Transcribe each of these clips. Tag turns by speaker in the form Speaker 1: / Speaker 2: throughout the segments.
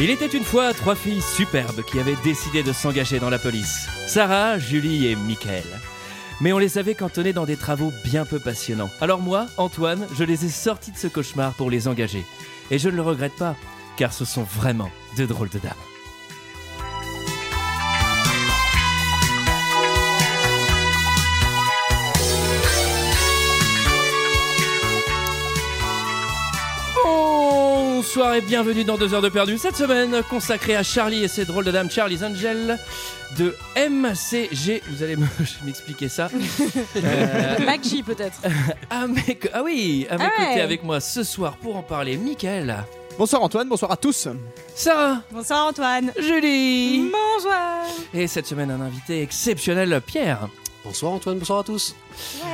Speaker 1: Il était une fois trois filles superbes qui avaient décidé de s'engager dans la police. Sarah, Julie et Michael. Mais on les avait cantonnées dans des travaux bien peu passionnants. Alors moi, Antoine, je les ai sorties de ce cauchemar pour les engager. Et je ne le regrette pas, car ce sont vraiment de drôles de dames. Bonsoir et bienvenue dans 2 heures de perdu. Cette semaine consacrée à Charlie et ses drôles de dames, Charlie's Angel de MCG. Vous allez me- m'expliquer ça. Euh,
Speaker 2: Maggie peut-être.
Speaker 1: à mes co- ah oui, à mes
Speaker 2: Ah ouais.
Speaker 1: côtés avec moi ce soir pour en parler, Mickaël,
Speaker 3: Bonsoir Antoine, bonsoir à tous.
Speaker 1: Sarah,
Speaker 2: Bonsoir Antoine. Mm.
Speaker 1: Julie
Speaker 2: Bonsoir.
Speaker 1: et cette semaine un invité exceptionnel, Pierre.
Speaker 4: Bonsoir Antoine, bonsoir à tous.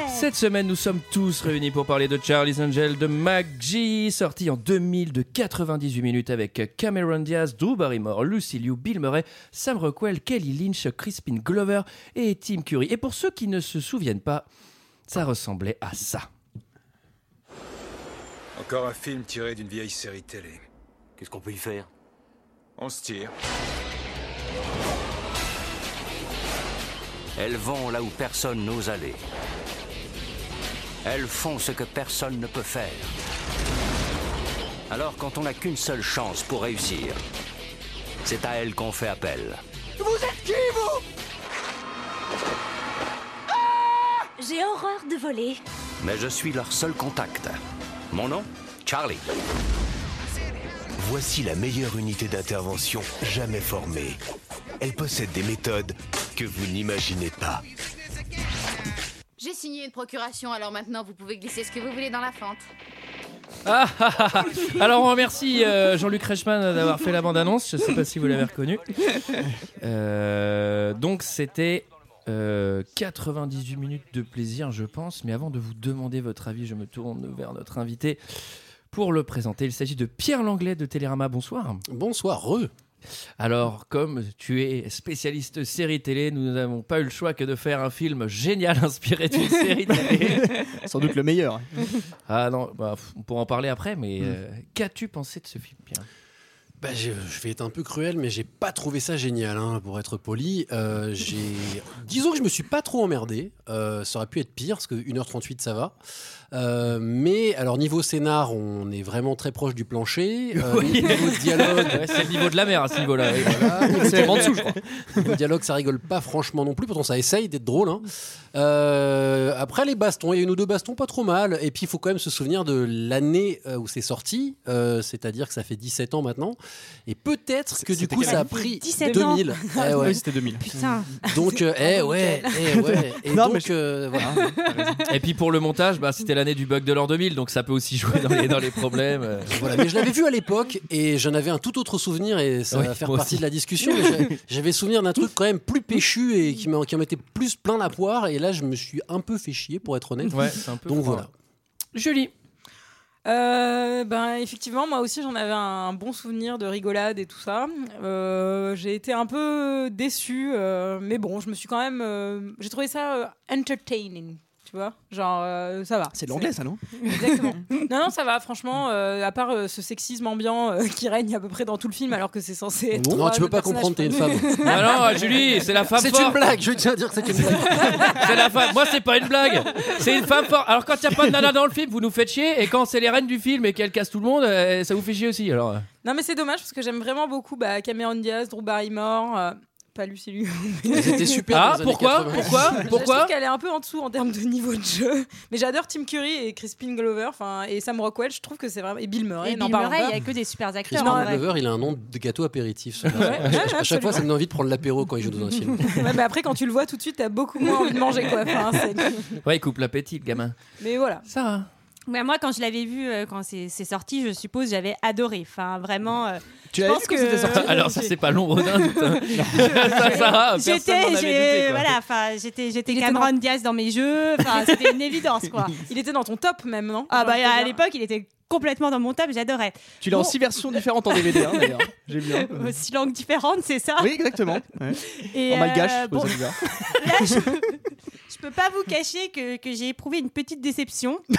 Speaker 1: Cette semaine, nous sommes tous réunis pour parler de Charlie's Angel de Maggie, sorti en 2000 de 98 minutes avec Cameron Diaz, Drew Barrymore, Lucy Liu, Bill Murray, Sam Rockwell, Kelly Lynch, Crispin Glover et Tim Curry. Et pour ceux qui ne se souviennent pas, ça ressemblait à ça.
Speaker 5: Encore un film tiré d'une vieille série télé.
Speaker 4: Qu'est-ce qu'on peut y faire
Speaker 5: On se tire.
Speaker 4: Elles vont là où personne n'ose aller. Elles font ce que personne ne peut faire. Alors quand on n'a qu'une seule chance pour réussir, c'est à elles qu'on fait appel.
Speaker 6: J'ai horreur de voler.
Speaker 4: Mais je suis leur seul contact. Mon nom Charlie.
Speaker 7: Voici la meilleure unité d'intervention jamais formée. Elle possède des méthodes que vous n'imaginez pas.
Speaker 8: J'ai signé une procuration, alors maintenant vous pouvez glisser ce que vous voulez dans la fente.
Speaker 1: Ah, ah, ah. Alors on remercie euh, Jean-Luc Reichmann d'avoir fait la bande-annonce, je sais pas si vous l'avez reconnu. Euh, donc c'était euh, 98 minutes de plaisir je pense, mais avant de vous demander votre avis, je me tourne vers notre invité pour le présenter. Il s'agit de Pierre Langlais de Télérama, bonsoir.
Speaker 4: Bonsoir, Reux.
Speaker 1: Alors comme tu es spécialiste série télé, nous n'avons pas eu le choix que de faire un film génial inspiré d'une série télé.
Speaker 3: Sans doute le meilleur.
Speaker 1: Ah non, bah, pff, on pourra en parler après, mais euh, qu'as-tu pensé de ce film, Pierre
Speaker 9: Bah, je, je vais être un peu cruel, mais j'ai pas trouvé ça génial, hein, pour être poli. Euh, j'ai- Disons que je me suis pas trop emmerdé. Euh, ça aurait pu être pire, parce que 1h38, ça va. Euh, mais, alors, niveau scénar, on est vraiment très proche du plancher. Euh,
Speaker 1: Oui.
Speaker 9: Niveau dialogue,
Speaker 1: Ouais, c'est le niveau de la mer à ce niveau-là. Ah, oui.
Speaker 9: voilà.
Speaker 3: C'est en dessous, je crois.
Speaker 9: Le dialogue, ça rigole pas franchement non plus. Pourtant, ça essaye d'être drôle. hein. Euh, après, les bastons, il y a une ou deux bastons pas trop mal. Et puis, il faut quand même se souvenir de l'année euh, où c'est sorti. Euh, C'est-à-dire que ça fait 17 ans maintenant. Et peut-être que du
Speaker 3: c'était
Speaker 9: coup,
Speaker 3: quelle
Speaker 9: ça a
Speaker 2: année
Speaker 9: pris
Speaker 2: 17 ans.
Speaker 9: 2000. Eh ouais.
Speaker 3: Oui, c'était 2000.
Speaker 2: Putain.
Speaker 9: Donc, euh, eh ouais, eh ouais. Et
Speaker 3: Non, mais
Speaker 9: donc,
Speaker 3: je-
Speaker 9: euh, voilà.
Speaker 1: Et puis pour le montage, bah, c'était l'année du bug de l'an 2000, donc ça peut aussi jouer dans les, dans les problèmes. euh.
Speaker 9: Voilà, mais je l'avais vu à l'époque et j'en avais un tout autre souvenir et ça
Speaker 1: Oui,
Speaker 9: va faire
Speaker 1: moi
Speaker 9: partie
Speaker 1: aussi.
Speaker 9: de la discussion. mais j'a- J'avais souvenir d'un truc quand même plus péchu et qui m'en qui en mettait plus plein la poire et là je me suis un peu fait chier pour être honnête.
Speaker 1: Ouais, c'est un peu.
Speaker 9: Donc
Speaker 1: froid.
Speaker 9: voilà.
Speaker 1: Julie.
Speaker 2: Euh, ben effectivement, moi aussi j'en avais un bon souvenir de rigolade et tout ça. Euh, j'ai été un peu déçue, euh, mais bon, je me suis quand même, euh, j'ai trouvé ça euh, entertaining. Tu vois, genre euh, ça va.
Speaker 3: C'est de l'anglais, ça, non
Speaker 2: Exactement. non, non, ça va. Franchement, euh, à part euh, ce sexisme ambiant euh, qui règne à peu près dans tout le film, alors que c'est censé. être euh,
Speaker 9: Non,
Speaker 2: trois-
Speaker 9: tu peux
Speaker 2: deux
Speaker 9: pas
Speaker 2: personnages
Speaker 9: comprendre, t'es une
Speaker 2: principaux.
Speaker 9: femme.
Speaker 1: Ah non, Julie, c'est la femme
Speaker 9: C'est une
Speaker 1: forte.
Speaker 9: blague, je tiens à dire que c'est une blague.
Speaker 1: C'est la femme. Moi, c'est pas une blague. C'est une femme forte. Alors quand il y a pas de nana dans le film, vous nous faites chier. Et quand c'est les reines du film et qu'elles cassent tout le monde, euh, ça vous fait chier aussi. Alors. euh.
Speaker 2: Non, mais c'est dommage parce que j'aime vraiment beaucoup bah, Cameron Diaz, Drew Barrymore, euh, pas Lucy Liu.
Speaker 9: C'était super.
Speaker 1: Ah
Speaker 9: dans les
Speaker 1: pourquoi
Speaker 9: 80.
Speaker 1: pourquoi
Speaker 2: je
Speaker 1: Bah, pourquoi
Speaker 2: trouve qu'elle est un peu en dessous en termes de niveau de jeu, mais j'adore Tim Curry et Crispin Glover, enfin et Sam Rockwell. Je trouve que c'est vraiment et Bill Murray.
Speaker 10: Et
Speaker 2: n'en
Speaker 10: Bill
Speaker 2: parlons
Speaker 10: Murray, il
Speaker 2: pas.
Speaker 10: n'y a que des super acteurs.
Speaker 9: Crispin
Speaker 2: Non,
Speaker 10: en vrai.
Speaker 9: Glover, il a un nom de gâteau apéritif. ce gars.
Speaker 2: Ouais, ouais,
Speaker 9: À chaque fois,
Speaker 2: absolument.
Speaker 9: ça me donne envie de prendre l'apéro quand il joue dans un film.
Speaker 2: Ouais, mais après, quand tu le vois tout de suite, t'as beaucoup moins envie de manger quoi. Enfin, c'est-
Speaker 1: Ouais, il coupe l'appétit, le gamin.
Speaker 2: mais voilà.
Speaker 1: Ça.
Speaker 10: Ouais, moi, quand je l'avais vu, euh, quand c'est c'est sorti, je suppose, j'avais adoré. Enfin, vraiment. euh,
Speaker 3: Tu
Speaker 10: je
Speaker 3: l'avais
Speaker 10: pense
Speaker 3: vu
Speaker 10: que
Speaker 3: quand c'était sorti
Speaker 1: Alors ça, c'est pas l'ombre d'un doute, hein. ça, Sarah, personne n'en
Speaker 10: J'étais,
Speaker 1: avait
Speaker 10: j'ai-
Speaker 1: douté, quoi.
Speaker 10: voilà, enfin, j'étais, j'étais
Speaker 2: Il était
Speaker 10: Cameron Diaz dans mes jeux. Enfin, c'était une évidence, quoi.
Speaker 2: Il était dans ton top même, non
Speaker 10: Ah bah
Speaker 2: J'ai envie de
Speaker 10: à
Speaker 2: te dire.
Speaker 10: l'époque, il était complètement dans mon table. J'adorais.
Speaker 3: Tu l'as en
Speaker 10: Bon.
Speaker 3: six versions différentes en DVD, hein, d'ailleurs. J'ai vu. hein.
Speaker 10: Six langues différentes, c'est ça.
Speaker 3: Oui, exactement. Ouais.
Speaker 10: Et,
Speaker 3: En malgache,
Speaker 10: euh, bon,
Speaker 3: aux Oscars.
Speaker 10: là, je... je peux pas vous cacher que, que j'ai éprouvé une petite déception. Euh,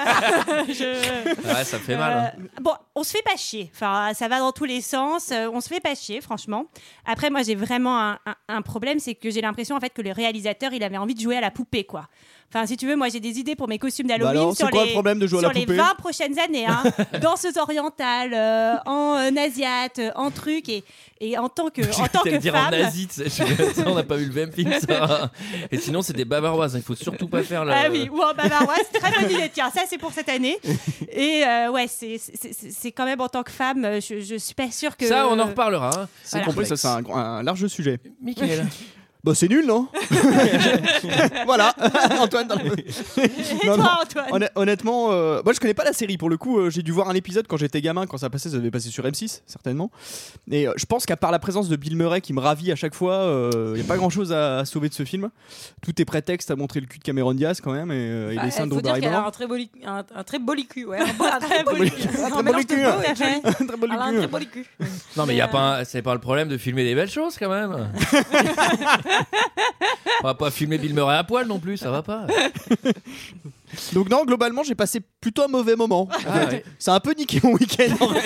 Speaker 10: je-
Speaker 1: Ouais, ça fait mal. hein.
Speaker 10: Euh, bon, on se fait pas chier. Enfin, ça va dans tous les sens. euh, on se fait pas chier, franchement. Après, moi, j'ai vraiment un, un- un problème, c'est que j'ai l'impression en fait que le réalisateur, il avait envie de jouer à la poupée, quoi. Enfin, si tu veux, moi, j'ai des idées pour mes costumes
Speaker 3: Bah
Speaker 10: d'Halloween
Speaker 3: alors,
Speaker 10: sur,
Speaker 3: c'est quoi
Speaker 10: les,
Speaker 3: le problème de jouer à
Speaker 10: sur
Speaker 3: la
Speaker 10: les
Speaker 3: poupée
Speaker 10: 20 prochaines années. Hein. Danseuse orientale, euh, en euh, asiate, euh, en truc et, et en tant que en tant
Speaker 1: J'allais
Speaker 10: que
Speaker 1: dire
Speaker 10: femme.
Speaker 1: en Asie, tu sais, je- ça, on n'a pas vu le même film, ça. Et sinon, c'est des bavaroises, il faut surtout pas faire la.
Speaker 10: Ah oui, ou en bavaroise, très bonne idée. Tiens, ça c'est pour cette année. Et euh, ouais, c'est- c'est c'est- c'est quand même en tant que femme, euh, je, je suis pas sûre que.
Speaker 1: Ça, on en reparlera. hein.
Speaker 3: C'est
Speaker 10: Voilà.
Speaker 3: compris, ça c'est un, grand- un large sujet.
Speaker 1: Michael.
Speaker 3: Bah c'est nul, non Voilà, Antoine. dans le-
Speaker 10: Et
Speaker 3: Non,
Speaker 10: toi,
Speaker 3: non.
Speaker 10: Antoine
Speaker 3: Honn- Honnêtement, euh, moi je connais pas la série pour le coup. euh, J'ai dû voir un épisode quand j'étais gamin, quand ça passait, ça devait passer sur M6 certainement. Et euh, je pense qu'à part la présence de Bill Murray qui me ravit à chaque fois, il y a pas grand chose à, à sauver de ce film. Tout est prétexte à montrer le cul de Cameron Diaz quand même et, euh, et
Speaker 2: Ah,
Speaker 3: les
Speaker 2: Il
Speaker 3: seins de
Speaker 2: faut
Speaker 3: Drew
Speaker 2: dire qu'elle a
Speaker 3: Barrymore.
Speaker 2: un très boli, un, un très boli cul, ouais. Un, beau- un
Speaker 10: Très
Speaker 2: très
Speaker 10: beau
Speaker 2: boli
Speaker 10: cul.
Speaker 2: cul.
Speaker 3: très
Speaker 2: Un
Speaker 3: beau
Speaker 2: mélange de
Speaker 3: cul.
Speaker 2: beau et
Speaker 10: Tout à fait.
Speaker 3: Très beau
Speaker 2: Elle a un
Speaker 3: cul.
Speaker 2: très boli cul.
Speaker 1: Non,
Speaker 10: Euh.
Speaker 1: mais il y a pas, un- c'est pas le problème de filmer des belles choses quand même. on va pas filmer Bill Murray à poil non plus, ça va pas.
Speaker 3: Donc non, globalement j'ai passé plutôt un mauvais moment.
Speaker 1: Ah, ouais.
Speaker 3: Ça a un peu niqué mon week-end. en vrai.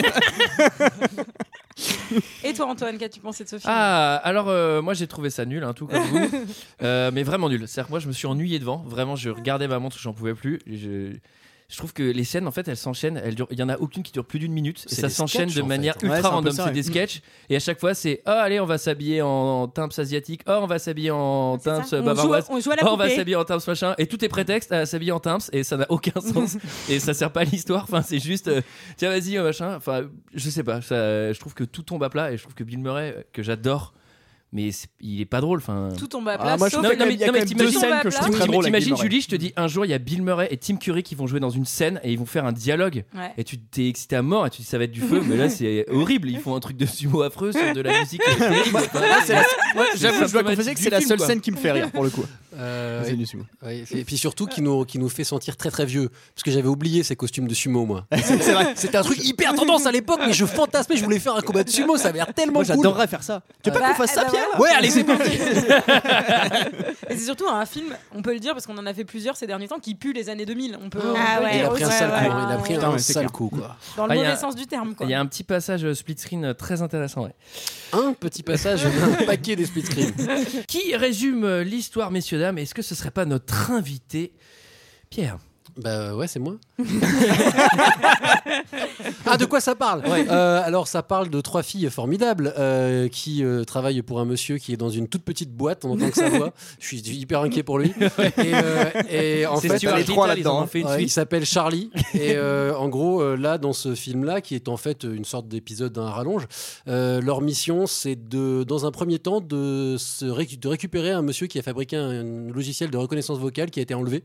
Speaker 2: Et toi, Antoine, qu'as-tu pensé de ce film
Speaker 1: Ah, alors euh, moi j'ai trouvé ça nul, hein, tout comme vous, Euh, mais vraiment nul. C'est-à-dire que moi je me suis ennuyé devant. Vraiment, je regardais ma montre, j'en pouvais plus. Je... je trouve que les scènes, en fait, elles s'enchaînent. Elles durent... Il y en a aucune qui dure plus d'une minute. Et
Speaker 9: C'est
Speaker 1: ça
Speaker 9: des
Speaker 1: s'enchaîne
Speaker 9: sketchs,
Speaker 1: de
Speaker 9: en
Speaker 1: manière
Speaker 9: fait,
Speaker 3: hein. Ouais, c'est
Speaker 1: ultra
Speaker 3: un peu
Speaker 1: random.
Speaker 3: ça,
Speaker 1: C'est
Speaker 3: ouais.
Speaker 1: des sketchs. Et à chaque fois, c'est oh allez, on va s'habiller en timps asiatique. Oh, on va s'habiller en
Speaker 10: Ah, C'est
Speaker 1: timps
Speaker 10: ça. On joue-
Speaker 1: bavaroise.
Speaker 10: on joue à la
Speaker 1: Oh, on va
Speaker 10: poupée.
Speaker 1: s'habiller en timps machin. Et tout est prétexte à s'habiller en timps. Et ça n'a aucun sens. et ça sert pas à l'histoire. Enfin, c'est juste. euh, tiens vas-y euh, machin enfin je sais pas ça- je trouve que tout tombe à plat et je trouve que Bill Murray euh, que j'adore mais c'est- il est pas drôle enfin
Speaker 2: Tout tombe à
Speaker 3: Ah,
Speaker 2: plat.
Speaker 3: moi, je
Speaker 2: sauf
Speaker 3: trouve
Speaker 2: le
Speaker 3: qu'il y a- il y a quand même deux
Speaker 2: t'imagines-
Speaker 3: scènes que je
Speaker 2: T'im-
Speaker 3: trouve très
Speaker 1: T'im-
Speaker 3: drôles. avec Bill
Speaker 1: T'imagines
Speaker 3: Murray.
Speaker 1: Julie, je te dis un jour il y a Bill Murray et Tim Curry qui vont jouer dans une scène et ils vont faire un dialogue
Speaker 2: Ouais.
Speaker 1: et tu t'es excité à mort et tu dis ça va être du feu mais là c'est horrible ils font un truc de sumo affreux sur de la musique terrible. Enfin,
Speaker 3: c'est la-
Speaker 1: c'est
Speaker 3: J'avoue, je dois
Speaker 1: symptomatique
Speaker 3: confesser que
Speaker 1: du
Speaker 3: c'est la
Speaker 1: film,
Speaker 3: seule
Speaker 1: quoi.
Speaker 3: scène qui me fait rire pour le coup.
Speaker 9: Euh,
Speaker 3: C'est du sumo.
Speaker 9: ouais, et puis surtout qui nous, qui nous fait sentir très très vieux. Parce que j'avais oublié ces costumes de sumo, moi.
Speaker 3: C'est vrai.
Speaker 9: C'était un truc hyper tendance à l'époque, mais je fantasmais, je voulais faire un combat de sumo, ça avait l'air tellement
Speaker 3: Moi
Speaker 9: cool.
Speaker 3: j'adorerais faire ça. Tu veux pas
Speaker 2: Bah,
Speaker 3: qu'on fasse
Speaker 2: eh
Speaker 3: ça,
Speaker 2: ben
Speaker 3: Pierre
Speaker 2: voilà.
Speaker 9: Ouais, allez, c'est parti.
Speaker 2: Et c'est surtout un film, on peut le dire parce qu'on en a fait plusieurs ces derniers temps, qui pue les années 2000. On peut, on
Speaker 10: Ah
Speaker 2: peut le
Speaker 10: ouais.
Speaker 9: Il a
Speaker 2: dire
Speaker 9: pris un
Speaker 2: aussi,
Speaker 9: sale
Speaker 2: ouais.
Speaker 9: coup, hein, il a pris
Speaker 3: Putain,
Speaker 9: un
Speaker 3: ouais, c'est
Speaker 9: sale
Speaker 3: clair.
Speaker 9: coup, quoi.
Speaker 2: Dans le
Speaker 1: Ah, il y a-
Speaker 2: mauvais sens du terme. Quoi.
Speaker 1: il y a un petit passage euh, split screen euh, très intéressant ouais.
Speaker 9: Un petit passage, un paquet des split screens.
Speaker 1: qui résume euh, l'histoire messieurs dames est-ce que ce serait pas notre invité Pierre
Speaker 9: Bah ouais, c'est moi. ah, de quoi ça parle Euh, Alors, ça parle de trois filles formidables euh, qui euh, travaillent pour un monsieur qui est dans une toute petite boîte, on entend que sa voix. Je suis hyper inquiet pour lui. Et, euh, et en
Speaker 1: C'est
Speaker 9: fait, euh,
Speaker 1: Stuart
Speaker 3: les trois
Speaker 1: Little, ils en ont
Speaker 3: là-dedans,
Speaker 1: fait une
Speaker 9: Ouais,
Speaker 1: suite.
Speaker 9: il s'appelle Charlie. Et euh, en gros, euh, là, dans ce film-là, qui est en fait une sorte d'épisode d'un rallonge, euh, leur mission, c'est de, dans un premier temps, de, se récu- de récupérer un monsieur qui a fabriqué un, logiciel de reconnaissance vocale qui a été enlevé.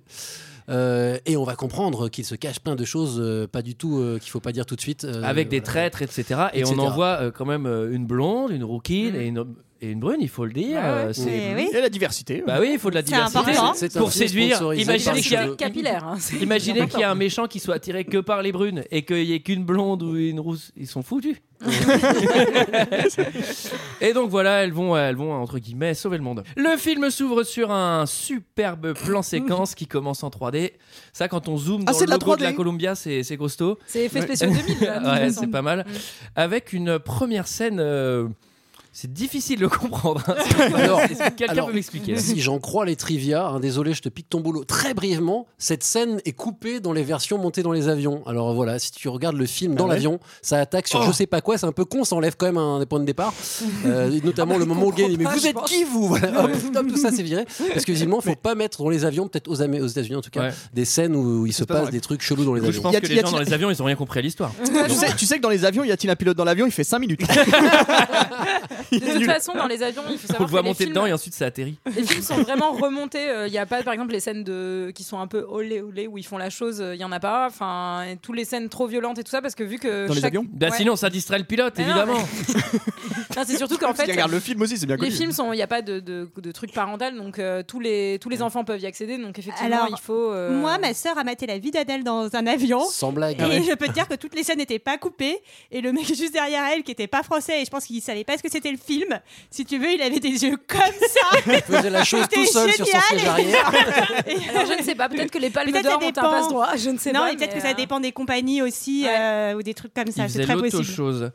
Speaker 9: Euh, et on va comprendre qu'il se cache plein de choses euh, pas du tout euh, qu'il faut pas dire tout de suite. euh,
Speaker 1: avec des
Speaker 9: voilà.
Speaker 1: traîtres, etc. Et
Speaker 9: Etc.
Speaker 1: on envoie euh, quand même euh, une blonde, une rouquine
Speaker 9: Mm.
Speaker 1: et, une, et une brune, il faut le dire.
Speaker 9: Bah
Speaker 2: Ouais, ouais.
Speaker 1: Euh, c'est-
Speaker 10: Eh oui.
Speaker 3: Et la diversité.
Speaker 1: Bah oui, il faut de la
Speaker 10: C'est
Speaker 1: diversité.
Speaker 10: important.
Speaker 9: Mm. C'est- c'est un
Speaker 1: Pour
Speaker 9: film
Speaker 1: séduire,
Speaker 9: sponsorisé par
Speaker 1: imaginez
Speaker 9: les
Speaker 1: qu'il y a,
Speaker 9: cheveux.
Speaker 2: capillaire. hein, c'est-
Speaker 1: imaginez qu'il y a un méchant qui soit attiré que par les brunes et qu'il n'y ait qu'une blonde ou une rousse, ils sont foutus. et donc voilà, elles vont, euh, elles vont entre guillemets sauver le monde. Le film s'ouvre sur un superbe plan séquence qui commence en 3D. Ça, quand on zoome
Speaker 3: Ah,
Speaker 1: dans
Speaker 3: c'est
Speaker 1: le
Speaker 3: de la
Speaker 1: logo de la
Speaker 3: 3D.
Speaker 1: Columbia, c'est c'est costaud.
Speaker 2: C'est effet spécial 2000. là, de toute
Speaker 1: Ouais,
Speaker 2: façon.
Speaker 1: c'est pas mal. Avec une première scène. euh, c'est difficile de le comprendre. hein.
Speaker 9: Alors,
Speaker 1: Est-ce que Quelqu'un
Speaker 9: alors,
Speaker 1: peut m'expliquer
Speaker 9: Si j'en crois les trivia, hein, désolé, je te pique ton boulot. Très brièvement, cette scène est coupée dans les versions montées dans les avions. Alors voilà, si tu regardes le film dans
Speaker 3: Ah ouais
Speaker 9: l'avion, ça attaque sur je sais pas quoi, c'est un peu con, ça enlève quand même un des points de départ. Euh, et notamment le moment où le gars dit, Mais
Speaker 2: comprend
Speaker 9: vous
Speaker 2: pas,
Speaker 9: êtes
Speaker 2: je
Speaker 9: qui vous voilà, hop, hop, tout ça c'est viré. Parce que visiblement, faut pas mettre dans les avions, peut-être aux, Amé- aux États-Unis en tout cas,
Speaker 1: Ouais.
Speaker 9: des scènes où il se
Speaker 3: pas
Speaker 9: passe
Speaker 3: vrai.
Speaker 9: des trucs chelous dans les
Speaker 1: Je
Speaker 9: avions.
Speaker 1: pense
Speaker 3: Y a-
Speaker 1: que
Speaker 3: y
Speaker 1: les
Speaker 3: a-
Speaker 1: gens dans les avions, ils ont rien compris à l'histoire.
Speaker 3: tu, sais, tu sais que dans les avions, y a-t-il un pilote dans l'avion Il fait 5 minutes.
Speaker 2: De toute façon, dans les avions, il faut savoir
Speaker 1: On le voit
Speaker 2: que les
Speaker 1: monter
Speaker 2: films-
Speaker 1: dedans et ensuite ça atterrit.
Speaker 2: Les films sont vraiment remontés. euh, Il n'y a pas, par exemple, les scènes de... qui sont un peu olé olé où ils font la chose, euh, il n'y en a pas. Enfin, et toutes les scènes trop violentes et tout ça, parce que vu que.
Speaker 3: Dans les
Speaker 2: chaque-
Speaker 3: avions
Speaker 1: Bah
Speaker 2: Ouais.
Speaker 1: sinon, ça distrait le pilote,
Speaker 2: Mais non,
Speaker 1: évidemment.
Speaker 2: Non, C'est surtout qu'en
Speaker 3: Parce qu'il
Speaker 2: fait.
Speaker 3: regarde le film aussi, c'est bien
Speaker 2: Les
Speaker 3: connu.
Speaker 2: films sont, il n'y a pas de, de, de truc parental, donc euh, tous les tous les enfants peuvent y accéder. Donc effectivement,
Speaker 10: Alors,
Speaker 2: il faut. euh,
Speaker 10: Moi, ma sœur a maté la vie d'Adèle dans un avion.
Speaker 9: Sans blague.
Speaker 10: Et
Speaker 1: Ah
Speaker 10: je peux te dire que toutes les scènes n'étaient pas coupées. Et le mec juste derrière elle, qui était pas français, et je pense qu'il savait pas ce que c'était le film, si tu veux, il avait des yeux comme ça. Il
Speaker 9: faisait la chose tout seul sur son siège arrière.
Speaker 2: Alors, je ne sais pas, peut-être que les palmes
Speaker 10: Peut-être ça
Speaker 2: d'or ont un
Speaker 10: dépend.
Speaker 2: passe-droit, je ne sais
Speaker 10: non,
Speaker 2: pas.
Speaker 10: mais peut-être
Speaker 2: mais,
Speaker 10: que ça
Speaker 2: euh,
Speaker 10: dépend des compagnies aussi euh, ou des trucs comme ça.
Speaker 1: Il
Speaker 10: C'est
Speaker 1: faisait
Speaker 10: très
Speaker 1: l'autre
Speaker 10: possible.
Speaker 1: chose.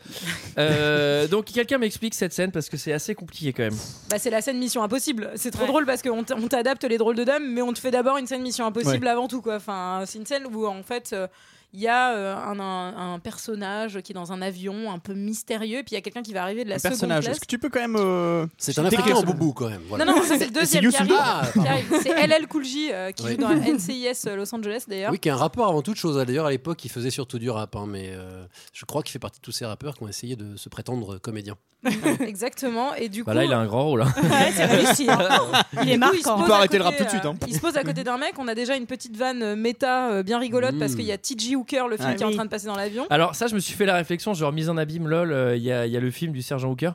Speaker 1: Euh, donc quelqu'un m'explique cette scène parce que c'est assez compliqué quand même.
Speaker 2: Bah, c'est la scène Mission Impossible. C'est trop drôle parce qu'on t- on t'adapte les drôles de dames, mais on te fait d'abord une scène Mission Impossible avant tout. Quoi. Enfin, c'est une scène où en fait. euh, il y a euh, un, un- un personnage qui est dans un avion un peu mystérieux, et puis il y a quelqu'un qui va arriver de la
Speaker 3: Un
Speaker 2: seconde
Speaker 3: personnage.
Speaker 2: classe.
Speaker 3: Est-ce que tu peux quand même. euh,
Speaker 9: C'est un
Speaker 3: décrire
Speaker 9: Africain en
Speaker 3: ce-
Speaker 9: boubou quand même. voilà.
Speaker 2: Non, non, c'est le deuxième qui
Speaker 3: Youssou
Speaker 2: arrive.
Speaker 9: Ah,
Speaker 2: qui
Speaker 9: pardon.
Speaker 2: arrive. C'est LL Cool J euh, qui
Speaker 9: Oui.
Speaker 2: joue dans la NCIS euh, Los Angeles d'ailleurs.
Speaker 9: Oui, qui a un rappeur avant toute chose. D'ailleurs, à l'époque, il faisait surtout du rap, hein, mais euh, je crois qu'il fait partie de tous ces rappeurs qui ont essayé de se prétendre comédiens.
Speaker 2: Exactement. Et du coup,
Speaker 1: Bah là il a un grand rôle. hein.
Speaker 10: Ouais, c'est réussi. hein. Il est
Speaker 2: Du coup, il se
Speaker 10: marquant.
Speaker 2: pose
Speaker 3: peut
Speaker 2: à
Speaker 3: arrêter le rap
Speaker 2: côté,
Speaker 3: tout de
Speaker 2: euh,
Speaker 3: suite, hein.
Speaker 2: Il se pose à côté d'un mec. On a déjà une petite vanne euh, méta euh, bien rigolote
Speaker 9: Mm.
Speaker 1: Mmh.
Speaker 2: parce qu'il y a T.J. Hooker, le film
Speaker 3: Ouais.
Speaker 2: qui est en
Speaker 10: Oui.
Speaker 2: train de passer dans l'avion.
Speaker 1: Alors ça je me suis fait la réflexion genre mise en abîme lol euh, il y, a- il y a le film du sergent Hooker.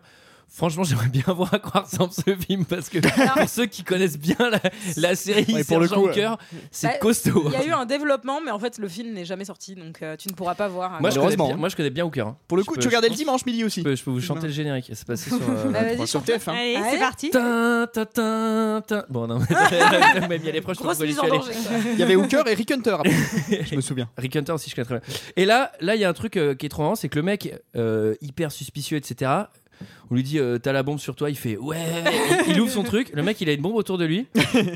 Speaker 1: Franchement, j'aimerais bien voir à quoi ressemble ce film parce que pour ceux qui connaissent bien la, la série
Speaker 3: Ouais, pour
Speaker 1: Sergent
Speaker 3: le coup, euh,
Speaker 1: Hooker, c'est
Speaker 2: Bah,
Speaker 1: costaud. hein.
Speaker 2: Il y a eu un développement, mais en fait, le film n'est jamais sorti, donc euh, tu ne pourras pas voir. hein.
Speaker 1: Moi, je connais
Speaker 3: Malheureusement,
Speaker 1: bien,
Speaker 3: hein.
Speaker 1: moi je connais bien Hooker. hein.
Speaker 3: Pour le
Speaker 1: Je
Speaker 3: coup,
Speaker 1: peux-
Speaker 3: tu regardais le dimanche midi aussi.
Speaker 1: Je peux, je peux vous chanter le générique. C'est passé sur. euh,
Speaker 2: Bah, vas-y,
Speaker 3: Sur TF1.
Speaker 10: Allez,
Speaker 1: ah
Speaker 2: Ouais.
Speaker 10: c'est parti.
Speaker 1: Tin, tin, tin, tin. Bon, non, mais même il y a les proches
Speaker 2: Grosse mise en danger. quoi.
Speaker 3: hein. Il y avait Hooker et Rick Hunter. après. je me souviens.
Speaker 1: Rick Hunter aussi, je connais très bien. Et là, là, il y a un truc euh, qui est trop marrant, c'est que le mec, euh, hyper suspicieux, etc. On lui dit, euh, t'as la bombe sur toi, il fait, ouais. Il, il ouvre son truc, le mec, il a une bombe autour de lui.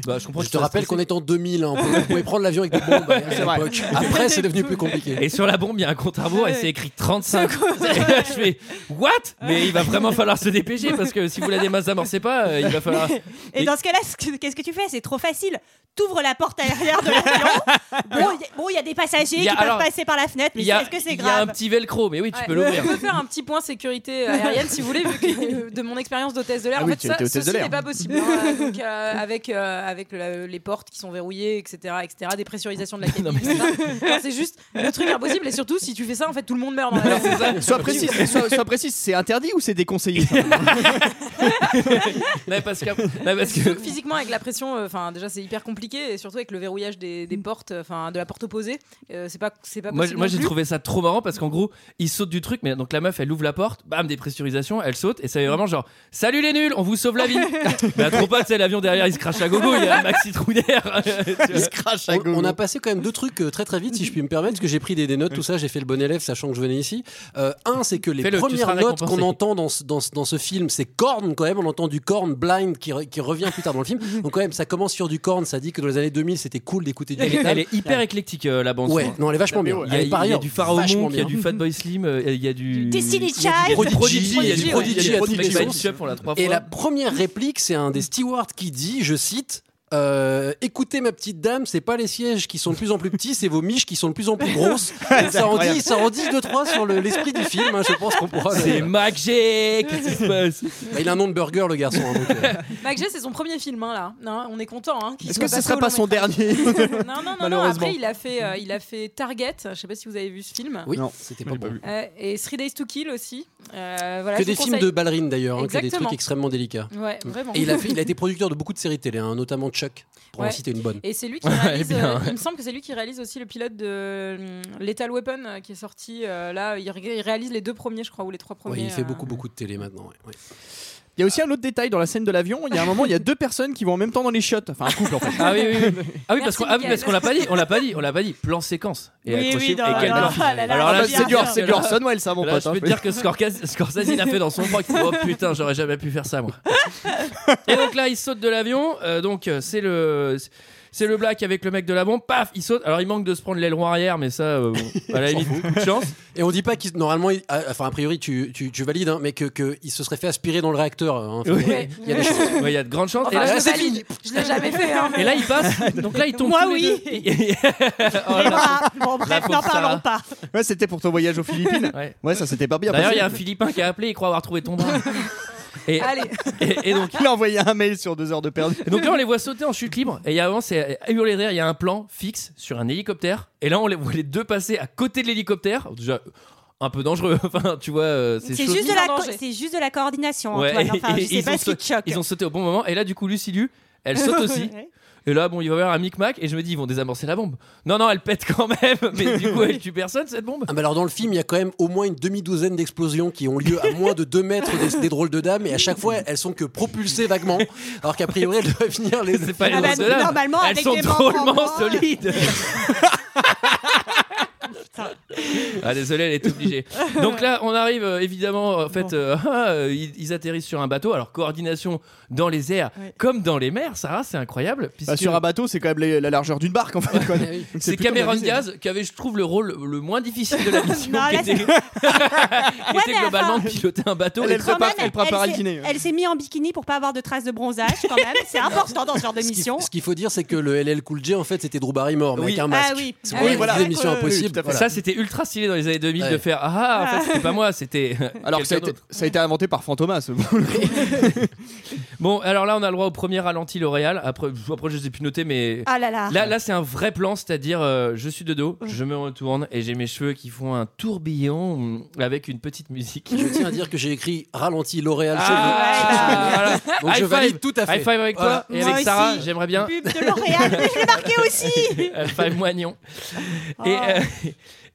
Speaker 1: Bah, je comprends.
Speaker 9: Je te
Speaker 1: qu'il soit
Speaker 9: rappelle qu'on
Speaker 1: stressé.
Speaker 9: est en 2000, hein, on pouvait- on pouvait prendre l'avion avec des bombes hein, à
Speaker 3: C'est vrai.
Speaker 9: l'époque. Après, c'est devenu plus compliqué.
Speaker 1: Et sur la bombe, il y a un compte à rebours et c'est écrit 35. Et là, je fais, what Mais il va vraiment falloir se dépêcher parce que si vous la désamorcez pas, euh, il va falloir.
Speaker 10: Et dans ce cas-là, ce que- qu'est-ce que tu fais C'est trop facile. T'ouvres la porte arrière de l'avion. Bon, il y a- bon, il y a des passagers
Speaker 1: Il y a-
Speaker 10: qui peuvent
Speaker 1: alors,
Speaker 10: passer par la fenêtre, mais
Speaker 1: Il y a-
Speaker 10: est-ce que c'est
Speaker 1: il y a un
Speaker 10: grave
Speaker 1: petit velcro, mais oui, tu
Speaker 2: Ouais.
Speaker 1: peux l'ouvrir.
Speaker 2: Je peux faire un petit point sécurité euh, aérienne si vous voulez, vu que, euh, de mon expérience d'hôtesse de l'air.
Speaker 3: Ah
Speaker 2: en
Speaker 3: oui,
Speaker 2: fait,
Speaker 3: tu
Speaker 2: ça,
Speaker 3: étais hôtesse de
Speaker 2: ceci
Speaker 3: l'air.
Speaker 2: n'est pas possible. hein. Donc, euh, avec euh, avec la- les portes qui sont verrouillées, etc., etc., des pressurisations de la cabine.
Speaker 1: Non, mais-
Speaker 2: etc.. Non, C'est juste le truc impossible. Et surtout, si tu fais ça, en fait, tout le monde meurt dans
Speaker 1: Alors,
Speaker 2: la
Speaker 1: c'est ça.
Speaker 3: Sois précise, sois, sois précise, c'est interdit ou c'est déconseillé ça
Speaker 1: Non, parce que, non, parce que-
Speaker 2: Surtout que physiquement avec la pression, euh, enfin déjà c'est hyper compliqué et surtout avec le verrouillage des,
Speaker 9: Mm.
Speaker 2: des portes, euh, enfin de la porte opposée, euh, c'est pas c'est pas
Speaker 1: moi,
Speaker 2: possible
Speaker 1: moi
Speaker 2: non
Speaker 1: j'ai
Speaker 2: plus.
Speaker 1: trouvé ça trop marrant parce qu'en gros, il saute du truc, mais donc la meuf elle ouvre la porte, bam, dépressurisation, elle saute et ça est vraiment genre Salut les nuls, on vous sauve la vie. mais à trop pas, tu sais, l'avion derrière il se crache à gogo, il y a un maxi trou d'air. Tu vois.
Speaker 3: crache
Speaker 9: On, on a passé quand même deux trucs euh, très très vite, si je puis me permettre, parce que j'ai pris des, des notes, tout ça, j'ai fait le bon élève, sachant que je venais ici. Euh, un, c'est que les
Speaker 1: Fais-le, tu seras
Speaker 9: premières notes qu'on
Speaker 1: récompensé.
Speaker 9: entend dans ce, dans, ce- dans ce film, c'est corne quand même, on entend du corne blind qui, re- qui revient plus tard dans le film. Donc quand même, ça commence sur du corne, ça dit que dans les années 2000, c'était cool d'écouter du
Speaker 1: elle, est,
Speaker 9: métal.
Speaker 1: elle est hyper éclectique euh, la bande.
Speaker 9: Ouais,
Speaker 1: son.
Speaker 9: non, elle est vachement bien.
Speaker 1: Il y a,
Speaker 9: Elle est
Speaker 1: il y
Speaker 9: par
Speaker 1: a
Speaker 9: ailleurs
Speaker 1: du Pharaon
Speaker 9: vachement
Speaker 1: Monk, il y a
Speaker 9: bien.
Speaker 1: du Fatboy Slim, euh, il y a du.
Speaker 10: Destiny
Speaker 1: il y a du
Speaker 10: Child.
Speaker 1: Prodigy, il y
Speaker 9: Prodigy,
Speaker 1: a du
Speaker 9: ouais.
Speaker 1: Prodigy, il y a du
Speaker 9: Prodigy,
Speaker 1: Smash
Speaker 9: ouais.
Speaker 1: Up, on l'a trois
Speaker 9: Et
Speaker 1: fois.
Speaker 9: la première réplique, c'est un des stewards qui dit, je cite. euh, écoutez ma petite dame, c'est pas les sièges qui sont de plus en plus petits, c'est vos miches qui sont de plus en plus grosses. Et ça en dit, ça en dit deux trois sur le- l'esprit du film. hein, je pense qu'on pourra. le-
Speaker 1: C'est Mac G, qu'est-ce qui se passe
Speaker 9: Bah, il a un nom de burger le garçon. hein, donc, euh,
Speaker 2: Mac G, c'est son premier film hein, là, Non, on est content. Hein, qu'il
Speaker 3: Est-ce
Speaker 2: soit
Speaker 3: que ce
Speaker 2: passé
Speaker 3: sera
Speaker 2: au
Speaker 3: pas
Speaker 2: long
Speaker 3: son
Speaker 2: métrage.
Speaker 3: dernier
Speaker 2: Non non non, non
Speaker 3: Malheureusement.
Speaker 2: après il a fait euh, il a fait Target, je sais pas si vous avez vu ce film.
Speaker 9: Mm. oui,
Speaker 3: Non,
Speaker 9: c'était
Speaker 3: je
Speaker 9: pas
Speaker 3: l'ai pas
Speaker 9: bon.
Speaker 3: vu.
Speaker 2: Euh, et Three Days to Kill aussi. Euh, voilà,
Speaker 9: que
Speaker 2: je
Speaker 9: des
Speaker 2: vous
Speaker 9: films de
Speaker 2: conseille.
Speaker 9: ballerines d'ailleurs, hein, que des
Speaker 2: Exactement.
Speaker 9: trucs extrêmement délicats.
Speaker 2: Ouais, vraiment.
Speaker 9: Et il a, fait- il a été producteur de beaucoup de séries télé, hein, notamment Chuck, pour en
Speaker 2: Ouais.
Speaker 9: citer une bonne.
Speaker 2: Et c'est lui qui
Speaker 1: Ouais,
Speaker 2: réalise.
Speaker 1: bien,
Speaker 2: euh,
Speaker 1: ouais.
Speaker 2: il me semble que c'est lui qui réalise aussi le pilote de euh, Lethal Weapon euh, qui est sorti euh, là. Il, ré- il réalise les deux premiers, je crois, ou les trois premiers.
Speaker 9: Ouais, il fait
Speaker 2: euh.
Speaker 9: beaucoup beaucoup de télé maintenant. ouais, ouais.
Speaker 3: Il y a aussi un autre détail dans la scène de l'avion. Il y a un moment, il y a deux personnes qui vont en même temps dans les chiottes. Enfin, un couple en fait.
Speaker 1: Ah oui, oui, oui. Ah oui, parce
Speaker 2: Merci,
Speaker 1: qu'on ah oui,
Speaker 2: Mickaël.
Speaker 1: parce qu'on l'a pas dit, on l'a pas dit, on l'a pas dit. Plan séquence. Et
Speaker 10: Oui,
Speaker 1: accrochez-
Speaker 10: oui, dans-
Speaker 1: et quel
Speaker 10: dans-
Speaker 1: plan.
Speaker 10: ah là là,
Speaker 1: Alors là,
Speaker 10: bien
Speaker 3: bah, c'est du,
Speaker 10: sûr.
Speaker 3: c'est du Orson Welles, ça, mon
Speaker 1: Là,
Speaker 3: pote.
Speaker 1: je
Speaker 3: hein.
Speaker 1: peux te dire que Scorsese, Scorsese, il a fait dans son froc. Oh putain, j'aurais jamais pu faire ça, moi. Et donc là, il saute de l'avion. euh, donc euh, c'est le. C'est le black avec le mec de la bombe, paf, il saute. Alors il manque de se prendre l'aile roue arrière, mais ça, euh, bon, à la limite, beaucoup de chance.
Speaker 9: Et on dit pas qu'il normalement, il- ah, enfin a priori tu, tu, tu valides, hein, mais que, que il se serait fait aspirer dans le réacteur. hein. Enfin,
Speaker 1: Oui.
Speaker 9: ouais, Il y a des choses.
Speaker 1: Ouais, Il y a de grandes chances.
Speaker 2: Enfin,
Speaker 1: et, là,
Speaker 2: je le
Speaker 9: c'est
Speaker 2: valide.
Speaker 9: fini.
Speaker 2: Je l'ai jamais fait. hein.
Speaker 1: et là, il passe. Donc là, il tombe.
Speaker 10: Moi,
Speaker 1: tous les
Speaker 10: oui.
Speaker 1: deux. Et- Oh là là.
Speaker 10: Ah, bon, bref,
Speaker 1: pauvre
Speaker 10: n'en
Speaker 1: Sarah.
Speaker 10: parlons pas.
Speaker 3: Ouais, c'était pour ton voyage aux Philippines.
Speaker 1: Ouais.
Speaker 3: Ouais, ça c'était pas bien.
Speaker 1: D'ailleurs, il y a un
Speaker 3: passé.
Speaker 1: Philippin qui a appelé. Il croit avoir trouvé ton bras. Et,
Speaker 2: Allez,
Speaker 1: et- et donc,
Speaker 3: Il a envoyé un mail sur deux heures de perdu. Bah,
Speaker 1: Et donc là, on les voit sauter en chute libre. Et il y a- avant, c'est euh, à hurler de rire. Il y a un plan fixe sur un hélicoptère. Et là, on les voit les deux passer à côté de l'hélicoptère. Oh, Déjà, un peu dangereux. Enfin, tu vois, euh, c'est
Speaker 10: C'est
Speaker 1: chaud.
Speaker 10: juste,
Speaker 2: Mise
Speaker 10: de la
Speaker 2: en
Speaker 10: co-
Speaker 2: danger.
Speaker 10: c'est juste de la coordination.
Speaker 1: Ouais,
Speaker 10: Antoine. Enfin,
Speaker 1: et-
Speaker 10: je
Speaker 1: et
Speaker 10: sais
Speaker 1: ils
Speaker 10: pas
Speaker 1: ont
Speaker 10: ce qui te choque.
Speaker 1: Ils ont sauté au bon moment. Et là, du coup, Lucilu, elle saute aussi.
Speaker 10: Ouais.
Speaker 1: Et là, bon, il va y avoir un micmac. Et je me dis, ils vont désamorcer la bombe. Non, non, elle pète quand même. Mais du coup, elle tue personne, cette bombe.
Speaker 9: Ah bah alors dans le film, il y a quand même au moins une demi-douzaine d'explosions qui ont lieu à moins de 2 mètres des, des drôles de dames et à chaque fois elles sont que propulsées vaguement alors qu'a priori elles doivent finir les
Speaker 10: ah
Speaker 1: C'est pas
Speaker 10: bah,
Speaker 1: les grosses dames.
Speaker 10: normalement,
Speaker 1: Elles
Speaker 10: avec
Speaker 1: sont
Speaker 10: les membres en
Speaker 1: drôlement
Speaker 10: bois.
Speaker 1: solides. Ah désolé, elle est obligée. Donc là, on arrive euh, évidemment, en fait, euh, ah, euh, ils, ils atterrissent sur un bateau. Alors coordination dans les airs
Speaker 2: Ouais.
Speaker 1: comme dans les mers, Sarah, c'est incroyable.
Speaker 3: Bah,
Speaker 1: puisque
Speaker 3: sur un bateau, c'est quand même la, la largeur d'une barque en fait. quoi. Donc,
Speaker 1: C'est
Speaker 3: plutôt
Speaker 1: Cameron
Speaker 3: organisé.
Speaker 1: Diaz qui avait, je trouve, le rôle le moins difficile de la mission,
Speaker 10: Non,
Speaker 1: qui
Speaker 10: là,
Speaker 1: était,
Speaker 10: c'est-
Speaker 1: qui était
Speaker 10: mais
Speaker 1: globalement
Speaker 10: enfin-
Speaker 1: de piloter un bateau.
Speaker 3: Elle,
Speaker 1: et-
Speaker 3: elle prépare,
Speaker 10: Quand même,
Speaker 3: elle prépare
Speaker 10: s'est-
Speaker 3: à dîner.
Speaker 10: Elle s'est mise en bikini pour pas avoir de traces de bronzage quand même. C'est important dans ce genre de
Speaker 9: Ce qu'il-
Speaker 10: mission.
Speaker 9: Ce qu'il faut dire, c'est que le LL Cool J, en fait, c'était Drew Barrymore, mais
Speaker 3: Oui.
Speaker 9: avec un masque.
Speaker 10: Ah oui.
Speaker 9: C'est
Speaker 10: Ah
Speaker 9: pour
Speaker 10: oui,
Speaker 9: les
Speaker 3: voilà.
Speaker 9: petites émissions
Speaker 3: Oui, oui,
Speaker 9: impossibles.
Speaker 3: tout à fait.
Speaker 9: voilà.
Speaker 1: Ça, c'était ultra stylé dans les années 2000 de
Speaker 9: Ouais.
Speaker 1: faire Ah, ah, en fait, c'était pas moi, c'était.
Speaker 3: Alors que ça a,
Speaker 1: quelqu'un
Speaker 3: été, ça a été inventé par Fantomas.
Speaker 1: Bon, alors là, on a le droit au premier ralenti L'Oréal. Après, pff, après je les ai plus notés, mais.
Speaker 10: Ah là là.
Speaker 1: Là, là c'est un vrai plan, c'est-à-dire euh, je suis de dos, je me retourne et j'ai mes cheveux qui font un tourbillon mm, avec une petite musique.
Speaker 9: Je tiens à dire que j'ai écrit ralenti
Speaker 10: Ah,
Speaker 9: L'Oréal
Speaker 1: Ah, voilà.
Speaker 9: cheveux. Donc
Speaker 1: High
Speaker 9: je
Speaker 1: five.
Speaker 9: valide tout à fait.
Speaker 1: High five avec toi
Speaker 9: Voilà.
Speaker 1: et
Speaker 10: Moi
Speaker 1: avec Sarah,
Speaker 10: aussi.
Speaker 1: j'aimerais bien.
Speaker 10: Pub de L'Oréal, mais je l'ai marqué aussi.
Speaker 1: High five moignon. Et, euh,
Speaker 10: Ah.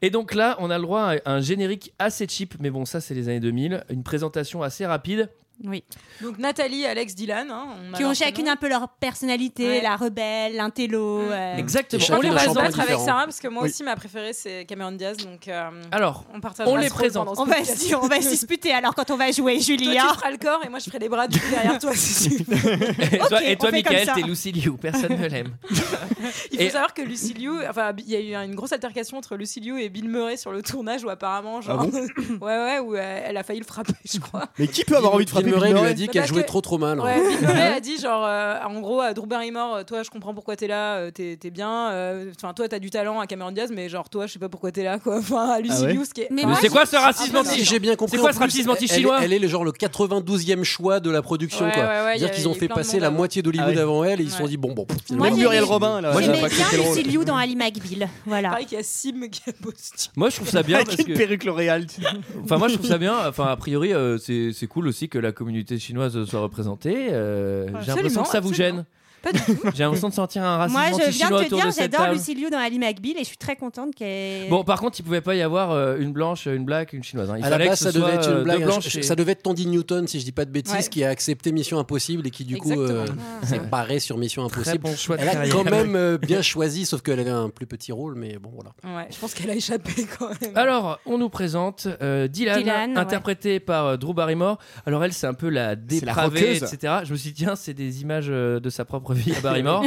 Speaker 1: et donc là, on a le droit à un générique assez cheap, mais bon, ça c'est les années 2000, une présentation assez rapide.
Speaker 10: Oui.
Speaker 2: Donc Nathalie, Alex, Dylan. hein, on a
Speaker 10: Qui
Speaker 2: leur
Speaker 10: ont chacune
Speaker 2: prénom.
Speaker 10: un peu leur personnalité,
Speaker 2: Ouais.
Speaker 10: la rebelle, l'intello.
Speaker 2: Mm.
Speaker 10: euh,
Speaker 1: Exactement.
Speaker 9: Et
Speaker 2: On
Speaker 9: chacun
Speaker 1: On les
Speaker 9: dans leur
Speaker 2: va se
Speaker 1: présente.
Speaker 9: chambre
Speaker 2: battre avec
Speaker 9: différent.
Speaker 2: Sarah parce que moi
Speaker 3: Oui.
Speaker 2: aussi ma préférée c'est Cameron Diaz donc euh,
Speaker 1: Alors,
Speaker 2: on partage.
Speaker 1: On les présente.
Speaker 10: On va, se- on va se disputer alors quand on va jouer,
Speaker 2: Toi,
Speaker 10: Julien.
Speaker 2: tu feras le corps et moi je ferai les bras du coup derrière toi. si tu veux.
Speaker 1: et toi,
Speaker 10: Ok,
Speaker 1: et toi
Speaker 10: on fait comme
Speaker 1: Michael,
Speaker 10: ça.
Speaker 1: t'es Lucy Liu, personne ne l'aime.
Speaker 2: Il faut
Speaker 1: Et-
Speaker 2: savoir que Lucy Liu, enfin il y a eu une grosse altercation entre Lucy Liu et Bill Murray sur le tournage où apparemment genre ouais ouais où euh, elle a failli le frapper je crois.
Speaker 3: Mais qui peut avoir envie de frapper
Speaker 9: Bill Murray lui a
Speaker 3: Murray
Speaker 9: dit
Speaker 2: Bah,
Speaker 9: qu'elle
Speaker 2: parce
Speaker 9: jouait
Speaker 2: que-
Speaker 9: trop trop mal. hein.
Speaker 2: Ouais, Bill Murray a dit genre euh, en gros à Drew Barrymore euh, toi je comprends pourquoi t'es là euh, t'es t'es bien euh, enfin toi t'as du talent à Cameron Diaz mais genre toi je sais pas pourquoi t'es là quoi enfin à Lucy
Speaker 3: Ah ouais
Speaker 2: Liu ce qui est
Speaker 10: Mais
Speaker 1: Mais
Speaker 10: moi,
Speaker 1: c'est quoi ce racisme
Speaker 2: Ah,
Speaker 9: Si
Speaker 1: anti
Speaker 9: j'ai bien compris.
Speaker 1: C'est quoi
Speaker 9: en
Speaker 1: ce
Speaker 9: plus,
Speaker 1: racisme anti-chinois
Speaker 9: elle, est- elle est le genre le 92e choix de la production.
Speaker 2: Ouais,
Speaker 9: quoi.
Speaker 2: ouais, ouais, il y
Speaker 9: C'est-à-dire
Speaker 2: a-
Speaker 9: qu'ils ont
Speaker 2: il y a
Speaker 9: fait
Speaker 2: plein de
Speaker 9: passer
Speaker 2: monde
Speaker 9: la
Speaker 2: avant.
Speaker 9: moitié d'Hollywood
Speaker 3: Ouais.
Speaker 9: avant elle. Ils se
Speaker 2: Ouais.
Speaker 9: sont dit bon bon. pff,
Speaker 10: Moi,
Speaker 9: finalement,
Speaker 10: j'ai-
Speaker 3: Muriel Robin, là.
Speaker 9: Moi,
Speaker 3: elle a
Speaker 9: j'ai-
Speaker 10: J'aimais
Speaker 3: pas
Speaker 10: bien
Speaker 3: craqué le rôle.
Speaker 10: Lucy Liu dans Ali McBeal. Voilà.
Speaker 2: pareil qu'il y a Sim qui a posté.
Speaker 1: Moi, je trouve ça bien parce
Speaker 3: Avec une
Speaker 1: que.
Speaker 3: perruque L'Oréal.
Speaker 1: Enfin, moi, je trouve ça bien. Enfin, a priori, euh, c'est c'est cool aussi que la communauté chinoise soit représentée. euh, J'ai l'impression
Speaker 2: Absolument,
Speaker 1: que ça vous gêne.
Speaker 2: Pas du tout.
Speaker 1: J'ai l'impression de sentir un racisme
Speaker 10: Moi, je viens
Speaker 1: anti-chinois
Speaker 10: de te
Speaker 1: autour
Speaker 10: dire,
Speaker 1: de cette
Speaker 10: j'adore
Speaker 1: table.
Speaker 10: Lucy Liu dans Ali McBeal et je suis très contente qu'elle.
Speaker 1: Bon, par contre, il pouvait pas y avoir euh, une blanche, une black, une chinoise. hein. Il
Speaker 9: à la
Speaker 1: fallait
Speaker 9: base,
Speaker 1: que
Speaker 9: ça
Speaker 1: ce
Speaker 9: devait
Speaker 1: soit,
Speaker 9: être
Speaker 1: euh,
Speaker 9: une
Speaker 1: deux
Speaker 9: blague. hein.
Speaker 1: blanches et-
Speaker 9: Ça devait être Tandy Newton, si je dis pas de bêtises,
Speaker 2: Ouais.
Speaker 9: qui a accepté Mission Impossible et qui du coup euh,
Speaker 2: Exactement. Ah,
Speaker 9: s'est barré sur Mission
Speaker 1: Très
Speaker 9: Impossible.
Speaker 1: bon choix de
Speaker 9: Elle a
Speaker 1: carrière.
Speaker 9: quand même euh, bien choisi, sauf qu'elle avait un plus petit rôle, mais bon voilà.
Speaker 2: Ouais, je pense qu'elle a échappé quand même.
Speaker 1: Alors, on nous présente euh, Dylan,
Speaker 10: Dylan, ouais.
Speaker 1: interprété par euh, Drew Barrymore. Alors elle, c'est un peu la dépravée,
Speaker 3: rockeuse.
Speaker 1: etc. Je me suis dit, tiens, c'est des images euh, de sa propre vie à Barrymore.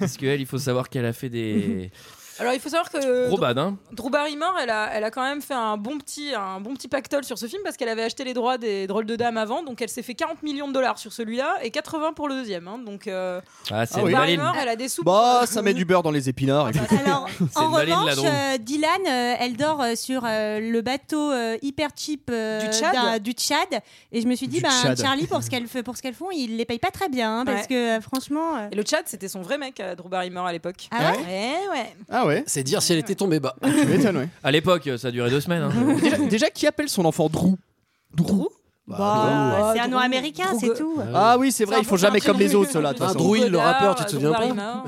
Speaker 1: Parce qu'elle, il faut savoir qu'elle a fait des...
Speaker 2: Alors, il faut savoir que
Speaker 1: Gros bad, hein.
Speaker 2: Drew Barrymore, elle a, elle a quand même fait un bon petit, un bon petit pactole sur ce film parce qu'elle avait acheté les droits des drôles de dames avant, donc elle s'est fait 40 millions de dollars sur celui-là et 80 pour le deuxième. hein. donc euh,
Speaker 1: Ah, c'est
Speaker 3: Ah oui.
Speaker 1: une maline.
Speaker 2: Barrymore, elle a des sous.
Speaker 3: Bah, ça met du beurre dans les épinards. écoute.
Speaker 10: Alors, en
Speaker 1: une maline, la
Speaker 10: revanche,
Speaker 1: drôle.
Speaker 10: euh, Dylan, euh, elle dort euh, sur euh, le bateau euh, hyper cheap euh,
Speaker 2: Du Tchad
Speaker 10: d'un- du Tchad. Et je me suis dit,
Speaker 3: Du
Speaker 10: ben,
Speaker 3: Tchad.
Speaker 10: Charlie, pour ce qu'elles f- pour ce qu'elles font, ils les payent pas très bien. hein, Parce
Speaker 2: Ouais.
Speaker 10: que euh, franchement. euh,
Speaker 2: Et le Tchad, c'était son vrai mec, euh, Drew Barrymore à l'époque.
Speaker 10: Ah ouais
Speaker 2: ouais, ouais.
Speaker 3: Ah ouais,
Speaker 9: C'est dire si elle était tombée bas.
Speaker 3: tu m'étonnes, ouais.
Speaker 1: À l'époque, ça durait deux semaines. hein.
Speaker 3: déjà, déjà, qui appelle son enfant Drew Drew
Speaker 10: bah,
Speaker 2: Drew.
Speaker 10: c'est un nom
Speaker 2: Drew.
Speaker 10: américain,
Speaker 2: Drew.
Speaker 10: c'est tout.
Speaker 3: Ah oui, c'est
Speaker 2: Ça,
Speaker 3: vrai, ils
Speaker 2: on
Speaker 3: font
Speaker 2: peut
Speaker 3: jamais
Speaker 2: faire un
Speaker 3: comme les
Speaker 2: film.
Speaker 3: autres, ceux-là. de toute
Speaker 9: Un
Speaker 3: façon.
Speaker 9: Drew, il l'aura
Speaker 2: Goddard,
Speaker 9: peur, tu te
Speaker 2: Drew
Speaker 9: souviens pas
Speaker 2: Barrymore,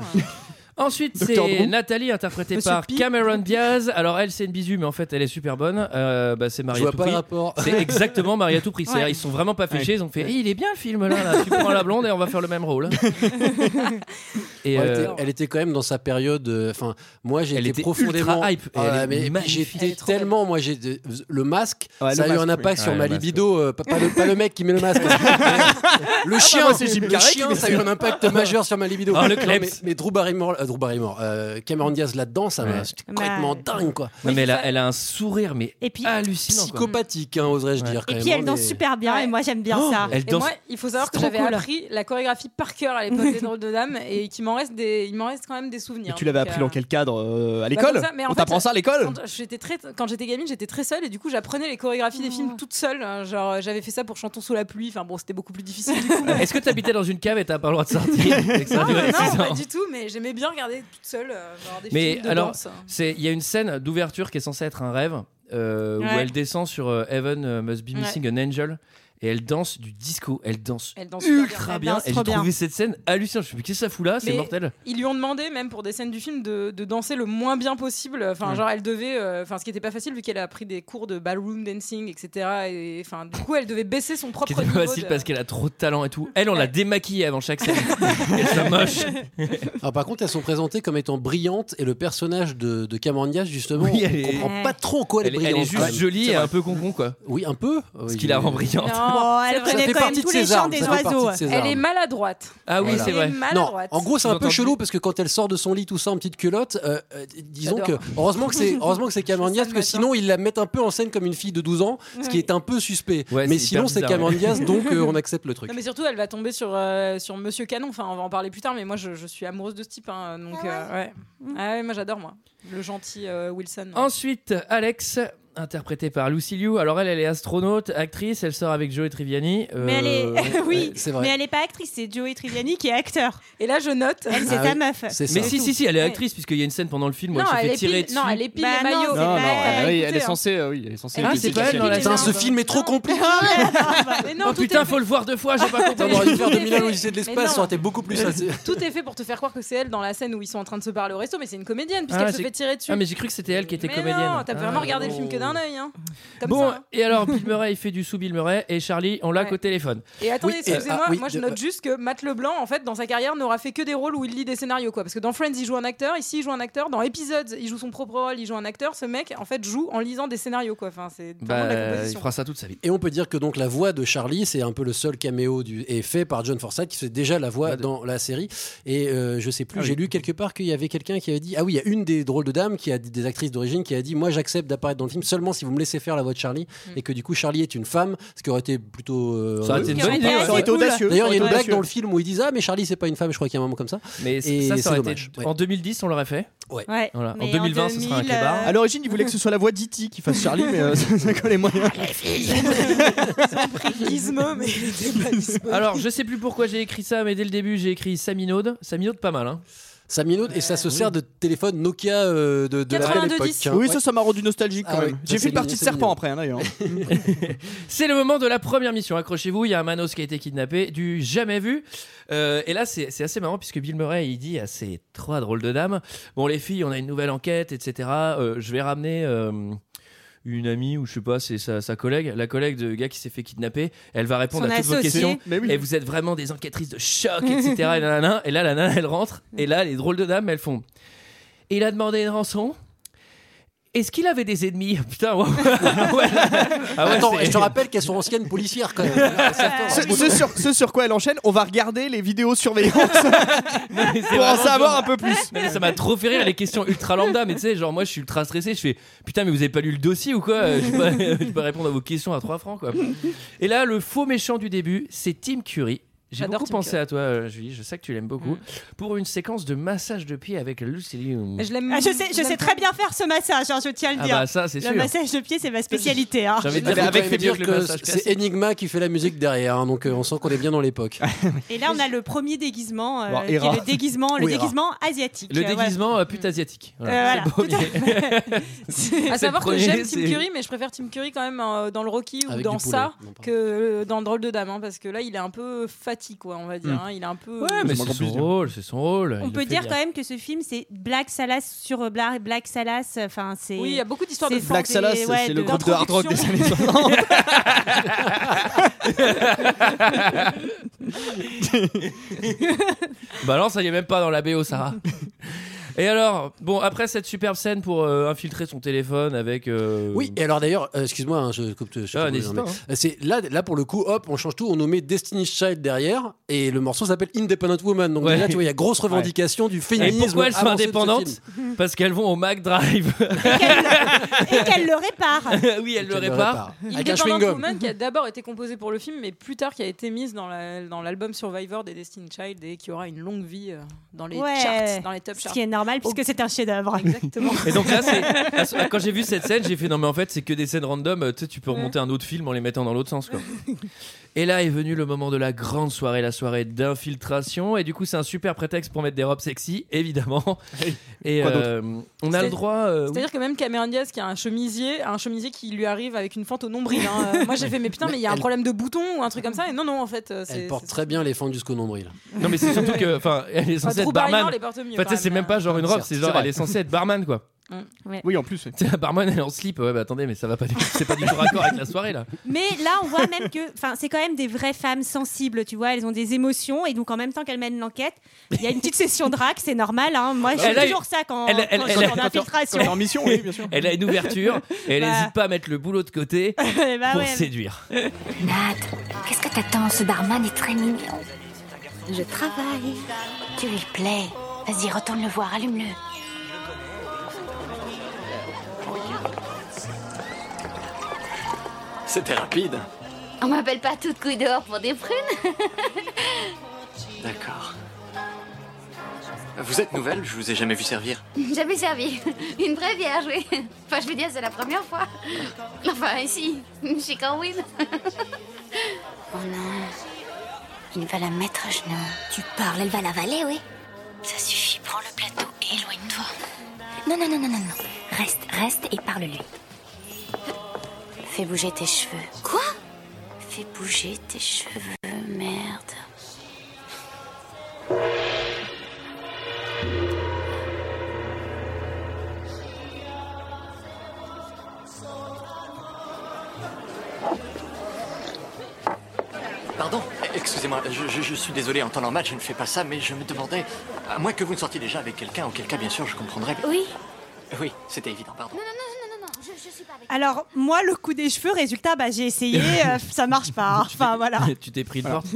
Speaker 1: Ensuite,
Speaker 3: Docteur
Speaker 1: c'est
Speaker 3: Drew.
Speaker 1: Nathalie, interprétée
Speaker 2: Monsieur
Speaker 1: par
Speaker 2: Pi.
Speaker 1: Cameron Diaz. Alors elle, c'est une bisou, mais en fait, elle est super bonne. Euh, bah, c'est
Speaker 9: Je
Speaker 1: Marie à
Speaker 9: vois
Speaker 1: tout
Speaker 9: pas le
Speaker 1: prix.
Speaker 9: rapport.
Speaker 1: C'est exactement Marie à tout prix. C'est-à-dire,
Speaker 10: Ouais.
Speaker 1: ils sont vraiment pas fichés. Ils ont fait, Eh, il est bien le film là, là. Tu prends la blonde et on va faire le même rôle. et
Speaker 9: Elle,
Speaker 1: euh,
Speaker 9: était, elle était quand même dans sa période. euh, Enfin, moi, j'ai
Speaker 1: Elle
Speaker 9: été
Speaker 1: était
Speaker 9: profondément
Speaker 1: ultra hype, et
Speaker 9: Ah,
Speaker 1: elle est
Speaker 9: mais
Speaker 1: magnifique.
Speaker 2: Elle
Speaker 9: j'étais
Speaker 2: est trop belle.
Speaker 9: tellement. Moi, j'ai de- le masque.
Speaker 3: Ouais,
Speaker 9: ça
Speaker 3: le
Speaker 9: a eu un
Speaker 3: masque,
Speaker 9: impact
Speaker 1: oui. Ah bah,
Speaker 9: sur
Speaker 1: Ouais,
Speaker 9: ma
Speaker 1: le masque,
Speaker 9: libido. euh, pas, pas le, pas le mec qui met le masque. le chien,
Speaker 3: moi, c'est Jim
Speaker 9: le
Speaker 3: Carrey
Speaker 9: chien, ça a eu un impact majeur sur ma libido.
Speaker 1: Ah, le
Speaker 9: Non,
Speaker 1: kleps.
Speaker 9: mais, mais Drew Barrymore, euh, Drew Barrymore, euh, Cameron Diaz là-dedans, ça m'a-
Speaker 1: Ouais.
Speaker 9: c'était complètement
Speaker 10: Bah,
Speaker 9: dingue, quoi.
Speaker 1: non, mais elle a, elle a un sourire, mais
Speaker 10: Et puis,
Speaker 1: hallucinant. quoi.
Speaker 9: Psychopathique, hein, oserais-je
Speaker 1: Ouais.
Speaker 9: dire.
Speaker 10: et
Speaker 9: quand
Speaker 10: puis
Speaker 9: même,
Speaker 10: elle
Speaker 9: hein,
Speaker 10: danse
Speaker 9: mais-
Speaker 10: super bien
Speaker 2: Ouais.
Speaker 10: et moi j'aime bien ça.
Speaker 1: Elle
Speaker 2: Et
Speaker 1: danse.
Speaker 2: moi, il faut savoir
Speaker 10: C'est
Speaker 2: que
Speaker 10: trop
Speaker 2: j'avais
Speaker 10: cool.
Speaker 2: appris la chorégraphie par cœur à l'époque des drôles de dames et qu'il m'en reste des, il m'en reste quand même des souvenirs.
Speaker 3: Et tu l'avais
Speaker 2: Donc,
Speaker 3: appris
Speaker 2: euh,
Speaker 3: dans quel cadre euh, À
Speaker 2: bah,
Speaker 3: l'école
Speaker 2: comme ça, mais en
Speaker 3: On
Speaker 2: fait,
Speaker 3: t'apprend ça à l'école
Speaker 2: quand j'étais très quand j'étais gamine j'étais très seule et du coup j'apprenais les chorégraphies des films toute seule hein, genre euh, j'avais fait ça pour Chantons sous la pluie enfin bon c'était beaucoup plus difficile du coup, mais-
Speaker 1: Est-ce que t'habitais dans une cave et t'as pas le droit de sortir et que ça a
Speaker 2: non,
Speaker 1: duré
Speaker 2: non,
Speaker 1: six
Speaker 2: pas
Speaker 1: ans
Speaker 2: du tout mais j'aimais bien regarder toute seule euh, genre des
Speaker 1: Mais
Speaker 2: films de
Speaker 1: alors,
Speaker 2: danse
Speaker 1: C'est- Il y a une scène d'ouverture qui est censée être un rêve euh, où
Speaker 10: Ouais.
Speaker 1: elle descend sur euh, Heaven euh, Must Be Missing an Angel. et elle danse du disco. Elle danse,
Speaker 2: Elle danse super
Speaker 1: ultra
Speaker 2: bien. Eh ben,
Speaker 1: bien.
Speaker 2: Elle danse
Speaker 1: et j'ai
Speaker 2: trop
Speaker 1: trouvé
Speaker 2: bien.
Speaker 1: cette scène hallucinante. Je me suis dit, qu'est-ce que ça fout là C'est
Speaker 2: Mais
Speaker 1: mortel.
Speaker 2: Ils lui ont demandé, même pour des scènes du film, de, de danser le moins bien possible. Enfin,
Speaker 1: Mm.
Speaker 2: genre, elle devait. euh, Enfin, ce qui n'était pas facile, vu qu'elle a pris des cours de ballroom dancing, etc. Et enfin, du coup, elle devait baisser son propre
Speaker 1: Qui était
Speaker 2: niveau.
Speaker 1: pas facile
Speaker 2: de-
Speaker 1: parce qu'elle a trop de talent et tout. Elle, on l'a démaquillée avant chaque scène. Elle soit moche.
Speaker 9: Alors, Ah, par contre, elles sont présentées comme étant brillantes et le personnage de, de Camardias, justement,
Speaker 1: Oui,
Speaker 9: on
Speaker 1: elle est-
Speaker 9: comprend pas trop en quoi elle,
Speaker 1: Elle,
Speaker 9: est
Speaker 1: est- elle
Speaker 9: brillante.
Speaker 1: est juste jolie et un peu concon, quoi.
Speaker 9: Oui, un peu.
Speaker 1: Ce qui la rend brillante.
Speaker 10: Bon, elle
Speaker 2: Ça
Speaker 10: connaît
Speaker 9: fait
Speaker 10: quand même
Speaker 9: partie de
Speaker 10: tous les
Speaker 9: ses
Speaker 10: chants
Speaker 9: armes,
Speaker 10: des
Speaker 9: ça fait partie de
Speaker 10: oiseaux.
Speaker 9: ses
Speaker 2: Elle est
Speaker 9: armes.
Speaker 2: maladroite.
Speaker 1: Ah oui,
Speaker 9: Voilà.
Speaker 1: c'est vrai.
Speaker 2: Elle est
Speaker 9: Non,
Speaker 2: maladroite.
Speaker 9: en gros, c'est un peu
Speaker 1: Entendu.
Speaker 9: chelou parce que quand elle sort de son lit tout ça en petite culotte, euh, euh, disons que
Speaker 2: J'adore.
Speaker 9: heureusement que c'est heureusement que c'est Cameron
Speaker 2: Je fais
Speaker 9: Diaz
Speaker 2: ça le
Speaker 9: parce que
Speaker 2: matin.
Speaker 9: sinon ils la mettent un peu en scène comme une fille de 12 ans, ce qui
Speaker 2: Ouais.
Speaker 9: est un peu suspect.
Speaker 1: Ouais,
Speaker 9: mais
Speaker 1: c'est
Speaker 9: sinon
Speaker 1: hyper
Speaker 9: c'est
Speaker 1: bizarre,
Speaker 9: Cameron
Speaker 1: ouais.
Speaker 9: Diaz donc euh, on accepte le truc.
Speaker 2: Non, mais surtout, elle va tomber sur, euh, sur Monsieur Canon. Enfin, on va en parler plus tard, mais moi, je, je suis amoureuse de ce type. hein, donc, euh, ouais. Ah ouais, moi, j'adore, moi. Le gentil euh, Wilson.
Speaker 1: Ensuite, Alex, interprétée par Lucy Liu. Alors elle, elle est astronaute, actrice, elle sort avec Joey Triviani. Euh,
Speaker 10: Mais elle est, oui,
Speaker 9: ouais, c'est vrai.
Speaker 10: mais elle est pas actrice, c'est Joey Triviani qui est acteur.
Speaker 2: Et là, je note.
Speaker 10: Elle, c'est
Speaker 9: Ah
Speaker 10: ta
Speaker 9: oui,
Speaker 10: meuf.
Speaker 9: C'est ça.
Speaker 1: Mais si, si, si, elle est actrice, puisqu'il y a une scène pendant le film où
Speaker 2: non,
Speaker 1: elle se
Speaker 2: elle
Speaker 1: fait
Speaker 2: épile,
Speaker 1: tirer dessus.
Speaker 2: non, elle épile
Speaker 10: Bah
Speaker 2: les
Speaker 10: non,
Speaker 2: maillots.
Speaker 10: c'est
Speaker 3: Non, non,
Speaker 10: pas
Speaker 3: elle,
Speaker 2: elle.
Speaker 3: est- elle est
Speaker 2: Écoutez,
Speaker 3: censée. euh, oui, elle est censée.
Speaker 1: Ah,
Speaker 3: être
Speaker 1: c'est
Speaker 3: petite.
Speaker 1: pas elle dans la-
Speaker 9: Putain, ce film est trop compliqué.
Speaker 2: Mais non,
Speaker 1: Oh
Speaker 2: tout est
Speaker 1: putain, faut le voir deux fois, j'ai pas
Speaker 9: On
Speaker 1: compris.
Speaker 9: aurait dû faire
Speaker 2: Mais
Speaker 9: 2000 ans
Speaker 2: non.
Speaker 9: l'Odyssée de
Speaker 2: Mais non.
Speaker 9: l'espace, ça aurait été beaucoup plus facile.
Speaker 2: Tout est fait pour te faire croire que c'est elle dans la scène où ils sont en train de se parler au resto, mais c'est une comédienne puisqu'elle
Speaker 1: Ah,
Speaker 2: se
Speaker 1: c'est-
Speaker 2: fait tirer dessus.
Speaker 1: Ah mais j'ai cru que c'était elle qui était
Speaker 2: Mais
Speaker 1: comédienne.
Speaker 2: Non, t'as
Speaker 1: Ah,
Speaker 2: vraiment regardé le
Speaker 1: bon.
Speaker 2: film que d'un œil. Hein. Comme
Speaker 1: Bon,
Speaker 2: ça. hein.
Speaker 1: et alors Bill Murray il fait du sous Bill Murray et Charlie on l'a
Speaker 2: Ouais.
Speaker 1: qu'au téléphone.
Speaker 2: Et attendez,
Speaker 9: Oui,
Speaker 1: euh,
Speaker 9: et-
Speaker 2: excusez-moi,
Speaker 9: ah, oui,
Speaker 2: moi je
Speaker 9: de-
Speaker 2: note juste que Matt Leblanc, en fait, dans sa carrière, n'aura fait que des rôles où il lit des scénarios, quoi. Parce que dans Friends, il joue un acteur, ici, il joue un acteur, dans Episodes, il joue son propre rôle, il joue un acteur. Ce mec, en fait, joue en lisant des scénarios, quoi. Enfin, c'est vraiment de la
Speaker 1: Bah, il
Speaker 2: composition.
Speaker 1: fera ça toute sa vie.
Speaker 9: Et on peut dire que donc la voix de Charlie, c'est un peu le seul caméo du, est fait par John Forsythe, qui fait déjà la voix
Speaker 1: Bah, de-
Speaker 9: dans la série. Et euh, je sais plus,
Speaker 1: Ah oui.
Speaker 9: j'ai lu quelque part qu'il y avait quelqu'un qui avait dit ah oui, il y a une des drôles de dames qui a dit- des actrices d'origine qui a dit moi j'accepte d'apparaître dans le film seulement si vous me laissez faire la voix de Charlie et que du coup Charlie est une femme, ce qui aurait été plutôt. euh,
Speaker 1: Ça aurait été une
Speaker 10: qui
Speaker 1: bonne
Speaker 10: aurait
Speaker 1: idée.
Speaker 10: été
Speaker 1: ouais.
Speaker 10: assez
Speaker 3: Ça aurait été
Speaker 10: cool.
Speaker 3: audacieux.
Speaker 9: D'ailleurs, il y a
Speaker 3: ça
Speaker 9: une
Speaker 3: aurait
Speaker 9: blague
Speaker 3: été
Speaker 9: dans le
Speaker 3: audacieux.
Speaker 9: film où ils disent ah mais Charlie c'est pas une femme, je crois qu'il y a un moment comme ça.
Speaker 1: Mais
Speaker 9: Et
Speaker 1: ça,
Speaker 9: c'est
Speaker 1: ça aurait
Speaker 9: dommage,
Speaker 1: été
Speaker 9: ouais.
Speaker 1: en 2010 on l'aurait fait.
Speaker 9: Ouais.
Speaker 10: Ouais.
Speaker 1: Voilà. En
Speaker 10: Mais
Speaker 1: 2020, ce sera un
Speaker 10: 2000,
Speaker 1: kebab.
Speaker 10: euh,
Speaker 3: À l'origine, il voulait que ce soit la voix d'E.T. qui fasse Charlie, mais euh, ça, ça collait moyen.
Speaker 2: Gizmo, mais il était pas Gizmo.
Speaker 1: Alors je sais plus pourquoi j'ai écrit ça mais dès le début j'ai écrit Saminode. Saminode pas mal hein.
Speaker 9: Ça minute et ça se sert de téléphone Nokia euh, de, de la belle
Speaker 2: 92.
Speaker 9: époque. hein.
Speaker 3: Oui,
Speaker 9: Ouais.
Speaker 3: ça, ça m'a rendu nostalgique
Speaker 9: Ah
Speaker 3: quand
Speaker 9: ouais.
Speaker 3: même.
Speaker 9: Ça,
Speaker 3: J'ai fait
Speaker 9: c'est
Speaker 3: une partie de
Speaker 9: mignon,
Speaker 3: serpent
Speaker 9: c'est
Speaker 3: après, hein, d'ailleurs.
Speaker 1: C'est le moment de la première mission. Accrochez-vous, il y a un Manos qui a été kidnappé, du jamais vu. Euh, et là, c'est c'est assez marrant puisque Bill Murray, il dit à ces trois drôles de dames Bon, les filles, on a une nouvelle enquête, etc. Euh, je vais ramener. euh, une amie ou je sais pas c'est sa, sa collègue la collègue de gars qui s'est fait kidnapper elle va répondre
Speaker 10: Son
Speaker 1: à toutes vos
Speaker 10: associé.
Speaker 1: questions
Speaker 3: Mais
Speaker 1: et vous êtes vraiment des enquêtrices de choc etc et, nanana. Et là la nana elle rentre et là les drôles de dames elles font et il a demandé une rançon est-ce qu'il avait des ennemis putain wow. Ah ouais, Ah ouais,
Speaker 9: Attends,
Speaker 1: c'est-
Speaker 9: et je te rappelle qu'elles sont anciennes policières quand même.
Speaker 3: Ce, ce sur, ce sur quoi elle enchaîne, on va regarder les vidéos surveillance
Speaker 1: Non, mais c'est
Speaker 3: pour en
Speaker 1: vraiment-
Speaker 3: savoir un peu plus.
Speaker 1: Non, mais ça m'a trop fait rire les questions ultra lambda, mais tu sais, genre moi je suis ultra stressé, je fais putain, mais vous avez pas lu le dossier ou quoi Euh, je peux, pas- je peux pas répondre à vos questions à 3 francs quoi. Et là, le faux méchant du début, c'est Tim Curry. J'ai
Speaker 2: J'adore
Speaker 1: beaucoup
Speaker 2: Tim
Speaker 1: pensé
Speaker 2: Curry.
Speaker 1: à toi, euh, Julie, je sais que tu l'aimes beaucoup, pour une séquence de massage de pied avec Lucy Liu.
Speaker 2: Mais Je l'aime.
Speaker 10: Ah, Mm. je sais, je
Speaker 2: l'aime
Speaker 10: sais très bien faire ce massage, hein, je tiens à le
Speaker 1: Ah
Speaker 10: dire.
Speaker 1: bah ça, c'est
Speaker 10: le
Speaker 1: sûr.
Speaker 10: massage de pied, c'est ma spécialité. hein.
Speaker 1: J'ai envie de
Speaker 9: Il
Speaker 1: dire
Speaker 9: faut
Speaker 3: Mais
Speaker 1: que
Speaker 9: quand
Speaker 3: avec
Speaker 9: même
Speaker 1: c'est mieux
Speaker 9: dire
Speaker 1: que le
Speaker 9: que
Speaker 1: massage
Speaker 9: c'est
Speaker 1: classique.
Speaker 9: Enigma qui fait la musique derrière, hein, donc euh, on sent qu'on est bien dans l'époque.
Speaker 2: Ah,
Speaker 10: Et là, on a le premier déguisement, euh,
Speaker 3: Bon,
Speaker 10: qui est
Speaker 3: Hera.
Speaker 10: le déguisement, le
Speaker 3: Oui, Hera.
Speaker 10: déguisement asiatique.
Speaker 1: Le
Speaker 10: Euh, voilà.
Speaker 1: déguisement euh, pute asiatique.
Speaker 10: Euh,
Speaker 1: C'est
Speaker 10: voilà,
Speaker 1: le premier.
Speaker 2: À
Speaker 1: C'est le
Speaker 2: savoir que
Speaker 1: premier,
Speaker 2: j'aime
Speaker 1: c'est-
Speaker 2: Tim Curry, mais je préfère Tim Curry quand même euh, dans le Rocky ou
Speaker 9: Avec
Speaker 2: dans
Speaker 9: du poulet.
Speaker 2: ça
Speaker 9: Non, pardon.
Speaker 2: que euh, dans le drôle de dame, hein, parce que là il est un peu fatigué, quoi, on va dire.
Speaker 3: Mm.
Speaker 2: hein, il est un peu.
Speaker 1: Ouais, mais
Speaker 3: C'est
Speaker 1: c'est
Speaker 3: encore
Speaker 1: son
Speaker 3: plus dur.
Speaker 1: rôle, c'est son rôle.
Speaker 10: On
Speaker 1: il le
Speaker 10: peut
Speaker 1: fait
Speaker 10: dire
Speaker 1: bien.
Speaker 10: quand même que ce film, c'est Black Salas sur Black, Black Salas. Enfin, c'est.
Speaker 2: Oui, ah il y a beaucoup d'histoires de
Speaker 10: C'est
Speaker 2: fantaisie.
Speaker 3: Black Salas,
Speaker 10: Et
Speaker 3: c'est
Speaker 10: ouais,
Speaker 3: c'est le
Speaker 10: de-
Speaker 3: groupe de hard rock des années
Speaker 10: d'introduction.
Speaker 3: 60.
Speaker 1: Bah non, ça y est même pas dans la BO, Sarah. Et alors, bon, après cette superbe scène pour euh, infiltrer son téléphone avec. euh,
Speaker 9: Oui, et alors d'ailleurs, euh, excuse-moi, hein, je coupe. je
Speaker 1: Ah,
Speaker 9: coupe,
Speaker 1: n'hésite
Speaker 9: mais-
Speaker 1: pas, hein.
Speaker 9: Euh, C'est là, là pour le coup, hop, on change tout, on nous met Destiny's Child derrière, et le morceau s'appelle Independent Woman. Donc
Speaker 1: Ouais.
Speaker 9: là, tu vois, il y a grosse revendication du
Speaker 1: Et
Speaker 9: féminisme.
Speaker 1: pourquoi elles sont
Speaker 9: avancé de ce film.
Speaker 1: indépendantes Parce qu'elles vont au Mac Drive.
Speaker 10: Et qu'elle le- et qu'elle le répare.
Speaker 1: oui, elles le
Speaker 9: Qu'elle
Speaker 1: réparent.
Speaker 9: Avec un chewing
Speaker 2: Independent
Speaker 9: gum.
Speaker 2: Woman qui a d'abord été composée pour le film, mais plus tard qui a été mise dans la- dans l'album Survivor des Destiny Child et qui aura une longue vie euh, dans les
Speaker 10: Ouais.
Speaker 2: charts, dans les top
Speaker 10: Ce
Speaker 2: charts.
Speaker 10: qui est normal puisque c'est un chef-d'œuvre. Exactement.
Speaker 1: Et donc là, c'est- à ce- quand j'ai vu cette scène, j'ai fait non, mais en fait, c'est que des scènes random. euh, Tu sais, tu peux remonter un autre film en les mettant dans l'autre sens, quoi. Et là est venu le moment de la grande soirée, la soirée d'infiltration. Et du coup, c'est un super prétexte pour mettre des robes sexy, évidemment. Et
Speaker 2: Quoi d'autre
Speaker 1: euh, on a le
Speaker 2: C'est-
Speaker 1: droit. euh, oui.
Speaker 2: C'est-à-dire que même Cameron Diaz qui a un chemisier, un chemisier qui lui arrive avec une fente au nombril. hein. Euh, Moi j'ai fait mais putain mais il y a un problème de bouton ou un truc comme ça et non non en fait euh,
Speaker 9: Elle
Speaker 2: c'est
Speaker 9: porte très bien les fentes jusqu'au nombril.
Speaker 1: Non, mais c'est surtout que, enfin, elle est
Speaker 2: Enfin,
Speaker 1: censée être
Speaker 2: Drew Barrymore
Speaker 1: barman.
Speaker 2: les porte mieux,
Speaker 1: Enfin, tu sais,
Speaker 2: quand
Speaker 1: c'est
Speaker 2: même, euh.
Speaker 1: même pas genre une robe,
Speaker 9: Certes,
Speaker 1: c'est genre
Speaker 9: c'est
Speaker 1: elle est
Speaker 9: vrai.
Speaker 1: censée être barman, quoi.
Speaker 3: Oui, en plus.
Speaker 1: Tu sais, la barman, elle est en slip. Ouais, bah attendez, mais ça va pas. du- C'est pas du tout raccord avec la soirée, là.
Speaker 10: Mais là, on voit même que, enfin, c'est quand même des vraies femmes sensibles, tu vois. Elles ont des émotions et donc en même temps qu'elles mènent l'enquête, il y a une petite session drac, c'est normal. Hein. Moi, je
Speaker 1: Bah, Elle a
Speaker 10: fais
Speaker 1: eu-
Speaker 10: toujours ça quand,
Speaker 1: elle- elle-
Speaker 10: quand
Speaker 1: elle-
Speaker 10: je suis
Speaker 1: elle-
Speaker 10: en
Speaker 1: quand-
Speaker 10: infiltration.
Speaker 3: Quand t'es en mission, oui, bien sûr.
Speaker 1: Elle a une ouverture et elle
Speaker 10: Bah.
Speaker 1: n'hésite pas à mettre le boulot de côté
Speaker 10: Eh bah
Speaker 1: pour
Speaker 10: ouais.
Speaker 1: séduire.
Speaker 6: Nat, qu'est-ce que t'attends Ce barman est très mignon. Je travaille. Tu lui plais. Vas-y, retourne le voir, allume-le.
Speaker 11: C'était rapide.
Speaker 8: On m'appelle pas toute couille dehors pour des prunes.
Speaker 11: D'accord. Vous êtes nouvelle, je vous ai jamais vu servir.
Speaker 8: J'avais servi. Une vraie vierge, oui. Enfin, je veux dire, c'est la première fois. Enfin, ici, chez Corwin.
Speaker 6: Oh non. Il va la mettre à genoux. Tu parles, elle va l'avaler, oui Ça suffit, prends le plateau et éloigne-toi. Non, non, non, non, non, non. Reste, reste et parle-lui. Fais bouger tes cheveux. Quoi Fais bouger tes cheveux, merde.
Speaker 11: Pardon, Eh, excusez-moi, je, je- je suis désolé, en temps normal, je ne fais pas ça, mais je me demandais, à moins que vous ne sortiez déjà avec quelqu'un, auquel cas, bien sûr, je comprendrais.
Speaker 6: Oui
Speaker 11: Oui, c'était évident, pardon.
Speaker 10: Alors, moi, le coup des cheveux, résultat, bah, j'ai essayé, euh, ça marche pas. Enfin, voilà.
Speaker 1: tu t'es pris une porte.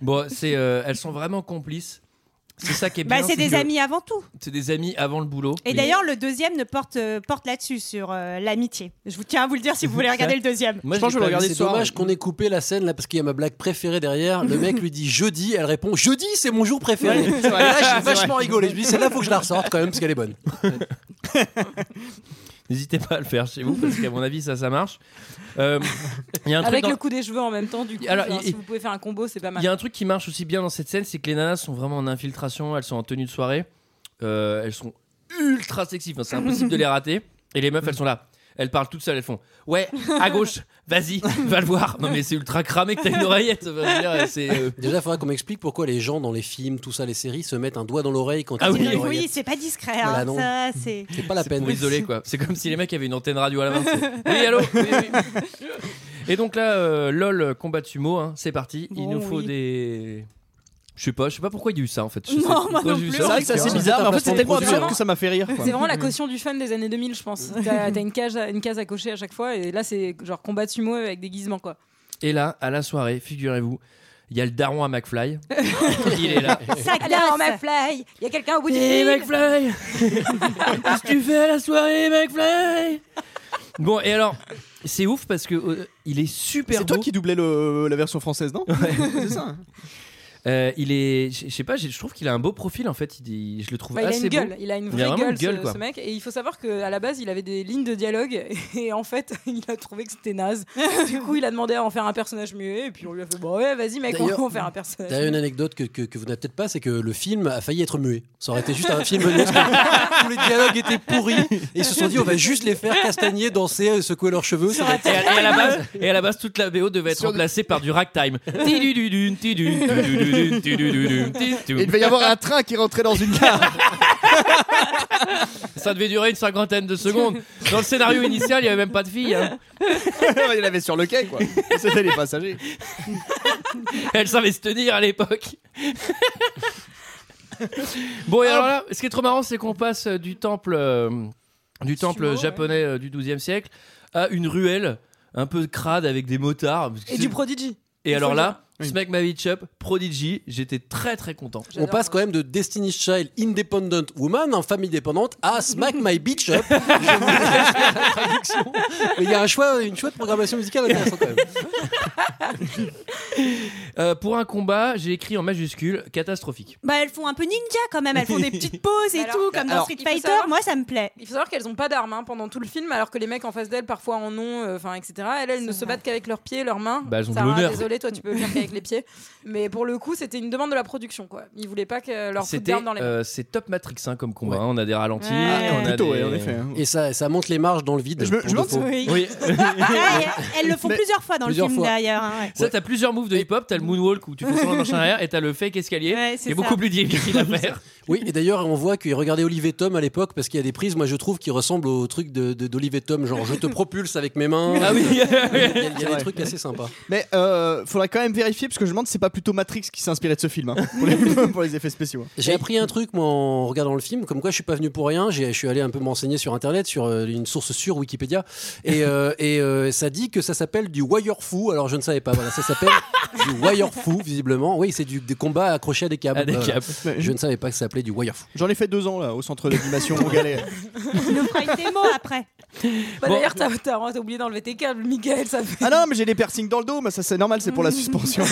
Speaker 1: bon, c'est, euh, elles sont vraiment complices. C'est ça qui est bien.
Speaker 10: Bah, c'est des
Speaker 1: que
Speaker 10: amis avant tout.
Speaker 1: C'est des amis avant le boulot.
Speaker 10: Et d'ailleurs, le deuxième ne porte, euh, porte là-dessus, sur euh, l'amitié. Je vous tiens à vous le dire si vous voulez regarder le deuxième.
Speaker 1: Moi,
Speaker 9: je pense que je vais
Speaker 1: l'ai pas
Speaker 9: regarder
Speaker 1: vu
Speaker 9: C'est
Speaker 1: ce soir.
Speaker 9: dommage qu'on ait coupé la scène là parce qu'il y a ma blague préférée derrière. Le mec lui dit jeudi, elle répond jeudi, c'est mon jour préféré.
Speaker 3: Ouais, c'est
Speaker 9: Et
Speaker 3: vrai,
Speaker 9: là,
Speaker 3: c'est
Speaker 9: j'ai
Speaker 3: vrai.
Speaker 9: vachement rigolé. Je me dis, celle-là, faut que je la ressorte quand même parce qu'elle est bonne.
Speaker 1: N'hésitez pas à le faire chez vous parce qu'à mon avis, ça, ça marche. Euh, Il y a un truc
Speaker 2: avec
Speaker 1: dans-
Speaker 2: le coup des cheveux en même temps du coup.
Speaker 1: Alors,
Speaker 2: genre,
Speaker 1: il-
Speaker 2: si vous pouvez faire un combo c'est pas mal.
Speaker 1: Il y a un truc qui marche aussi bien dans cette scène, c'est que les nanas sont vraiment en infiltration, elles sont en tenue de soirée, euh, elles sont ultra sexy, enfin, c'est impossible de les rater. Et les meufs, elles sont là, elles parlent toutes seules, elles font Ouais, à gauche, vas-y, va le voir. Non mais c'est ultra cramé que t'as une oreillette. Enfin, je veux dire, c'est, euh,
Speaker 9: Déjà, il faudrait qu'on m'explique pourquoi les gens dans les films, tout ça, les séries, se mettent un doigt dans l'oreille quand
Speaker 1: Ah
Speaker 9: ils
Speaker 1: oui.
Speaker 9: ont une
Speaker 10: Oui,
Speaker 9: oreillette.
Speaker 10: c'est pas discret. hein,
Speaker 9: Voilà, non.
Speaker 10: ça, c'est.
Speaker 9: C'est pas la
Speaker 1: C'est
Speaker 9: peine.
Speaker 1: pour isoler quoi. C'est comme si les mecs avaient une antenne radio à la main. c'est, Oui, allô Oui, oui. Et donc là, euh, LOL, combat de sumo, hein, c'est parti. Il
Speaker 10: Bon,
Speaker 1: nous faut
Speaker 10: oui.
Speaker 1: des. Je sais pas, je sais pas pourquoi il y a eu ça en fait. Je sais
Speaker 10: Non,
Speaker 1: pas
Speaker 10: moi
Speaker 1: pourquoi
Speaker 10: non
Speaker 1: j'ai eu
Speaker 10: plus.
Speaker 1: ça.
Speaker 3: C'est vrai que c'est assez
Speaker 9: C'est
Speaker 3: bizarre, mais en fait, c'est
Speaker 9: un
Speaker 3: tellement
Speaker 9: produit.
Speaker 3: absurde que ça m'a fait rire. quoi.
Speaker 2: C'est vraiment
Speaker 1: Mm.
Speaker 2: la caution du fun des années 2000 je pense. T'as t'as une cage à- une case à cocher à chaque fois et là c'est genre combat de sumo avec déguisement quoi.
Speaker 1: Et là, à la soirée, figurez-vous, il y a le daron à McFly. il est là.
Speaker 10: Ça
Speaker 2: Alors
Speaker 10: glace.
Speaker 2: McFly, il y a quelqu'un au bout du
Speaker 1: Hé,
Speaker 2: fil.
Speaker 1: McFly Qu'est-ce que tu fais à la soirée, McFly Bon, et alors, c'est ouf parce que euh, il est super
Speaker 3: C'est
Speaker 1: beau.
Speaker 3: toi qui doublais le- euh, la version française, non C'est ça. hein.
Speaker 1: Euh, il est, je je sais pas, je je trouve qu'il a un beau profil en fait. Il- je le trouve
Speaker 2: Bah, il a
Speaker 1: assez
Speaker 2: une gueule,
Speaker 1: beau.
Speaker 2: il a une
Speaker 1: Il a
Speaker 2: vraie
Speaker 1: vraiment
Speaker 2: gueule,
Speaker 1: une gueule,
Speaker 2: ce,
Speaker 1: quoi.
Speaker 2: ce mec. Et il faut savoir qu'à la base, il avait des lignes de dialogue et en fait, il a trouvé que c'était naze. du coup, il a demandé à en faire un personnage muet et puis on lui a fait Bon, ouais, vas-y, mec, on va
Speaker 9: D'ailleurs-
Speaker 2: en faire un personnage.
Speaker 9: D'ailleurs, une anecdote que, que- que vous n'avez peut-être pas, c'est que le film a failli être muet. Ça aurait été juste un film muet. Tous les dialogues étaient pourris. Et ils se sont dit, on va juste les faire castagner, danser, euh, secouer leurs cheveux. Ça va être-
Speaker 1: Et à, et à la base, et à la base, toute la BO devait être remplacée par du ragtime. Tidududun, tidudun, tidududun, tidududun, tidudun.
Speaker 3: Il devait y avoir un train qui rentrait dans une gare.
Speaker 1: Ça devait durer une cinquantaine de secondes. Dans le scénario initial, il y avait même pas de filles. hein.
Speaker 3: Il l'avait sur le quai, quoi. C'était les passagers.
Speaker 1: Elle savait se tenir à l'époque. bon, et alors là, ce qui est trop marrant, c'est qu'on passe euh, du temple, euh, du temple
Speaker 2: Sumo, ouais.
Speaker 1: japonais euh, du 12e siècle à une ruelle un peu crade avec des motards. parce que
Speaker 2: Et
Speaker 1: c'est-
Speaker 2: du Prodigy.
Speaker 1: Et
Speaker 2: il
Speaker 1: alors
Speaker 2: faut
Speaker 1: là, Smack My Bitch Up, Prodigy, j'étais très très content.
Speaker 9: On passe quand même de Destiny's Child Independent Woman en femme indépendante à Smack My Bitch Up. Je vous laisse faire la traduction. Mais Il y a un choix, une chouette programmation musicale intéressante quand même.
Speaker 1: Euh, pour un combat, j'ai écrit en majuscule catastrophique.
Speaker 10: Bah, elles font un peu ninja quand même, elles font des petites pauses et tout, comme dans
Speaker 2: Bah, alors-
Speaker 10: Street
Speaker 2: Il faut
Speaker 10: Fighter.
Speaker 2: savoir-
Speaker 10: Moi, ça me plaît.
Speaker 2: Il faut savoir qu'elles n'ont pas d'armes hein, pendant tout le film, alors que les mecs en face d'elles parfois en ont, euh, enfin etc. Elles, elles ne se battent qu'avec leurs pieds, leurs mains.
Speaker 1: Bah, elles ont de
Speaker 2: Sarah,
Speaker 1: l'honneur.
Speaker 2: Désolé, toi tu peux faire qu'avec les pieds. Mais pour le coup, c'était une demande de la production quoi. Ils voulaient pas que leur foutent
Speaker 1: C'était
Speaker 2: d'armes dans les mains.
Speaker 1: euh, c'est Top Matrix hein, comme combat. hein. On a des ralentis,
Speaker 2: Ouais.
Speaker 1: on a
Speaker 3: Plutôt,
Speaker 1: des-
Speaker 3: ouais, en effet, hein.
Speaker 9: Et ça, ça monte les marges dans le vide.
Speaker 3: Je me-
Speaker 9: pour
Speaker 3: je me
Speaker 9: de faux.
Speaker 3: demande si-
Speaker 1: Oui.
Speaker 10: Pareil, elles le font
Speaker 1: Mais-
Speaker 10: plusieurs fois dans
Speaker 1: Plusieurs
Speaker 10: le film
Speaker 1: fois.
Speaker 10: d'ailleurs. hein, ouais.
Speaker 1: Ça, t'as plusieurs moves de hip-hop. T'as le moonwalk où tu fais sur la marche arrière et t'as le fake escalier.
Speaker 10: Ouais,
Speaker 1: qui
Speaker 10: c'est
Speaker 1: est
Speaker 10: ça.
Speaker 1: beaucoup plus difficile à faire.
Speaker 9: Oui, et d'ailleurs, on voit qu'il regardait Olivier Tom à l'époque parce qu'il y a des prises, moi je trouve, qui ressemblent au truc d'Olivier de, d'Olivier Tom, genre je te propulse avec mes mains.
Speaker 1: Ah oui.
Speaker 9: Il y a, il y a
Speaker 3: C'est
Speaker 9: des
Speaker 3: vrai.
Speaker 9: trucs assez sympas.
Speaker 3: Mais euh, faudrait quand même vérifier parce que je me demande si c'est pas plutôt Matrix qui s'est inspiré de ce film hein, pour, les, pour les effets spéciaux. hein.
Speaker 9: J'ai appris un truc moi en regardant le film, comme quoi je suis pas venu pour rien. j'ai- Je suis allé un peu m'enseigner sur internet, sur euh, une source sûre Wikipédia, et, euh, et, euh, ça dit que ça s'appelle du wirefoo. Alors je ne savais pas. Voilà, ça s'appelle du wirefoo visiblement. Oui, c'est du des combats accrochés à des câbles. Euh,
Speaker 1: À des câbles.
Speaker 9: Je ne savais pas que ça s'appelait du wirefoo.
Speaker 3: J'en ai fait deux ans là au centre d'animation on galère.
Speaker 10: Il nous fera une démo après.
Speaker 2: Bah,
Speaker 1: Bon.
Speaker 2: D'ailleurs, t'as t'as- t'as oublié d'enlever tes câbles, Michael. Ça fait...
Speaker 3: Ah non mais j'ai des piercings dans le dos mais ça c'est normal c'est pour la suspension.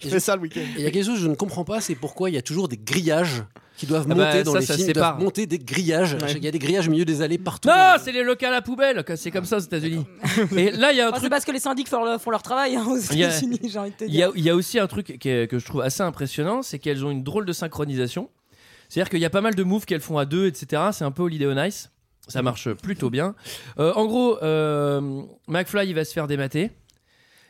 Speaker 3: je fais ça le week-end.
Speaker 9: Et Il y a quelque chose que je ne comprends pas, c'est pourquoi il y a toujours des grillages qui doivent
Speaker 1: Ah
Speaker 9: monter
Speaker 1: bah,
Speaker 9: dans
Speaker 1: ça,
Speaker 9: les
Speaker 1: ça
Speaker 9: films.
Speaker 1: sépare.
Speaker 9: doivent monter des grillages. Il y a des grillages au milieu des allées partout.
Speaker 1: Non, c'est les locales à poubelle. C'est comme ça aux États-Unis. Et là, il y a un
Speaker 2: Enfin, c'est
Speaker 1: truc.
Speaker 2: parce que les syndics font leur, font leur travail hein, aux
Speaker 1: Il y a-
Speaker 2: États-Unis, j'ai envie de te
Speaker 1: Il y,
Speaker 2: dire.
Speaker 1: a, il y a aussi un truc qui est- que je trouve assez impressionnant, c'est qu'elles ont une drôle de synchronisation. C'est-à-dire qu'il y a pas mal de moves qu'elles font à deux, etc. C'est un peu Holiday on Ice. Ça marche plutôt bien. Euh, en gros, euh, McFly, il va se faire démater.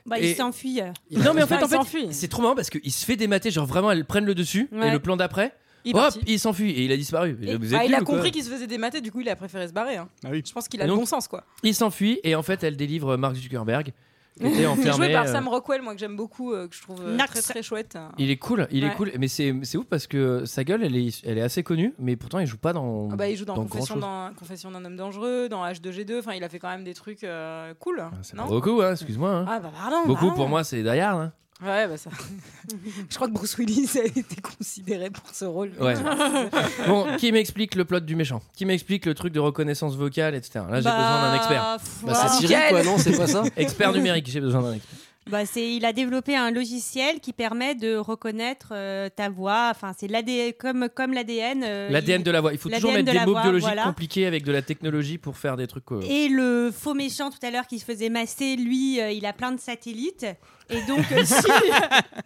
Speaker 10: Bah,
Speaker 1: Et-
Speaker 10: ils s'enfuient. euh.
Speaker 1: Non, mais en fait,
Speaker 2: il
Speaker 1: en fait
Speaker 2: s'enfuit.
Speaker 1: c'est trop marrant parce qu'il se fait démater. Genre, vraiment, elles prennent le dessus.
Speaker 2: Ouais.
Speaker 1: Et le plan d'après,
Speaker 2: Il est
Speaker 1: hop,
Speaker 2: parti.
Speaker 1: il s'enfuit. Et il a disparu.
Speaker 2: Et-
Speaker 1: Vous êtes
Speaker 2: Ah, il
Speaker 1: nuls
Speaker 2: a
Speaker 1: ou quoi
Speaker 2: compris qu'il se faisait démater, du coup il a préféré se barrer. hein.
Speaker 3: Ah oui.
Speaker 2: Je pense qu'il a
Speaker 1: Donc-
Speaker 2: le bon sens quoi.
Speaker 1: Il s'enfuit. Et en fait, elle délivre Mark Zuckerberg. Qui était
Speaker 2: Il est
Speaker 1: enfermé.
Speaker 2: joué par
Speaker 1: euh,
Speaker 2: Sam Rockwell, moi que j'aime beaucoup, euh, que je trouve euh,
Speaker 10: Narc.
Speaker 2: très très chouette. hein.
Speaker 1: Il est cool, il est
Speaker 2: Ouais.
Speaker 1: cool, mais c'est c'est ouf parce que sa gueule, elle est, elle est assez connue, mais pourtant il joue pas dans.
Speaker 2: Ah bah, il joue dans, Confession
Speaker 1: grand-chose.
Speaker 2: d'un Confession d'un homme dangereux, dans H2G2, enfin il a fait quand même des trucs euh, cool.
Speaker 1: C'est
Speaker 2: non
Speaker 1: beaucoup, hein, excuse-moi. hein.
Speaker 2: Ah bah pardon.
Speaker 1: beaucoup
Speaker 2: pardon.
Speaker 1: pour moi, c'est Die Hard, hein.
Speaker 2: Ouais bah ça. je crois que Bruce Willis a été considéré pour ce rôle.
Speaker 1: Ouais. bon, qui m'explique le plot du méchant Qui m'explique le truc de reconnaissance vocale, etc. Là, j'ai besoin d'un expert.
Speaker 9: Bah,
Speaker 10: Bah,
Speaker 9: c'est
Speaker 10: pff,
Speaker 9: Cyril,
Speaker 2: Nickel.
Speaker 9: quoi, non C'est pas ça
Speaker 1: Expert numérique, j'ai besoin d'un expert.
Speaker 10: bah, c'est- il a développé un logiciel qui permet de reconnaître euh, ta voix. Enfin, c'est l'AD comme comme l'ADN. euh,
Speaker 1: L'ADN
Speaker 10: il-
Speaker 1: de la voix. Il faut toujours mettre
Speaker 10: l'ADN de
Speaker 1: des
Speaker 10: la
Speaker 1: mots
Speaker 10: voix,
Speaker 1: biologiques
Speaker 10: voilà.
Speaker 1: compliqués avec de la technologie pour faire des trucs. euh,
Speaker 10: Et le faux méchant tout à l'heure qui se faisait masser, lui, euh, il a plein de satellites. Et donc, euh,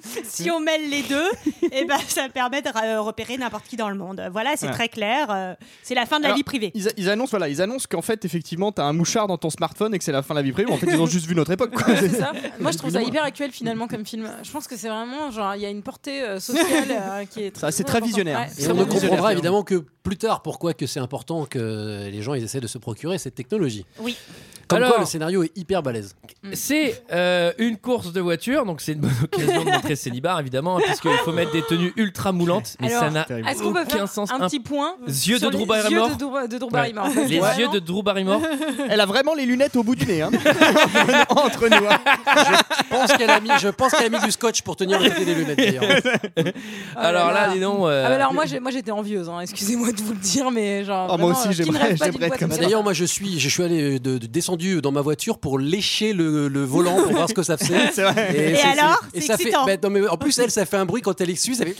Speaker 10: si, si on mêle les deux, eh ben, ça permet de ra- repérer n'importe qui dans le monde. Voilà, c'est
Speaker 3: Ouais.
Speaker 10: très clair. euh, C'est la fin de la
Speaker 3: Alors,
Speaker 10: vie privée.
Speaker 3: Ils, a- ils annoncent voilà ils annoncent qu'en fait effectivement t'as un mouchard dans ton smartphone et que c'est la fin de la vie privée. En fait ils ont juste vu notre époque. quoi.
Speaker 2: C'est ça. Moi, je trouve ça
Speaker 3: Excusez-moi.
Speaker 2: hyper actuel finalement comme film. Je pense que c'est vraiment genre il y a une portée euh, sociale euh, qui est
Speaker 3: Ça,
Speaker 2: très
Speaker 3: c'est très
Speaker 2: importante.
Speaker 3: visionnaire.
Speaker 2: Ouais,
Speaker 9: Et
Speaker 3: Ça
Speaker 9: on
Speaker 3: va
Speaker 9: ne
Speaker 3: vous
Speaker 9: comprendra
Speaker 3: énerver,
Speaker 9: évidemment que plus tard pourquoi que c'est important que les gens ils essaient de se procurer cette technologie.
Speaker 10: Oui.
Speaker 9: Comme
Speaker 1: Alors-
Speaker 9: quoi le scénario est hyper balèze.
Speaker 1: C'est euh, une course de voiture, donc c'est une bonne occasion de montrer célibar, évidemment, hein, puisqu'il faut mettre des tenues ultra moulantes, mais
Speaker 2: Alors,
Speaker 1: ça
Speaker 9: Ah,
Speaker 1: n'a
Speaker 3: terrible.
Speaker 2: Est-ce qu'on peut
Speaker 1: aucun
Speaker 2: faire
Speaker 1: sens.
Speaker 2: un petit point
Speaker 1: Yeux
Speaker 2: sur
Speaker 1: de Drew
Speaker 2: les
Speaker 1: Barrymore.
Speaker 2: yeux de Drew- de Drew
Speaker 1: Ouais.
Speaker 2: Barrymore Parce que
Speaker 1: Les
Speaker 2: vraiment,
Speaker 1: yeux de Drew Barrymore.
Speaker 3: Elle a vraiment les lunettes au bout du nez hein. entre nous. hein.
Speaker 9: Je pense qu'elle a mis, je pense qu'elle a mis du scotch pour tenir le côté des lunettes d'ailleurs.
Speaker 2: Ah
Speaker 1: Alors là, dis donc. euh,
Speaker 2: Ah bah alors moi j'ai- moi, j'étais envieuse, hein, excusez-moi de vous le dire, mais genre.
Speaker 3: Ah, moi
Speaker 2: vraiment,
Speaker 3: aussi,
Speaker 2: euh, qui ne
Speaker 3: j'aimerais-
Speaker 2: rêve pas d'une
Speaker 3: j'aimerais être
Speaker 2: boîte
Speaker 3: comme
Speaker 2: aux
Speaker 3: ça.
Speaker 2: lettres
Speaker 9: Bah, D'ailleurs moi je suis, je suis allé euh, de- de- descendu dans ma voiture pour lécher le, le volant pour voir ce que ça faisait.
Speaker 3: C'est vrai.
Speaker 10: Et
Speaker 9: c'est-
Speaker 10: alors
Speaker 9: et
Speaker 10: C'est
Speaker 9: ça fait,
Speaker 10: excitant.
Speaker 9: bah, non, mais en plus elle ça fait un bruit quand elle excuse, ça fait.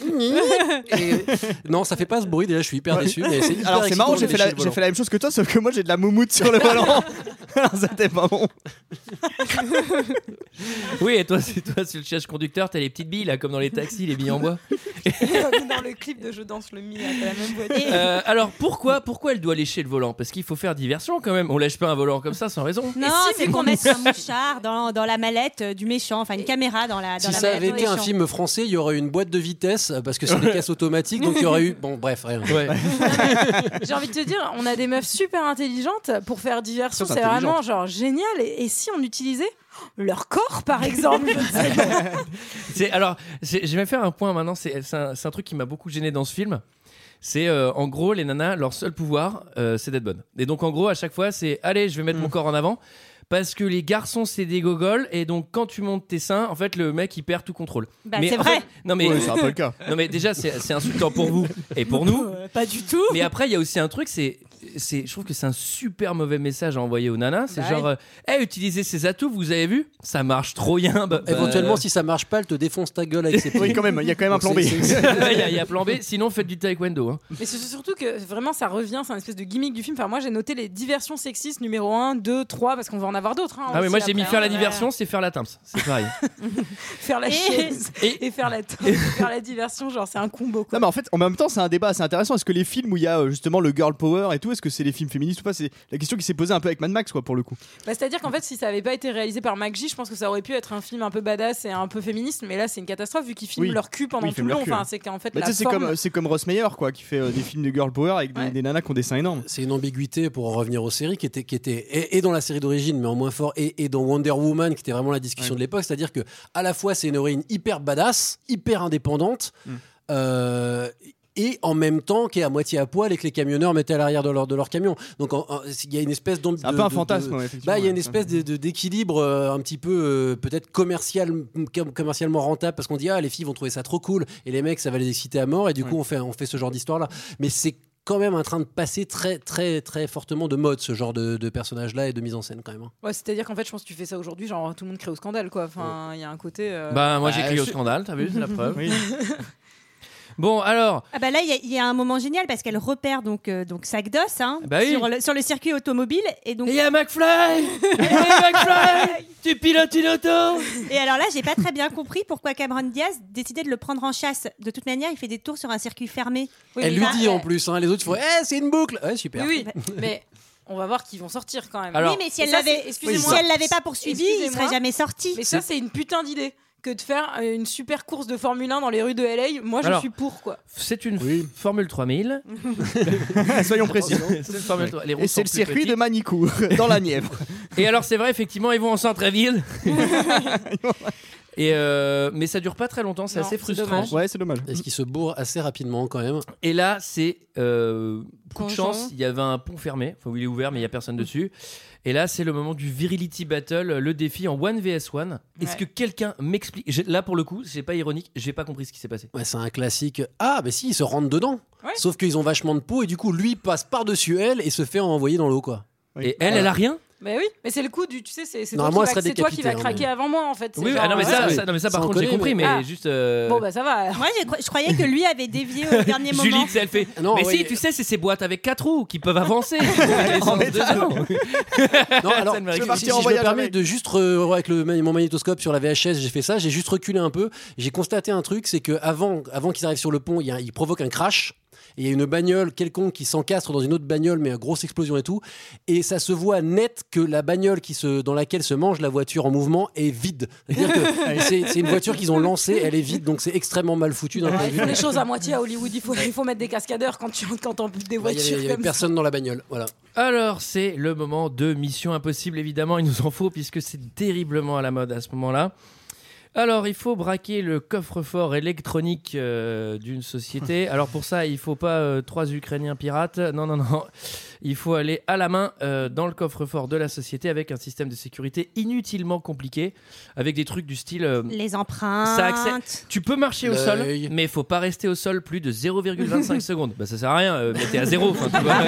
Speaker 9: Et- non ça fait pas ce bruit déjà je suis hyper déçu. mais c'est hyper
Speaker 3: Alors c'est
Speaker 9: excitant
Speaker 3: marrant
Speaker 9: de
Speaker 3: j'ai fait,
Speaker 9: lécher
Speaker 3: la,
Speaker 9: le
Speaker 3: j'ai
Speaker 9: volant.
Speaker 3: fait la même chose que toi sauf que moi j'ai de la moumoute sur le volant. Alors c'était pas bon.
Speaker 1: Oui, et toi, c'est toi, sur le siège conducteur, t'as les petites billes, là, comme dans les taxis, les billes en bois.
Speaker 2: dans le clip de Je danse le mi, là, t'as la même voiture.
Speaker 10: Et-
Speaker 1: Euh, alors, pourquoi, pourquoi elle doit lécher le volant Parce qu'il faut faire diversion quand même. On lâche pas un volant comme ça sans raison.
Speaker 10: Non,
Speaker 2: si, mais
Speaker 10: c'est qu'on
Speaker 2: qu'on
Speaker 10: mette un mouchard dans, dans la mallette euh, du méchant, enfin une caméra dans la, dans
Speaker 9: Si
Speaker 10: la
Speaker 9: ça
Speaker 10: mallette
Speaker 9: avait
Speaker 10: du
Speaker 9: été un
Speaker 10: méchant.
Speaker 9: film français, il y aurait eu une boîte de vitesse euh, parce que c'est des caisses automatiques, donc il y aurait eu. Bon, bref, rien.
Speaker 1: Ouais.
Speaker 2: J'ai envie de te dire, on a des meufs super intelligentes pour faire diversion,
Speaker 3: Sont
Speaker 2: c'est vraiment genre génial. Et, et si on utilisait leur corps par exemple je ne sais pas.
Speaker 1: C'est- alors, j'ai- je vais faire un point maintenant. C'est c'est un, c'est un truc qui m'a beaucoup gêné dans ce film. C'est euh, en gros,
Speaker 3: Mm.
Speaker 1: les nanas, leur seul pouvoir, euh, c'est d'être bonnes. Et donc, en gros, à chaque fois, c'est allez, je vais mettre mon corps en avant. parce que les garçons c'est des gogoles et donc quand tu montes tes seins, en fait le mec il perd tout contrôle.
Speaker 10: Bah,
Speaker 1: Mais
Speaker 10: c'est
Speaker 1: en
Speaker 10: vrai.
Speaker 1: fait- non mais
Speaker 3: Ouais, c'est un peu le cas.
Speaker 1: Non mais déjà c'est c'est insultant pour vous et pour nous.
Speaker 2: Pas du tout.
Speaker 1: Mais après il y a aussi un truc c'est c'est je trouve que c'est un super mauvais message à envoyer aux nanas, c'est
Speaker 9: Bah
Speaker 1: genre
Speaker 9: oui.
Speaker 1: euh, Eh, utilisez ces atouts, vous avez vu Ça marche trop bien. Bah,
Speaker 9: Éventuellement,
Speaker 1: bah,
Speaker 9: si ça marche pas, elle te défonce ta gueule avec ses
Speaker 1: Oui,
Speaker 9: pieds.
Speaker 1: quand même, il y a quand même un
Speaker 9: Donc,
Speaker 1: plan B.
Speaker 9: c'est- c'est-
Speaker 1: Il y a- il y a plan B, sinon faites du taekwondo. hein.
Speaker 2: Mais c'est surtout que vraiment ça revient, c'est un espèce de gimmick du film. Enfin, moi j'ai noté les diversions sexistes numéro 1, 2, 3, parce qu'on va en avoir d'autres. hein,
Speaker 1: Ah mais
Speaker 2: aussi
Speaker 1: moi j'ai mis
Speaker 2: après,
Speaker 1: faire
Speaker 2: hein.
Speaker 1: la diversion, c'est faire la timbre, c'est pareil.
Speaker 2: Faire la
Speaker 10: Et-
Speaker 2: chaise et, faire la tente, faire la diversion, genre c'est un combo. quoi.
Speaker 3: Non, mais en fait, en même temps, c'est un débat assez intéressant. Est-ce que les films où il y a euh, justement le girl power et tout, est-ce que c'est les films féministes ou pas C'est la question qui s'est posée un peu avec Mad Max, quoi, pour le coup.
Speaker 2: Bah, C'est-à-dire qu'en fait, si ça avait pas été réalisé par MacG, je pense que ça aurait pu être un film un peu badass et un peu féministe, mais là c'est une catastrophe vu qu'ils filment
Speaker 3: Oui.
Speaker 2: leur cul pendant
Speaker 3: Oui, ils
Speaker 2: tout
Speaker 3: filment
Speaker 2: le
Speaker 3: leur
Speaker 2: long.
Speaker 3: cul,
Speaker 2: Enfin,
Speaker 3: hein.
Speaker 2: c'est qu'en fait,
Speaker 3: Mais tu
Speaker 2: la
Speaker 3: sais, c'est comme, euh,
Speaker 2: forme-
Speaker 3: c'est comme Ross Meyer, quoi, qui fait euh, des films de girl power avec des, des nanas qui ont des seins énormes.
Speaker 9: C'est une ambiguïté pour en revenir aux séries qui était, qui était et, et dans la série d'origine, mais en moins fort, et, et dans Wonder Woman, qui était vraiment la discussion de l'époque. C'est-à-dire que à la fois, c'est une héroïne hyper badass, hyper indépendante,
Speaker 3: Mm.
Speaker 9: euh, et en même temps qui est à moitié à poil et que les camionneurs mettaient à l'arrière de leur, de leur camion. Donc en- en- il y a une espèce d'ambi-
Speaker 3: C'est un
Speaker 9: de-
Speaker 3: peu un
Speaker 9: de-
Speaker 3: fantasme,
Speaker 9: de-
Speaker 3: ouais, effectivement,
Speaker 9: bah, il y a
Speaker 3: ouais.
Speaker 9: une espèce de- de- d'équilibre euh, un petit peu euh, peut-être commercial, com- commercialement rentable parce qu'on dit ah les filles vont trouver ça trop cool et les mecs ça va les exciter à mort et du coup on fait on fait ce genre d'histoire là. Mais c'est quand même en train de passer très très très fortement de mode ce genre de, de personnage là et de mise en scène quand même. hein.
Speaker 2: Ouais, C'est-à-dire qu'en fait, je pense que tu fais ça aujourd'hui, genre tout le monde crée au scandale, quoi. Enfin, il y a un côté. euh,
Speaker 1: Bah moi j'ai
Speaker 9: Bah,
Speaker 1: crié au
Speaker 9: je-
Speaker 1: scandale, t'as vu, c'est la preuve.
Speaker 9: Oui.
Speaker 1: Bon alors,
Speaker 10: Ah bah là, il y a- il y, a un moment génial parce qu'elle repère donc, euh, donc Sagdos hein,
Speaker 1: Bah oui.
Speaker 10: sur, le, sur le circuit automobile. Et donc...
Speaker 1: il y a McFly McFly Tu pilotes une auto
Speaker 10: Et alors là, j'ai pas très bien compris pourquoi Cameron Diaz décidait de le prendre en chasse. De toute manière, il fait des tours sur un circuit fermé.
Speaker 9: Elle lui dit en plus, hein, les autres font eh c'est une boucle, ouais super.
Speaker 2: bah, Oui, oui, mais on va voir qu'ils vont sortir quand même.
Speaker 9: Alors-
Speaker 10: oui, mais si elle
Speaker 2: Et ça,
Speaker 10: l'avait,
Speaker 2: c'est-
Speaker 10: si elle l'avait pas poursuivi, il
Speaker 2: excusez-moi.
Speaker 10: serait jamais sorti.
Speaker 2: Mais ça, c'est une putain d'idée que de faire euh, une super course de Formule 1 dans les rues de LA. Moi, je
Speaker 1: Alors,
Speaker 2: suis pour quoi.
Speaker 1: C'est une Formule 3000.
Speaker 3: Soyons précis.
Speaker 1: C'est une Formule 3. Les routes
Speaker 3: Et c'est le
Speaker 1: sont plus
Speaker 3: circuit de
Speaker 1: petites.
Speaker 3: Manicourt, dans la Nièvre.
Speaker 1: Et alors c'est vrai, effectivement, ils vont en centre-ville. Et euh, mais ça dure pas très longtemps, c'est assez frustrant.
Speaker 3: Ouais, c'est dommage.
Speaker 9: Est-ce qu'il se bourre assez rapidement quand même
Speaker 1: Et là, c'est euh, coup de
Speaker 9: Conjoint.
Speaker 1: chance. Il y avait un pont fermé. Enfin, il est ouvert, mais il y a personne dessus. Et là, c'est le moment du virility battle, le défi en one vs one. Est-ce
Speaker 9: Ouais.
Speaker 1: que quelqu'un m'explique J'ai- Là, pour le coup, c'est pas ironique. J'ai pas compris ce qui s'est passé.
Speaker 9: Ouais, c'est un classique. Ah, mais si, ils se rentrent dedans. Sauf qu'ils ont vachement de peau et du coup, lui passe par-dessus elle et se fait envoyer dans l'eau, quoi.
Speaker 1: Et elle, elle a rien
Speaker 2: Mais oui, mais c'est le coup du. Tu sais, c'est c'est toi,
Speaker 9: Normalement,
Speaker 2: qui
Speaker 9: elle
Speaker 2: va-
Speaker 9: serait
Speaker 2: c'est toi qui
Speaker 9: décapitée,
Speaker 2: va
Speaker 9: hein,
Speaker 2: craquer
Speaker 9: mais-
Speaker 2: avant moi en fait. C'est
Speaker 1: Oui,
Speaker 2: genre,
Speaker 1: ah non, mais
Speaker 2: ouais.
Speaker 1: ça,
Speaker 9: oui.
Speaker 1: ça- non, mais ça, par
Speaker 9: Sans
Speaker 1: contre, j'ai
Speaker 9: conneries,
Speaker 1: compris, mais
Speaker 9: mais- Ah.
Speaker 1: juste. euh,
Speaker 2: Bon, bah ça va.
Speaker 10: Moi, j'ai cro- je croyais que lui avait dévié bah, au dernier moment.
Speaker 1: Julie, tu sais, elle fait.
Speaker 9: Non,
Speaker 1: mais
Speaker 9: oui.
Speaker 1: si, tu sais, c'est ces boîtes avec quatre roues qui peuvent avancer. Les sens dedans.
Speaker 9: Non, alors,
Speaker 1: Ça me
Speaker 9: si,
Speaker 1: réconcilie.
Speaker 9: si je me permets de juste, re- avec le, ma- mon magnétoscope sur la VHS, j'ai fait ça, j'ai juste reculé un peu. J'ai constaté un truc, c'est que avant, avant qu'ils arrivent sur le pont, il, y a- il provoque un crash. Et il y a une bagnole quelconque qui s'encastre dans une autre bagnole, mais euh, grosse explosion et tout. Et ça se voit net que la bagnole qui se, dans laquelle se mange la voiture en mouvement est vide. C'est-à-dire que c'est c'est une voiture qu'ils ont lancée, elle est vide, donc c'est extrêmement mal foutu d'un point de
Speaker 2: Ils
Speaker 9: vue.
Speaker 2: font les choses à moitié à Hollywood. Il faut, il faut mettre des cascadeurs quand tu quand t'embutes des
Speaker 9: Ouais, Il Bah, y avait-
Speaker 2: voitures
Speaker 9: il y avait
Speaker 2: comme ça.
Speaker 9: personne dans la bagnole, voilà.
Speaker 1: Alors, c'est le moment de Mission Impossible, évidemment, il nous en faut, puisque c'est terriblement à la mode à ce moment-là. Alors, il faut braquer le coffre-fort électronique euh, d'une société. Alors, pour ça, il faut pas euh, trois Ukrainiens pirates. Non, non, non. Il faut aller à la main euh, dans le coffre-fort de la société avec un système de sécurité inutilement compliqué, avec des trucs du style. euh,
Speaker 10: Les empreintes.
Speaker 1: ça accepte. Tu peux marcher au sol,
Speaker 9: L'œil.
Speaker 1: mais il faut pas rester au sol plus de 0,25 secondes. Bah ça sert à rien, euh, mettez à zéro. enfin, tu vois.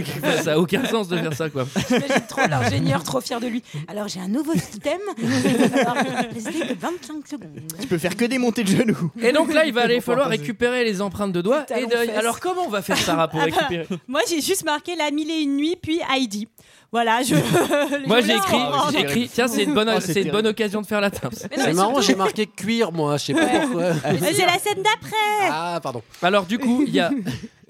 Speaker 1: Enfin, ça a aucun sens de faire ça quoi.
Speaker 2: J'imagine trop l'ingénieur trop fier de lui. Alors j'ai un nouveau système. Il va falloir rester que 25 secondes.
Speaker 3: Tu peux faire que des montées de genoux.
Speaker 1: Et donc là, il va aller
Speaker 3: Pour
Speaker 1: falloir
Speaker 3: pouvoir passer.
Speaker 1: récupérer les empreintes de doigts et d'œil.
Speaker 10: fesses.
Speaker 1: Alors comment on va faire Sarah pour
Speaker 10: Ah bah,
Speaker 1: récupérer
Speaker 10: moi, j'ai juste marqué la mille et une nuits, puis Heidi. Voilà, je. je Oh,
Speaker 1: Moi
Speaker 10: voulais
Speaker 1: j'ai
Speaker 10: en
Speaker 1: écrit,
Speaker 10: prendre.
Speaker 1: j'ai écrit. Tiens, c'est une bonne,
Speaker 9: Oh, c'est
Speaker 1: c'est une bonne
Speaker 9: terrible.
Speaker 1: occasion de faire la timbre.
Speaker 10: non,
Speaker 9: C'est
Speaker 10: mais
Speaker 9: marrant,
Speaker 10: surtout-
Speaker 9: j'ai marqué cuir, moi, je sais pas pourquoi.
Speaker 10: Mais C'est la scène d'après.
Speaker 9: Ah, pardon.
Speaker 1: Alors du coup, il y a,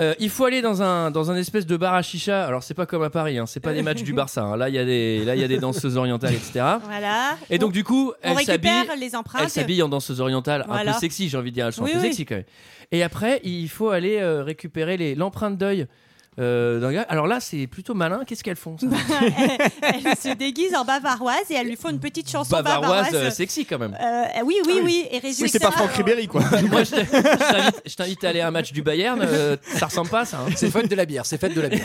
Speaker 1: euh, il faut aller dans un dans un espèce de bar à chicha. Alors c'est pas comme à Paris, hein, c'est pas des matchs du Barça. hein. Là il y a des là il y a des danseuses orientales, etc.
Speaker 10: Voilà.
Speaker 1: Et donc du coup,
Speaker 10: on
Speaker 1: elle s'habille.
Speaker 10: récupère les empreintes.
Speaker 1: Elle s'habille en danseuse orientale, un
Speaker 10: Voilà.
Speaker 1: peu sexy, j'ai envie de dire. Elles sont
Speaker 10: Oui,
Speaker 1: un peu
Speaker 10: oui.
Speaker 1: sexy quand même. Et après, il faut aller euh, récupérer les- l'empreinte d'œil euh, d'un gars. Alors là, c'est plutôt malin. Qu'est-ce qu'elles font ça
Speaker 10: elle se déguise en bavaroise et elle lui faut une petite chanson
Speaker 1: Bavaroise,
Speaker 10: bavaroise.
Speaker 1: euh, sexy quand même.
Speaker 10: Euh,
Speaker 1: Ah
Speaker 10: oui, oui, oui. Et résultat,
Speaker 3: Oui, c'est pas Franck Ribéry, quoi.
Speaker 1: Moi, je t'ai- je t'invite- je t'invite à aller à un match du Bayern. euh, ça ressemble pas à ça. hein.
Speaker 9: C'est fête de la bière, c'est fête de la bière.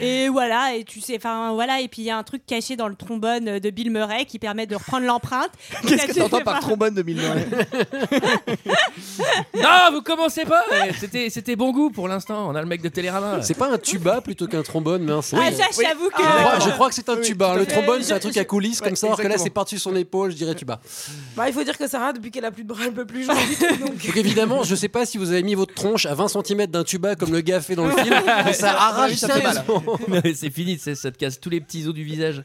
Speaker 10: Et voilà, et tu sais, enfin voilà, et puis il y a un truc caché dans le trombone de Bill Murray qui permet de reprendre l'empreinte.
Speaker 3: Qu'est-ce que
Speaker 10: tu
Speaker 3: t'entends par trombone de Bill Murray
Speaker 1: Non, vous commencez pas mais C'était c'était bon goût pour l'instant. On a le mec de Télérama. là.
Speaker 9: C'est pas un tuba plutôt qu'un trombone, mince.
Speaker 10: Ah, ça, je t'avoue que-
Speaker 9: Je crois- Je crois que c'est un
Speaker 2: Oui,
Speaker 9: tuba.
Speaker 2: tout à
Speaker 9: Le
Speaker 2: fait.
Speaker 9: trombone,
Speaker 2: Je-
Speaker 9: c'est un truc
Speaker 2: je-
Speaker 9: à coulisses,
Speaker 2: Ouais,
Speaker 9: comme ça, alors que là,
Speaker 2: exactement.
Speaker 9: c'est par-dessus son épaule, je dirais tuba.
Speaker 2: Bah, il faut dire que Sarah, depuis qu'elle a plus de bras, elle peut plus jouer du tout. Donc...
Speaker 9: Donc évidemment, je sais pas si vous avez mis votre tronche à 20 cm d'un tuba comme le gars fait dans le film, mais ça arrache
Speaker 1: Ça fait mal.
Speaker 9: sérieusement.
Speaker 1: Non, mais c'est fini, c'est- ça te casse tous les petits os du visage.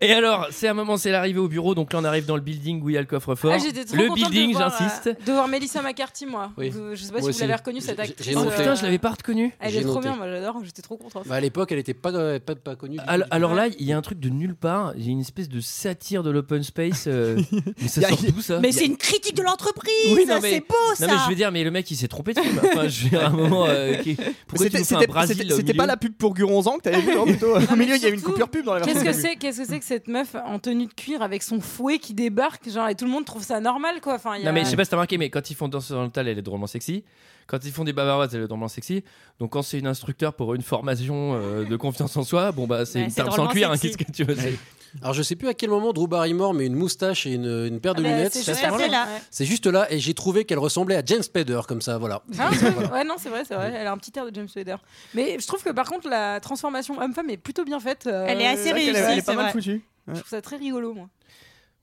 Speaker 1: Et alors, c'est un moment, c'est l'arrivée au bureau. Donc là, on arrive dans le building où il y a le coffre-fort.
Speaker 2: Ah, j'étais trop
Speaker 1: le
Speaker 2: contente de
Speaker 1: building,
Speaker 2: voir,
Speaker 1: j'insiste.
Speaker 2: euh, de voir Melissa McCarthy, moi.
Speaker 9: Oui.
Speaker 2: Vous- je sais
Speaker 9: Moi
Speaker 2: pas si
Speaker 9: aussi.
Speaker 2: vous l'avez reconnue cette
Speaker 9: J'ai- j'ai
Speaker 2: actrice.
Speaker 9: noté.
Speaker 2: euh,
Speaker 1: Oh, Putain, je l'avais pas reconnue.
Speaker 2: Elle
Speaker 9: J'ai
Speaker 2: est trop
Speaker 9: noté.
Speaker 2: bien, moi j'adore, j'étais trop contente.
Speaker 9: Bah, à l'époque, elle était pas, pas, pas connue. du tout.
Speaker 1: Alors, alors là, il y a un truc de nulle part. Il y a une espèce de satire de l'open space. euh, mais ça
Speaker 3: Y a-
Speaker 1: sort d'où ça
Speaker 10: Mais c'est une critique de l'entreprise,
Speaker 1: Oui, non,
Speaker 10: ça,
Speaker 1: mais-
Speaker 10: c'est beau ça.
Speaker 1: Non mais je veux dire, mais le mec il s'est trompé de film. Enfin, je veux dire, à un moment, euh, qui- pourquoi tu
Speaker 3: C'était
Speaker 1: nous fais un
Speaker 3: c'était-
Speaker 1: Brésil
Speaker 3: c'était-
Speaker 1: au
Speaker 3: c'était
Speaker 1: milieu
Speaker 3: pas la pub pour Guronzan que t'avais vu, non, plutôt Au milieu, il y a eu une
Speaker 2: surtout,
Speaker 3: coupure pub dans la version.
Speaker 2: Qu'est-ce que
Speaker 3: que t'as vue.
Speaker 2: c'est Qu'est-ce que c'est que cette meuf en tenue de cuir avec son fouet qui débarque genre et tout le monde trouve ça normal quoi. Enfin, il y a-
Speaker 1: Non mais je sais pas si t'as remarqué, mais quand ils font danse orientale, elle est drôlement sexy. Quand ils font des bavaroises, elle est drôlement sexy. Donc quand c'est une instructeur pour une formation euh, de confiance en soi, bon bah c'est
Speaker 10: Ouais,
Speaker 1: une
Speaker 10: c'est
Speaker 1: table sans
Speaker 10: drôlement
Speaker 1: cuir. hein,
Speaker 10: sexy.
Speaker 1: Qu'est-ce que tu veux c'est-
Speaker 9: Alors je sais plus à quel moment Drew Barrymore met une moustache et une, une paire de
Speaker 2: Ah bah,
Speaker 9: lunettes.
Speaker 2: c'est
Speaker 9: C'est à
Speaker 2: juste
Speaker 9: ce moment-là.
Speaker 2: après, là. Ouais.
Speaker 9: C'est juste là et j'ai trouvé qu'elle ressemblait à James Spader comme ça, voilà.
Speaker 2: Ah, ouais, ouais, non, c'est vrai, c'est vrai. Elle a un petit air de James Slater. Mais je trouve que par contre, la transformation homme-femme est plutôt bien faite. euh,
Speaker 10: Elle est assez
Speaker 2: je
Speaker 3: Elle,
Speaker 10: réussie,
Speaker 3: est- elle est
Speaker 10: c'est
Speaker 3: pas mal
Speaker 10: vrai.
Speaker 3: foutue.
Speaker 2: trouve ça très rigolo, moi.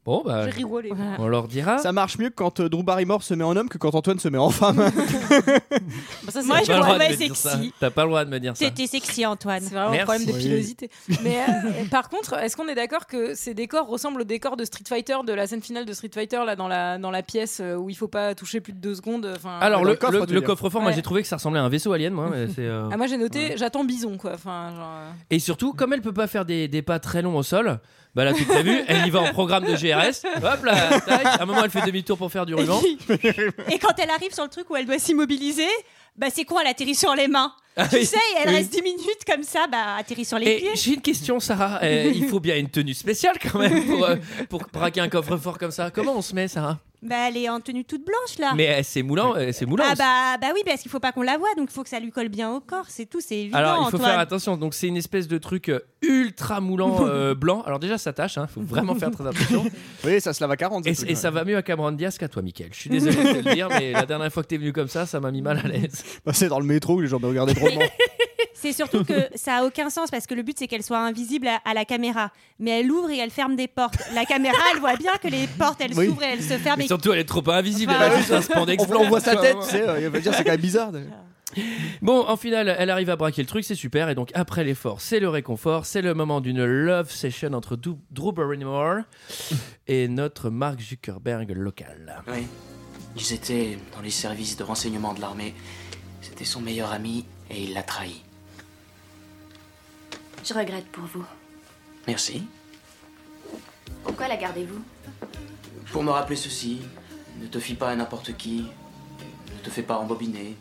Speaker 1: Bon bah
Speaker 2: J'ai rigolé. moi.
Speaker 1: on leur
Speaker 2: Oh.
Speaker 1: dira.
Speaker 3: Ça marche mieux quand euh, Drew Barrymore se met en homme que quand Antoine se met en femme.
Speaker 2: Bah, ça, c'est
Speaker 10: Moi,
Speaker 1: T'as
Speaker 10: je
Speaker 1: pas le
Speaker 10: me
Speaker 1: droit de
Speaker 10: trouvais
Speaker 1: me dire ça.
Speaker 10: sexy.
Speaker 1: T'as pas le droit de me dire ça.
Speaker 10: C'était sexy Antoine.
Speaker 2: C'est vraiment
Speaker 1: Merci.
Speaker 2: un problème de
Speaker 3: Oui.
Speaker 2: pilosité. Mais euh, par contre, est-ce qu'on est d'accord que ces décors ressemblent aux décors de Street Fighter, de la scène finale de Street Fighter, là, dans la, dans la pièce euh, où il faut pas toucher plus de deux secondes euh, enfin,
Speaker 1: Alors
Speaker 3: Dans
Speaker 1: le,
Speaker 3: le coffre,
Speaker 1: le-
Speaker 3: tu veux
Speaker 1: le
Speaker 3: dire.
Speaker 1: coffre-fort, moi
Speaker 2: Ouais.
Speaker 1: j'ai trouvé que ça ressemblait à un vaisseau alien, moi. mais c'est, euh,
Speaker 2: Ah, moi, j'ai noté, j'attends Bison, quoi. Enfin, genre, euh,
Speaker 1: Et surtout, comme elle peut pas faire des, des pas très longs au sol, bah là, tu t'as vu, elle y va en programme de GRS. Hop là, tac. À un moment, elle fait demi-tour pour faire du ruban.
Speaker 10: Et quand elle arrive sur le truc où elle doit s'immobiliser, bah c'est con, elle atterrit sur les mains. Tu sais, elle
Speaker 1: Oui.
Speaker 10: reste 10 minutes comme ça, bah atterrit sur les
Speaker 1: Et
Speaker 10: pieds.
Speaker 1: j'ai une question, Sarah. Euh, il faut bien une tenue spéciale quand même pour, euh, pour braquer un coffre-fort comme ça. Comment on se met, Sarah
Speaker 10: Bah elle est en tenue toute blanche là.
Speaker 1: Mais euh, c'est moulant, euh, c'est moulant.
Speaker 10: ah bah, bah oui, parce qu'il faut pas qu'on la voie, donc il faut que ça lui colle bien au corps, c'est tout, c'est évident.
Speaker 1: Alors, il faut
Speaker 10: Antoine.
Speaker 1: faire attention. Donc, c'est une espèce de truc euh, ultra moulant euh, blanc. Alors, déjà, ça tâche. Il faut vraiment faire très attention.
Speaker 3: oui, ça se lave à 40.
Speaker 1: Et,
Speaker 3: ce
Speaker 1: et
Speaker 3: truc,
Speaker 1: ça va mieux à Cameron Diaz qu'à toi, Mickaël. Je suis désolé de te le dire, mais la dernière fois que t'es venu comme ça, ça m'a mis mal à l'aise.
Speaker 3: ouais. Bah, c'est dans le métro où les gens me regardaient drôlement.
Speaker 10: C'est surtout que ça a aucun sens parce que le but c'est qu'elle soit invisible à, à la caméra. Mais elle ouvre et elle ferme des portes. La caméra, elle voit bien que les portes elles
Speaker 3: Oui.
Speaker 10: s'ouvrent et elles se ferment.
Speaker 1: Mais
Speaker 10: et-
Speaker 1: surtout, elle est trop invisible.
Speaker 10: Ah, Enfin,
Speaker 1: elle a juste un spandex
Speaker 3: on, voit- on voit sa
Speaker 1: blanc.
Speaker 3: tête, tu sais, euh, il veut dire c'est quand même bizarre. d'ailleurs.
Speaker 1: Bon, en finale, elle arrive à braquer le truc, c'est super. Et donc, après l'effort, c'est le réconfort. C'est le moment d'une love session entre Dou- Drew Barrymore et notre Mark Zuckerberg local.
Speaker 11: Oui. Ils étaient dans les services de renseignement de l'armée. C'était son meilleur ami et il l'a trahi.
Speaker 6: Je regrette pour vous.
Speaker 11: Merci.
Speaker 6: Pourquoi la gardez-vous
Speaker 11: Pour me rappeler ceci, ne te fie pas à Ah, n'importe qui, ne te fais pas embobiner.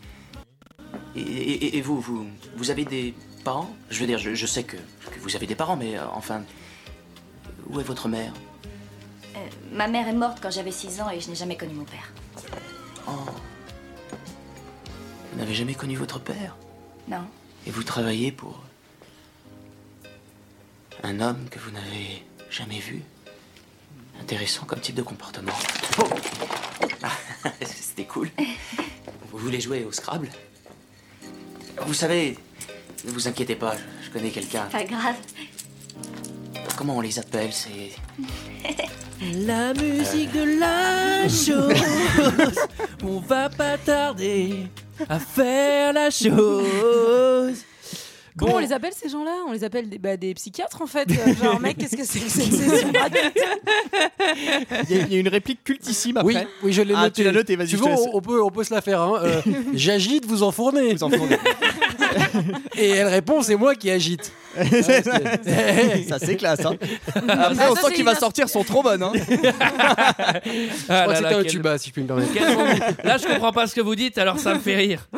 Speaker 11: Et, et- et vous, vous, vous avez des parents Je veux dire, je, je sais que, que vous avez des parents, mais euh, enfin, où est votre mère
Speaker 6: Euh, Ma mère est morte quand j'avais 6 ans et je n'ai jamais connu mon père.
Speaker 11: Oh. Vous n'avez jamais connu votre père
Speaker 6: Non.
Speaker 11: Et vous travaillez pour un homme que vous n'avez jamais vu Intéressant comme type de comportement. Oh Ah, C'était cool. Vous voulez jouer au Scrabble Vous savez, ne vous inquiétez pas, je, je connais quelqu'un.
Speaker 6: Pas grave.
Speaker 11: Comment on les appelle C'est.
Speaker 1: La musique de la chose. On va pas tarder à faire la chose.
Speaker 2: Comment on les appelle ces gens-là On les appelle des, bah, des psychiatres en fait. Euh, Genre, mec, qu'est-ce que c'est que cette session gratuite
Speaker 3: Il y, a- il y a une réplique cultissime après.
Speaker 9: Oui, oui, je l'ai
Speaker 3: Ah,
Speaker 9: noté.
Speaker 3: tu l'as noté, vas-y,
Speaker 9: Tu
Speaker 3: je
Speaker 9: vois,
Speaker 3: te laisse.
Speaker 9: on, on peut, on peut se la faire. hein. Euh, J'agite, vous en fournez.
Speaker 3: Vous en fournez.
Speaker 9: Et elle répond, c'est moi qui agite.
Speaker 3: ça c'est classe. Hein. Après, on
Speaker 2: ça,
Speaker 3: sent
Speaker 2: c'est
Speaker 3: qu'il va
Speaker 2: une-
Speaker 3: sortir son trombone. Hein.
Speaker 9: Je
Speaker 1: Ah
Speaker 9: crois
Speaker 1: là
Speaker 9: que
Speaker 1: là,
Speaker 9: c'était un
Speaker 1: quel-
Speaker 9: tuba, si je puis me permettre.
Speaker 1: quel bon goût. Là, je comprends pas ce que vous dites, alors ça me fait rire.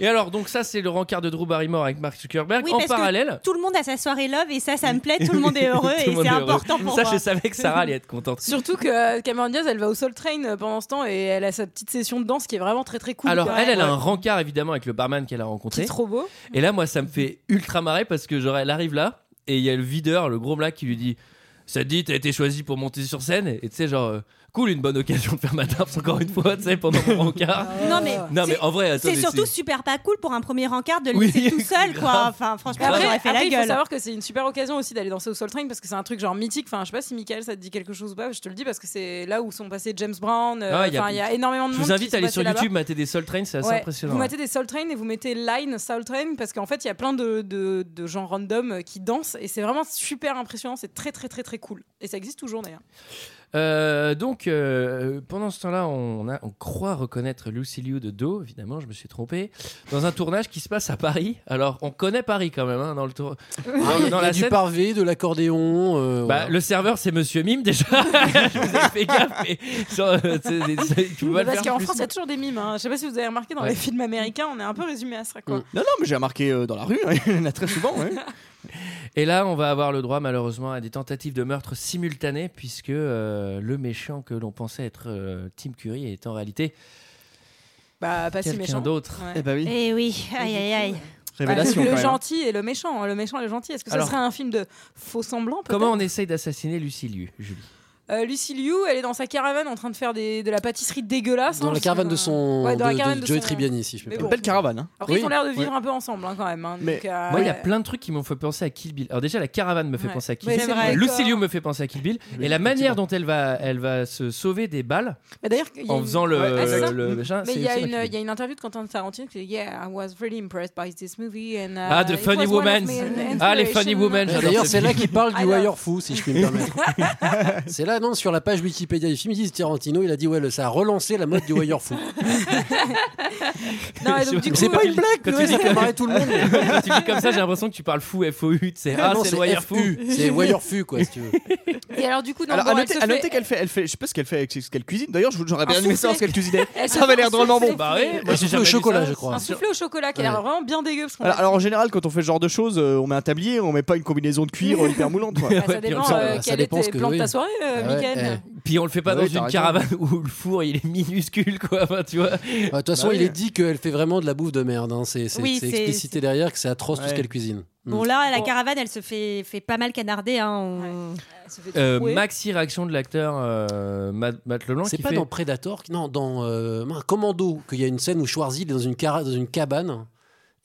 Speaker 1: Et alors, donc ça, c'est le rencard de Drew Barrymore avec Mark Zuckerberg.
Speaker 10: Oui,
Speaker 1: en
Speaker 10: parce que
Speaker 1: parallèle.
Speaker 10: tout le monde a sa soirée love et ça, ça me plaît. Tout le monde est heureux
Speaker 1: Tout le
Speaker 10: et
Speaker 1: monde
Speaker 10: c'est
Speaker 1: est heureux.
Speaker 10: important pour
Speaker 1: Ça,
Speaker 10: moi.
Speaker 1: je savais que Sarah allait être contente.
Speaker 2: Surtout que euh, Cameron Diaz, elle va au Soul Train euh, pendant ce temps et elle a sa petite session de danse qui est vraiment très très cool.
Speaker 1: Alors,
Speaker 2: quoi.
Speaker 1: elle, elle a
Speaker 2: Ouais.
Speaker 1: un rencard évidemment avec le barman qu'elle a rencontré.
Speaker 2: Qui est trop beau.
Speaker 1: Et là, moi, ça me fait ultra marrer parce que, genre, elle arrive là et il y a le videur, le gros black, qui lui dit Ça te dit, t'as été choisi pour monter sur scène Et tu sais, genre, euh, cool, une bonne occasion de faire ma table encore une fois, tu sais, pendant mon rencard.
Speaker 2: Ah.
Speaker 10: Non, mais
Speaker 1: Non, mais en vrai,
Speaker 10: c'est
Speaker 1: attendez,
Speaker 10: surtout super pas cool pour un premier rencard de le
Speaker 1: Oui,
Speaker 10: laisser tout seul, quoi.
Speaker 1: grave.
Speaker 10: Enfin, franchement,
Speaker 2: Après,
Speaker 10: j'aurais fait
Speaker 2: après,
Speaker 10: la
Speaker 2: Il
Speaker 10: gueule.
Speaker 2: faut savoir que c'est une super occasion aussi d'aller danser au Soul Train parce que c'est un truc genre mythique. Enfin, je sais pas si Michael ça te dit quelque chose ou pas. Je te le dis parce que c'est là où sont passés James Brown. euh,
Speaker 1: Ah,
Speaker 2: Enfin, il y a énormément de
Speaker 1: Je
Speaker 2: monde.
Speaker 1: vous invite
Speaker 2: qui
Speaker 1: à aller
Speaker 2: se
Speaker 1: sur
Speaker 2: passait là-bas.
Speaker 1: YouTube, mater des Soul Train, c'est assez
Speaker 2: Ouais.
Speaker 1: impressionnant.
Speaker 2: Vous
Speaker 1: ouais.
Speaker 2: mettez des Soul Train et vous mettez Line Soul Train parce qu'en fait, il y a plein de, de, de gens random qui dansent et c'est vraiment super impressionnant. C'est très, très, très, très cool. Et ça existe toujours d'ailleurs.
Speaker 1: Euh, donc, euh, pendant ce temps-là, on, a- on croit reconnaître Lucy Liu de dos, évidemment, je me suis trompé, dans un tournage qui se passe à Paris. Alors, on connaît Paris quand même, hein, dans le tour.
Speaker 9: Ah, Il y a du parvé, de l'accordéon. euh,
Speaker 1: Bah,
Speaker 9: voilà.
Speaker 1: Le serveur, c'est Monsieur Mime déjà. je vous ai fait gaffe, mais genre, euh, c'est- c'est- c'est- tu peux pas le
Speaker 2: parce
Speaker 1: faire
Speaker 2: qu'en
Speaker 1: plus.
Speaker 2: France, il y a toujours des mimes. hein. Je sais pas si vous avez remarqué dans
Speaker 1: Ouais. Mm.
Speaker 2: les films américains, on est un peu résumé à ça. Quoi.
Speaker 3: Non, non, mais j'ai remarqué euh, dans la rue, il y en a très souvent. ouais.
Speaker 1: Et là, on va avoir le droit, malheureusement, à des tentatives de meurtre simultanées, puisque euh, le méchant que l'on pensait être euh, Tim Curry est en réalité
Speaker 2: Bah, pas si
Speaker 1: quelqu'un
Speaker 2: méchant.
Speaker 1: d'autre.
Speaker 2: Ouais.
Speaker 3: bah
Speaker 10: Eh oui, aïe, aïe, aïe.
Speaker 1: Révélation,
Speaker 2: le
Speaker 1: quand même. hein.
Speaker 3: hein.
Speaker 2: gentil et le méchant. hein, Le méchant et le gentil. Est-ce que ça
Speaker 1: Alors-
Speaker 2: serait un film de faux semblant peut-être
Speaker 1: Comment on essaye d'assassiner Lucy Liu, Julie
Speaker 2: Euh, Lucy Liu, elle est dans sa caravane en train de faire des- de la pâtisserie dégueulasse.
Speaker 9: Dans
Speaker 2: hein,
Speaker 9: la
Speaker 2: je
Speaker 9: caravane
Speaker 2: sais
Speaker 9: de
Speaker 2: pas.
Speaker 9: son.
Speaker 2: Ouais, dans la
Speaker 9: de-
Speaker 2: caravane
Speaker 9: de
Speaker 2: de
Speaker 9: Joey
Speaker 2: son- euh,
Speaker 9: Tribbiani, si je peux
Speaker 2: Mais
Speaker 9: pas.
Speaker 2: bon.
Speaker 3: Belle caravane. hein.
Speaker 2: Après, ils ont
Speaker 9: Oui,
Speaker 2: l'air de vivre
Speaker 9: ouais.
Speaker 2: un peu ensemble hein, quand même. hein,
Speaker 3: Mais-
Speaker 2: donc, euh,
Speaker 1: Moi, il y a
Speaker 2: ouais.
Speaker 1: plein de trucs qui m'ont fait penser à Kill Bill. Alors déjà, la caravane me fait
Speaker 2: Ouais.
Speaker 1: penser à Kill
Speaker 2: Oui,
Speaker 1: Bill.
Speaker 2: c'est vrai.
Speaker 1: Lucy Liu me fait penser à Kill Bill. Et la manière dont elle va, elle va se sauver des balles
Speaker 2: Mais d'ailleurs, il y a
Speaker 1: en
Speaker 2: une-
Speaker 1: faisant le...
Speaker 2: Ouais, c'est ça.
Speaker 1: le- machin,
Speaker 2: Mais
Speaker 1: c'est-
Speaker 2: il y, a
Speaker 1: c'est
Speaker 2: une,
Speaker 1: moi qui
Speaker 2: il y a une interview de Quentin Tarantino qui dit Yeah, I was really impressed by this movie. And, uh,
Speaker 1: Ah, The
Speaker 2: it
Speaker 1: Funny
Speaker 2: was one
Speaker 1: Woman.
Speaker 2: of my
Speaker 1: Ah, les Funny
Speaker 2: inspiration.
Speaker 1: Woman, j'adore
Speaker 9: D'ailleurs,
Speaker 1: ce
Speaker 9: c'est là
Speaker 1: film.
Speaker 9: qu'il parle du
Speaker 1: Alors-
Speaker 9: Wire Fou, si je puis me permettre. c'est là, non, sur la page Wikipédia du film, ils disent Tarantino, il a dit, ouais, le- ça a relancé la mode du Wire Fou.
Speaker 2: Non, et donc, du
Speaker 9: Mais c'est
Speaker 2: coup,
Speaker 9: pas une blague,
Speaker 1: euh, Quand
Speaker 9: ouais, ça
Speaker 1: tu dis
Speaker 9: fait
Speaker 1: comme-
Speaker 9: marrer tout le monde.
Speaker 1: Quand tu dis comme ça, j'ai l'impression que tu parles fou, F-O-U, tu sais, ah,
Speaker 9: non,
Speaker 1: c'est
Speaker 9: c'est
Speaker 1: le wire fou.
Speaker 9: FU, c'est wire fou, quoi, si tu veux.
Speaker 2: alors, du coup, non,
Speaker 3: Alors,
Speaker 2: bon,
Speaker 3: à
Speaker 2: elle
Speaker 3: noter,
Speaker 2: se
Speaker 3: à
Speaker 2: fait-
Speaker 3: noter qu'elle fait, elle fait, je sais pas ce qu'elle fait avec ce qu'elle cuisine. D'ailleurs, je- j'aurais bien
Speaker 2: Un
Speaker 3: aimé savoir ce
Speaker 2: soufflé.
Speaker 3: qu'elle cuisinait.
Speaker 2: Elle se
Speaker 1: Ah,
Speaker 3: Ça avait
Speaker 2: fait
Speaker 3: l'air
Speaker 2: un
Speaker 3: drôlement bon.
Speaker 2: soufflé Bah
Speaker 1: ouais,
Speaker 9: moi, j'ai jamais vu ça.
Speaker 2: Un soufflé au chocolat qui a l'air vraiment bien dégueu. Parce qu'on
Speaker 3: Alors, alors, en général, quand on fait ce genre de choses, euh, on met un tablier, on met pas une combinaison de cuir euh, hyper moulante. quoi.
Speaker 2: Bah, ça dépend
Speaker 1: ça,
Speaker 2: euh,
Speaker 1: ça
Speaker 2: quel
Speaker 1: dépend ce
Speaker 2: était
Speaker 1: que-
Speaker 2: le plan
Speaker 1: oui.
Speaker 2: de ta soirée, euh,
Speaker 9: Ah ouais,
Speaker 2: Mickaël.
Speaker 1: Puis on le fait pas
Speaker 9: Bah
Speaker 1: dans
Speaker 9: oui, t'as
Speaker 1: une
Speaker 9: raison.
Speaker 1: caravane où le four il est minuscule, quoi. Enfin, tu vois.
Speaker 9: De toute façon,
Speaker 1: Bah
Speaker 9: il
Speaker 1: oui.
Speaker 9: est dit qu'elle fait vraiment de la bouffe de merde. hein. C'est c'est-
Speaker 10: Oui,
Speaker 9: c'est
Speaker 10: c'est-
Speaker 9: explicité derrière que c'est atroce tout
Speaker 1: Ouais.
Speaker 9: ce qu'elle cuisine.
Speaker 10: Bon,
Speaker 9: Mm.
Speaker 10: là, la caravane, elle se fait, fait pas mal canarder. Hein, on-
Speaker 1: Euh, maxi réaction de l'acteur euh, Matt, Matt Leblanc.
Speaker 9: C'est
Speaker 1: qui
Speaker 9: pas
Speaker 1: fait-
Speaker 9: dans Predator, non, dans euh, mince, Commando, qu'il y a une scène où Schwarzy il est dans une, cara- dans une cabane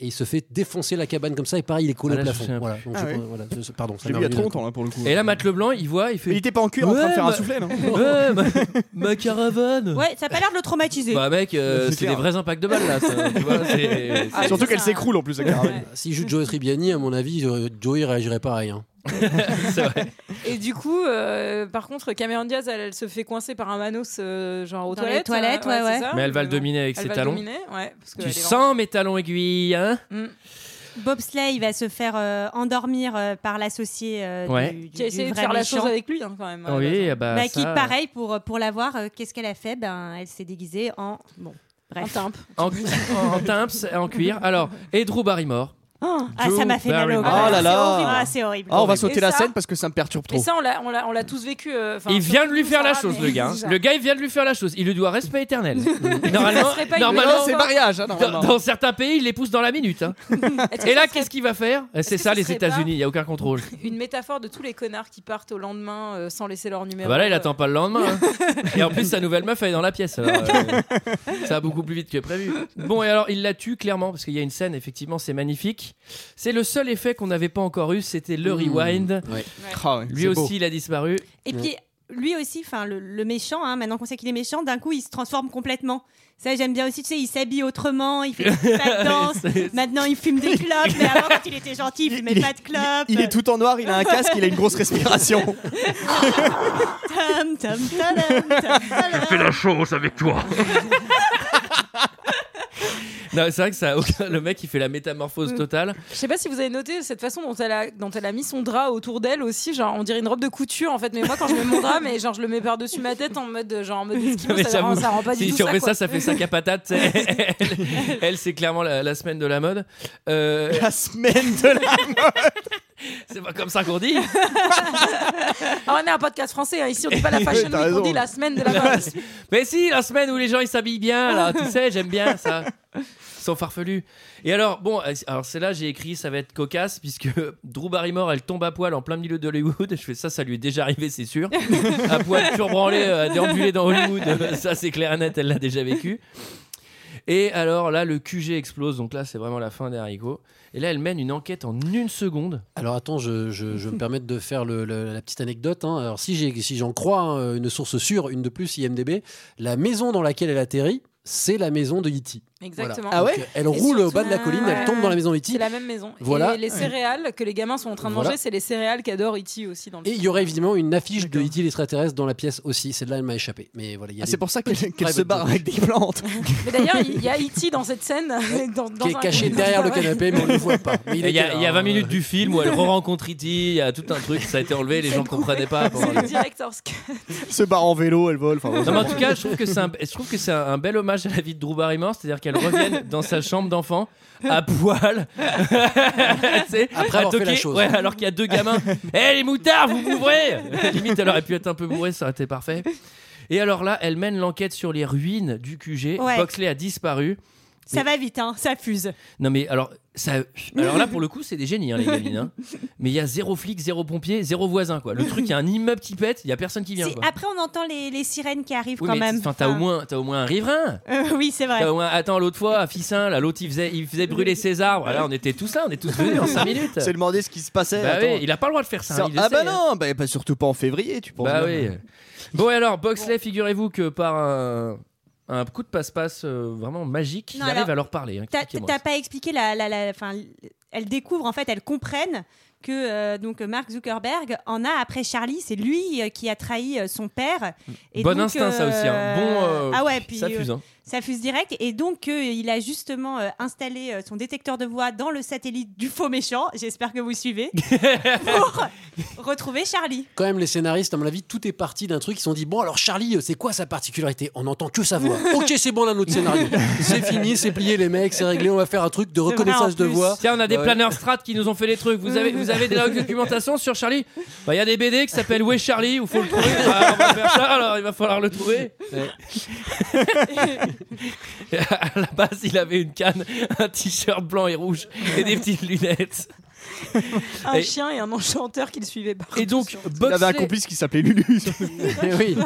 Speaker 9: et il se fait défoncer la cabane comme ça et pareil, il est collé
Speaker 1: Ah, là,
Speaker 9: au
Speaker 1: je
Speaker 9: plafond.
Speaker 1: sais
Speaker 9: Voilà,
Speaker 1: plus.
Speaker 9: donc
Speaker 1: Ah
Speaker 9: je-
Speaker 1: ouais.
Speaker 9: voilà, je- pardon, ça
Speaker 3: J'ai vu
Speaker 9: m'est
Speaker 3: il y a
Speaker 9: revenu
Speaker 3: trop
Speaker 9: d'un coup.
Speaker 3: longtemps là bah- pour le coup.
Speaker 1: Et là, Matt Leblanc, il voit, il fait.
Speaker 3: Il était pas en cuir en train de faire un
Speaker 1: ma-
Speaker 3: soufflet, non
Speaker 1: Ouais, ma... ma caravane.
Speaker 10: Ouais, ça a pas l'air de le traumatiser.
Speaker 1: Bah mec, euh,
Speaker 3: C'est
Speaker 1: c'est
Speaker 3: clair.
Speaker 1: des vrais impacts de balles là. ça, tu vois, c'est-
Speaker 9: Ah,
Speaker 1: c'est-
Speaker 3: Surtout qu'elle s'écroule en plus, la caravane.
Speaker 9: S'il joue Joey Tribbiani, à mon avis, euh, Joey réagirait pareil. hein.
Speaker 2: Et du coup, euh, par contre, Cameron Diaz, elle, elle se fait coincer par un manos, euh, genre aux
Speaker 10: Dans les
Speaker 2: toilettes.
Speaker 10: toilettes, ouais, ouais.
Speaker 2: c'est ça.
Speaker 1: Mais elle va le dominer avec
Speaker 2: Elle
Speaker 1: ses
Speaker 2: va le
Speaker 1: talons.
Speaker 2: dominer, ouais, parce que elle
Speaker 1: Tu
Speaker 2: est
Speaker 1: sens mes talons aiguilles, hein
Speaker 10: Bobsleigh va se faire euh, endormir euh, par l'associé euh,
Speaker 1: Ouais.
Speaker 10: du, du-
Speaker 2: Qui a essayé
Speaker 10: du
Speaker 2: de
Speaker 10: vrai
Speaker 2: faire la
Speaker 10: méchant.
Speaker 2: chose avec lui, hein, quand même.
Speaker 1: Ah Oui, ah bah,
Speaker 10: Bah, qui,
Speaker 3: euh.
Speaker 1: ça-
Speaker 10: pareil, pour, pour la voir, euh, qu'est-ce qu'elle a fait ben, Elle s'est déguisée en. Bon,
Speaker 2: En
Speaker 10: bref.
Speaker 2: timpe.
Speaker 1: En, en timps, en cuir. Alors, et Drew Barrymore.
Speaker 10: Ah, ah,
Speaker 1: Drew
Speaker 10: ça m'a fait mal au
Speaker 1: Barrymore.
Speaker 10: cœur.
Speaker 3: Oh là là.
Speaker 10: C'est horrible. Ah, C'est horrible.
Speaker 3: Ah, on va
Speaker 2: horrible.
Speaker 3: sauter
Speaker 2: Et
Speaker 3: la
Speaker 2: ça-
Speaker 3: scène parce que ça me perturbe
Speaker 2: Et
Speaker 3: trop.
Speaker 2: ça, on l'a- on l'a on l'a tous vécu. euh, enfin,
Speaker 1: Oh. Il vient de lui faire la
Speaker 2: Sarah,
Speaker 1: chose,
Speaker 2: mais
Speaker 1: le gars. hein.
Speaker 2: c'est ça.
Speaker 1: Le gars, il vient de lui faire la chose. Il lui doit respect éternel. normalement,
Speaker 2: Ça serait pas une
Speaker 1: normalement
Speaker 2: violence.
Speaker 3: C'est le mariage, hein,
Speaker 1: dans,
Speaker 3: normalement.
Speaker 1: dans certains pays, il les pousse dans la minute. hein.
Speaker 2: Est-ce que
Speaker 1: Et là,
Speaker 2: ça serait
Speaker 1: qu'est-ce qu'il va faire Eh, C'est
Speaker 2: que
Speaker 1: ça,
Speaker 2: ce
Speaker 1: les
Speaker 2: serait
Speaker 1: États-Unis, il n'y a aucun contrôle.
Speaker 2: Une métaphore de tous les connards qui partent au lendemain euh, sans laisser leur
Speaker 1: Ah
Speaker 2: numéro.
Speaker 1: bah là, il
Speaker 2: euh,
Speaker 1: attend pas le lendemain. hein. Et en plus, sa nouvelle meuf, elle est dans la pièce. alors, euh, ça va beaucoup plus vite que prévu. Bon, et alors, il la tue clairement, parce qu'il y a une scène, effectivement, c'est magnifique. C'est le seul effet qu'on n'avait pas encore eu, c'était le
Speaker 9: Mmh.
Speaker 1: rewind.
Speaker 9: Ouais.
Speaker 3: Ah ouais,
Speaker 1: Lui
Speaker 3: c'est
Speaker 1: aussi,
Speaker 3: beau.
Speaker 1: il a disparu.
Speaker 10: Et puis, lui aussi, enfin, le, le méchant, hein, maintenant qu'on sait qu'il est méchant, d'un coup, il se transforme complètement. Ça, j'aime bien aussi, tu sais, il s'habille autrement, il fait des pas de danse. Maintenant, il fume des clopes, mais avant, quand il était gentil, il fumait
Speaker 3: il est-
Speaker 10: pas de clopes.
Speaker 3: Il est tout en noir, il a un casque, il a une grosse respiration.
Speaker 10: Tam, tam, tadam, tam, tadam.
Speaker 1: Fais la chose avec toi. Non, c'est vrai que ça a aucun- le mec il fait la
Speaker 2: Mm.
Speaker 1: métamorphose totale.
Speaker 2: Je sais pas si vous avez noté cette façon dont elle a, dont elle a mis son drap autour d'elle aussi, genre on dirait une robe de couture en fait. Mais moi quand je mets mon drap, mais genre je le mets par dessus ma tête en mode genre en mode esquimau,
Speaker 1: Mais
Speaker 2: ça,
Speaker 1: j'avoue,
Speaker 2: rend, ça rend pas
Speaker 1: si,
Speaker 2: du tout
Speaker 1: si on
Speaker 2: ça,
Speaker 1: fait
Speaker 2: quoi.
Speaker 1: ça, ça fait sac à patates. tu sais. elle, elle, c'est clairement la, la semaine de la mode. La semaine de la mode C'est pas comme ça qu'on dit.
Speaker 2: Ah, on est un podcast français, hein, ici on dit pas la fashion
Speaker 1: t'as
Speaker 2: week, on
Speaker 1: raison.
Speaker 2: dit la semaine de la mode.
Speaker 1: Mais si, la semaine où les gens ils s'habillent bien, là, tu sais, j'aime bien ça. Ils sont farfelus. Et alors, bon, euh, alors c'est là j'ai écrit, ça va être cocasse, puisque Drew Barrymore, elle tombe à poil en plein milieu d'Hollywood. Je fais ça, ça lui est déjà arrivé, c'est sûr. à poil turbranlé, euh, à déambuler dans Hollywood, euh, ça c'est clair et net, elle l'a déjà vécu. Et alors là, le QG explose, donc là c'est vraiment la fin des haricots. Et là, elle mène une enquête en une seconde.
Speaker 9: Alors attends, je, je, je vais me permettre de faire le- le- la petite anecdote. hein. Alors si j'ai- si j'en crois hein, une source sûre, une de plus, IMDB, la maison dans laquelle elle atterrit, c'est la maison de E E.T.
Speaker 2: Exactement.
Speaker 9: Voilà. Donc,
Speaker 2: Ah ouais
Speaker 9: Elle roule au bas de la colline, elle tombe dans la maison de E
Speaker 2: C'est
Speaker 9: E.T.
Speaker 2: la même maison.
Speaker 9: Voilà.
Speaker 2: Et les céréales que les gamins sont en train de manger,
Speaker 9: Voilà.
Speaker 2: c'est les céréales qu'adore E.T. aussi dans le
Speaker 9: Et il y aurait évidemment une affiche de E E.T. l'extraterrestre dans la pièce aussi. Celle-là, elle m'a échappé. Mais voilà, il y a
Speaker 3: Ah, c'est
Speaker 9: des
Speaker 3: pour ça qu'elle-
Speaker 9: petites
Speaker 3: qu'elle se
Speaker 9: private
Speaker 3: barre
Speaker 9: jokes.
Speaker 3: avec des plantes.
Speaker 2: Mais d'ailleurs, il y a E.T. dans cette scène. dans- dans
Speaker 9: qui est
Speaker 2: un-
Speaker 9: caché
Speaker 2: dans
Speaker 9: derrière
Speaker 2: un-
Speaker 9: le canapé, mais on ne le voit pas. Mais il
Speaker 1: Et Il y,
Speaker 9: était
Speaker 1: a-
Speaker 9: là,
Speaker 1: il y a 20
Speaker 9: hein.
Speaker 1: minutes du film où elle re-rencontre E.T., il y a tout un truc, ça a été enlevé, les gens ne comprenaient pas. pendant
Speaker 2: C'est
Speaker 1: le-
Speaker 2: le director's cut.
Speaker 3: Se barre en vélo, elle vole. enfin,
Speaker 1: Non, mais en tout cas, je trouve que c'est un, je trouve que c'est un, un bel hommage à la vie de Drew Barrymore, c'est-à-dire qu'elle revienne dans sa chambre d'enfant à poil. Après
Speaker 9: Après avoir fait la chose.
Speaker 1: Ouais, alors qu'il y a deux gamins. Hé les moutards, vous m'ouvrez Limite, elle aurait pu être un peu bourrée, ça aurait été parfait. Et alors là, elle mène l'enquête sur les ruines du QG.
Speaker 10: Ouais.
Speaker 1: Boxley a disparu.
Speaker 10: Ça va vite, hein, ça fuse.
Speaker 1: Non mais alors ça alors là pour le coup c'est des génies hein, les gamines hein. mais il y a zéro flic zéro pompier zéro voisin quoi le truc il y a un immeuble qui pète il y a personne qui vient
Speaker 10: Si,
Speaker 1: quoi.
Speaker 10: après, on entend les, les sirènes qui arrivent
Speaker 1: bah. Oui,
Speaker 10: quand
Speaker 1: mais
Speaker 10: même.
Speaker 1: enfin, t'as au moins t'as au moins un riverain
Speaker 10: Euh, oui, c'est vrai.
Speaker 1: T'as au moins- attends l'autre fois à Fissin là l'autre il faisait il faisait brûler ses arbres là on était tous là on est tous venus en 5 minutes
Speaker 3: C'est demander ce qui se passait.
Speaker 1: Bah
Speaker 3: attends.
Speaker 1: oui, il a pas le droit de faire ça,
Speaker 3: C'est-
Speaker 1: il le
Speaker 3: ah bah
Speaker 1: sait,
Speaker 3: non, bah, bah, surtout pas en février, tu penses.
Speaker 1: hein. Bah
Speaker 3: bien.
Speaker 1: oui. Bon, et alors, Boxley, figurez-vous que par un, un coup de passe-passe euh, vraiment magique,
Speaker 10: Non,
Speaker 1: il arrive
Speaker 10: alors,
Speaker 1: à leur parler. hein.
Speaker 10: T'as
Speaker 1: Expliquez-moi
Speaker 10: t'as
Speaker 1: ça.
Speaker 10: pas expliqué la, la, la- enfin, elles découvrent en fait, elles comprennent que euh, donc Mark Zuckerberg en a après Charlie, c'est lui euh, qui a trahi euh, son père.
Speaker 1: Bon instinct, ça aussi, hein. Bon, euh,
Speaker 10: ah ouais,
Speaker 1: ça
Speaker 10: puis
Speaker 1: fuse,
Speaker 10: euh,
Speaker 1: hein.
Speaker 10: ça fuse direct et donc euh, il a justement euh, installé euh, son détecteur de voix dans le satellite du faux méchant. J'espère que vous suivez pour retrouver Charlie.
Speaker 9: Quand même, les scénaristes, à mon avis, tout est parti d'un truc. Ils se sont dit Bon, alors Charlie, c'est quoi sa particularité On n'entend que sa voix. Ok, c'est bon, on a notre scénario. C'est fini, c'est plié, les mecs, c'est réglé. On va faire un truc de
Speaker 1: C'est vrai, en
Speaker 9: reconnaissance de
Speaker 1: plus.
Speaker 9: voix.
Speaker 1: Tiens, on a des
Speaker 9: Ouais.
Speaker 1: planeurs strat qui nous ont fait des trucs. Vous avez, vous avez de la documentation sur Charlie Bah, Il y a des BD qui s'appellent Où est Charlie Où faut le trouver Bah, On va faire ça, alors il va falloir le trouver. à la base, il avait une canne, un t-shirt blanc et rouge et des petites lunettes.
Speaker 2: Un
Speaker 1: Et-
Speaker 2: chien et un enchanteur qui le suivaient pas.
Speaker 1: Et donc,
Speaker 3: Il avait un
Speaker 1: Boxley-
Speaker 3: complice qui s'appelait Lulu.
Speaker 1: oui,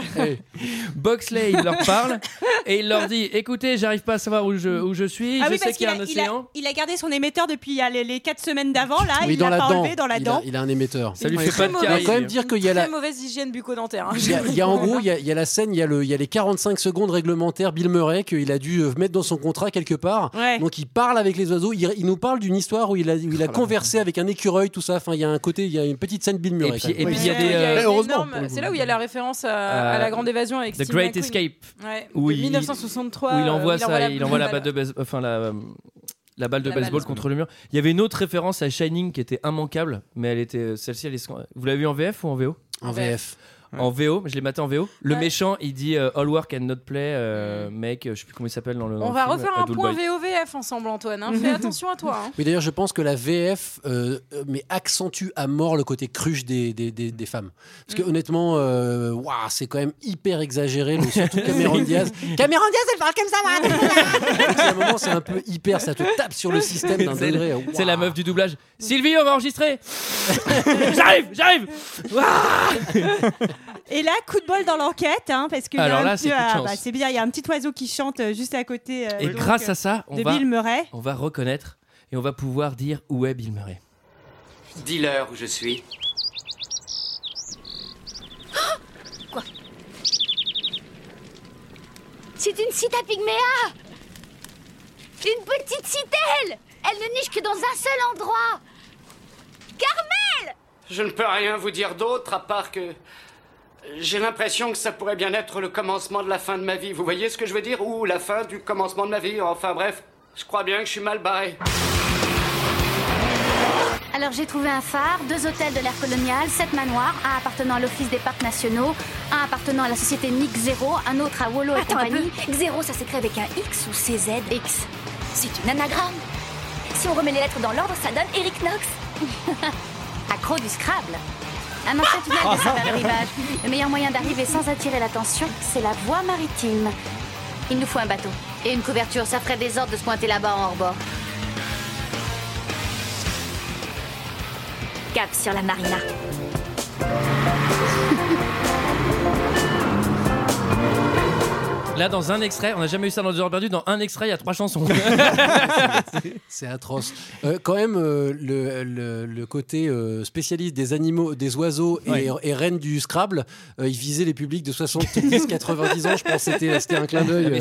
Speaker 1: Boxley, il leur parle et il leur dit écoutez, j'arrive pas à savoir où je, où je
Speaker 10: Ah
Speaker 1: suis, je sais qu'il y a un
Speaker 10: il a-
Speaker 1: océan.
Speaker 10: il a gardé son émetteur depuis euh, les, les quatre semaines d'avant.
Speaker 1: Ah,
Speaker 10: Là,
Speaker 9: Oui,
Speaker 10: il
Speaker 9: dans
Speaker 10: l'a
Speaker 9: la
Speaker 10: pas
Speaker 9: dent.
Speaker 10: enlevé dans la
Speaker 9: il,
Speaker 10: dent.
Speaker 9: a, il a un émetteur.
Speaker 1: Ça lui
Speaker 9: Ouais,
Speaker 1: fait
Speaker 9: je-
Speaker 1: pas de
Speaker 9: Il
Speaker 1: carie.
Speaker 9: faut quand même dire qu'il y a la.
Speaker 2: Très mauvaise hygiène bucco-dentaire. hein.
Speaker 9: Il y, a, il y a en gros, il y a, il y a la scène, il y a, le, il y a les 45 secondes réglementaires Bill Murray qu'il a dû euh, mettre dans son contrat quelque part.
Speaker 10: Ouais.
Speaker 9: Donc il parle avec les oiseaux, il, il nous parle d'une histoire où il a, où
Speaker 1: Oh
Speaker 9: il a conversé avec un écureuil, tout ça. Enfin, il y a un côté, il y a une petite scène Bill Murray.
Speaker 1: puis-
Speaker 9: quand même.
Speaker 1: et puis, il y a
Speaker 2: Il y a une
Speaker 1: des,
Speaker 2: énorme- C'est là où il y a la référence à,
Speaker 1: Euh,
Speaker 2: à la grande évasion avec
Speaker 1: The
Speaker 2: Steve
Speaker 1: Great
Speaker 2: McQueen.
Speaker 1: Escape.
Speaker 2: Ouais,
Speaker 1: Où
Speaker 2: de
Speaker 1: il-
Speaker 2: 1963.
Speaker 1: où il envoie,
Speaker 2: euh,
Speaker 1: ça,
Speaker 2: la-
Speaker 1: il envoie la balle de base, enfin la, euh, la balle de
Speaker 2: La balle.
Speaker 1: baseball contre le mur. Il y avait une autre référence à Shining qui était immanquable, mais elle était euh, celle-ci. Elle est... Vous l'avez vu en VF ou en VO
Speaker 9: En VF.
Speaker 1: En VO, je l'ai maté en VO. Le
Speaker 2: Ouais.
Speaker 1: méchant, il dit euh, All work and not play, euh, mec, euh, je sais plus comment il s'appelle dans le. dans
Speaker 2: On
Speaker 1: le
Speaker 2: va
Speaker 1: film,
Speaker 2: refaire un
Speaker 1: Adult
Speaker 2: point
Speaker 1: Boy.
Speaker 2: VOVF ensemble, Antoine. hein. Fais attention à toi. hein.
Speaker 9: Mais d'ailleurs, je pense que la VF euh, euh, mais accentue à mort le côté cruche des, des, des- des femmes. Parce que honnêtement, euh, ouah, c'est quand même hyper exagéré, mais surtout Cameron Diaz. Cameron Diaz, elle parle comme ça, voilà. À un moment, c'est un peu hyper, ça te tape sur le système d'un
Speaker 1: C'est
Speaker 9: degré.
Speaker 1: la-
Speaker 9: Ouah.
Speaker 1: c'est la meuf du doublage. Sylvie, on va enregistrer. j'arrive, j'arrive. Ouah
Speaker 10: Et là, coup de bol dans l'enquête, hein, parce que
Speaker 1: Alors
Speaker 10: il y a un
Speaker 1: là,
Speaker 10: petit-
Speaker 1: c'est coup de
Speaker 10: ah,
Speaker 1: chance.
Speaker 10: bah, c'est bien, il y a un petit oiseau qui chante euh, juste à côté. euh,
Speaker 1: Et
Speaker 10: donc,
Speaker 1: grâce
Speaker 10: euh,
Speaker 1: à ça, on
Speaker 10: de
Speaker 1: va,
Speaker 10: Bill Murray.
Speaker 1: on va reconnaître et on va pouvoir dire où est Bill Murray.
Speaker 11: Dis-leur où je suis.
Speaker 6: C'est une cité à Pygméa Une petite citelle Elle ne niche que dans un seul endroit Carmel
Speaker 11: Je ne peux rien vous dire d'autre à part que j'ai l'impression que ça pourrait bien être le commencement de la fin de ma vie. Vous voyez ce que je veux dire Ou la fin du commencement de ma vie. Enfin bref, Je crois bien que je suis mal barré.
Speaker 8: Alors j'ai trouvé un phare, deux hôtels de l'ère coloniale, sept manoirs, un appartenant à l'Office des parcs nationaux, un appartenant à la société Nick Zero, un autre à Wolo et
Speaker 6: Attends un
Speaker 8: compagnie.
Speaker 6: peu. Xéro, ça s'écrit avec un X ou CZ X. C'est une anagramme. Si on remet les lettres dans l'ordre, ça donne Eric Knox. Ah.
Speaker 8: Accro du Scrabble. Un ancien tunnel descend vers le rivage. Le meilleur moyen d'arriver sans attirer l'attention, c'est la voie maritime. Il nous faut un bateau et une couverture. Ça ferait des ordres de se pointer là-bas en hors-bord.
Speaker 6: Cap sur la marina.
Speaker 1: Là, dans un extrait, on n'a jamais eu ça dans deux heures perdues. Dans un extrait, il y a trois chansons.
Speaker 9: C'est atroce. Euh, quand même, euh, le, le- le côté euh, spécialiste des animaux, des oiseaux et,
Speaker 1: Ouais.
Speaker 9: et reine du Scrabble, euh, il visait les publics de 70, 90 ans. Je pense que c'était c'était un clin
Speaker 1: Ah,
Speaker 9: d'œil. euh.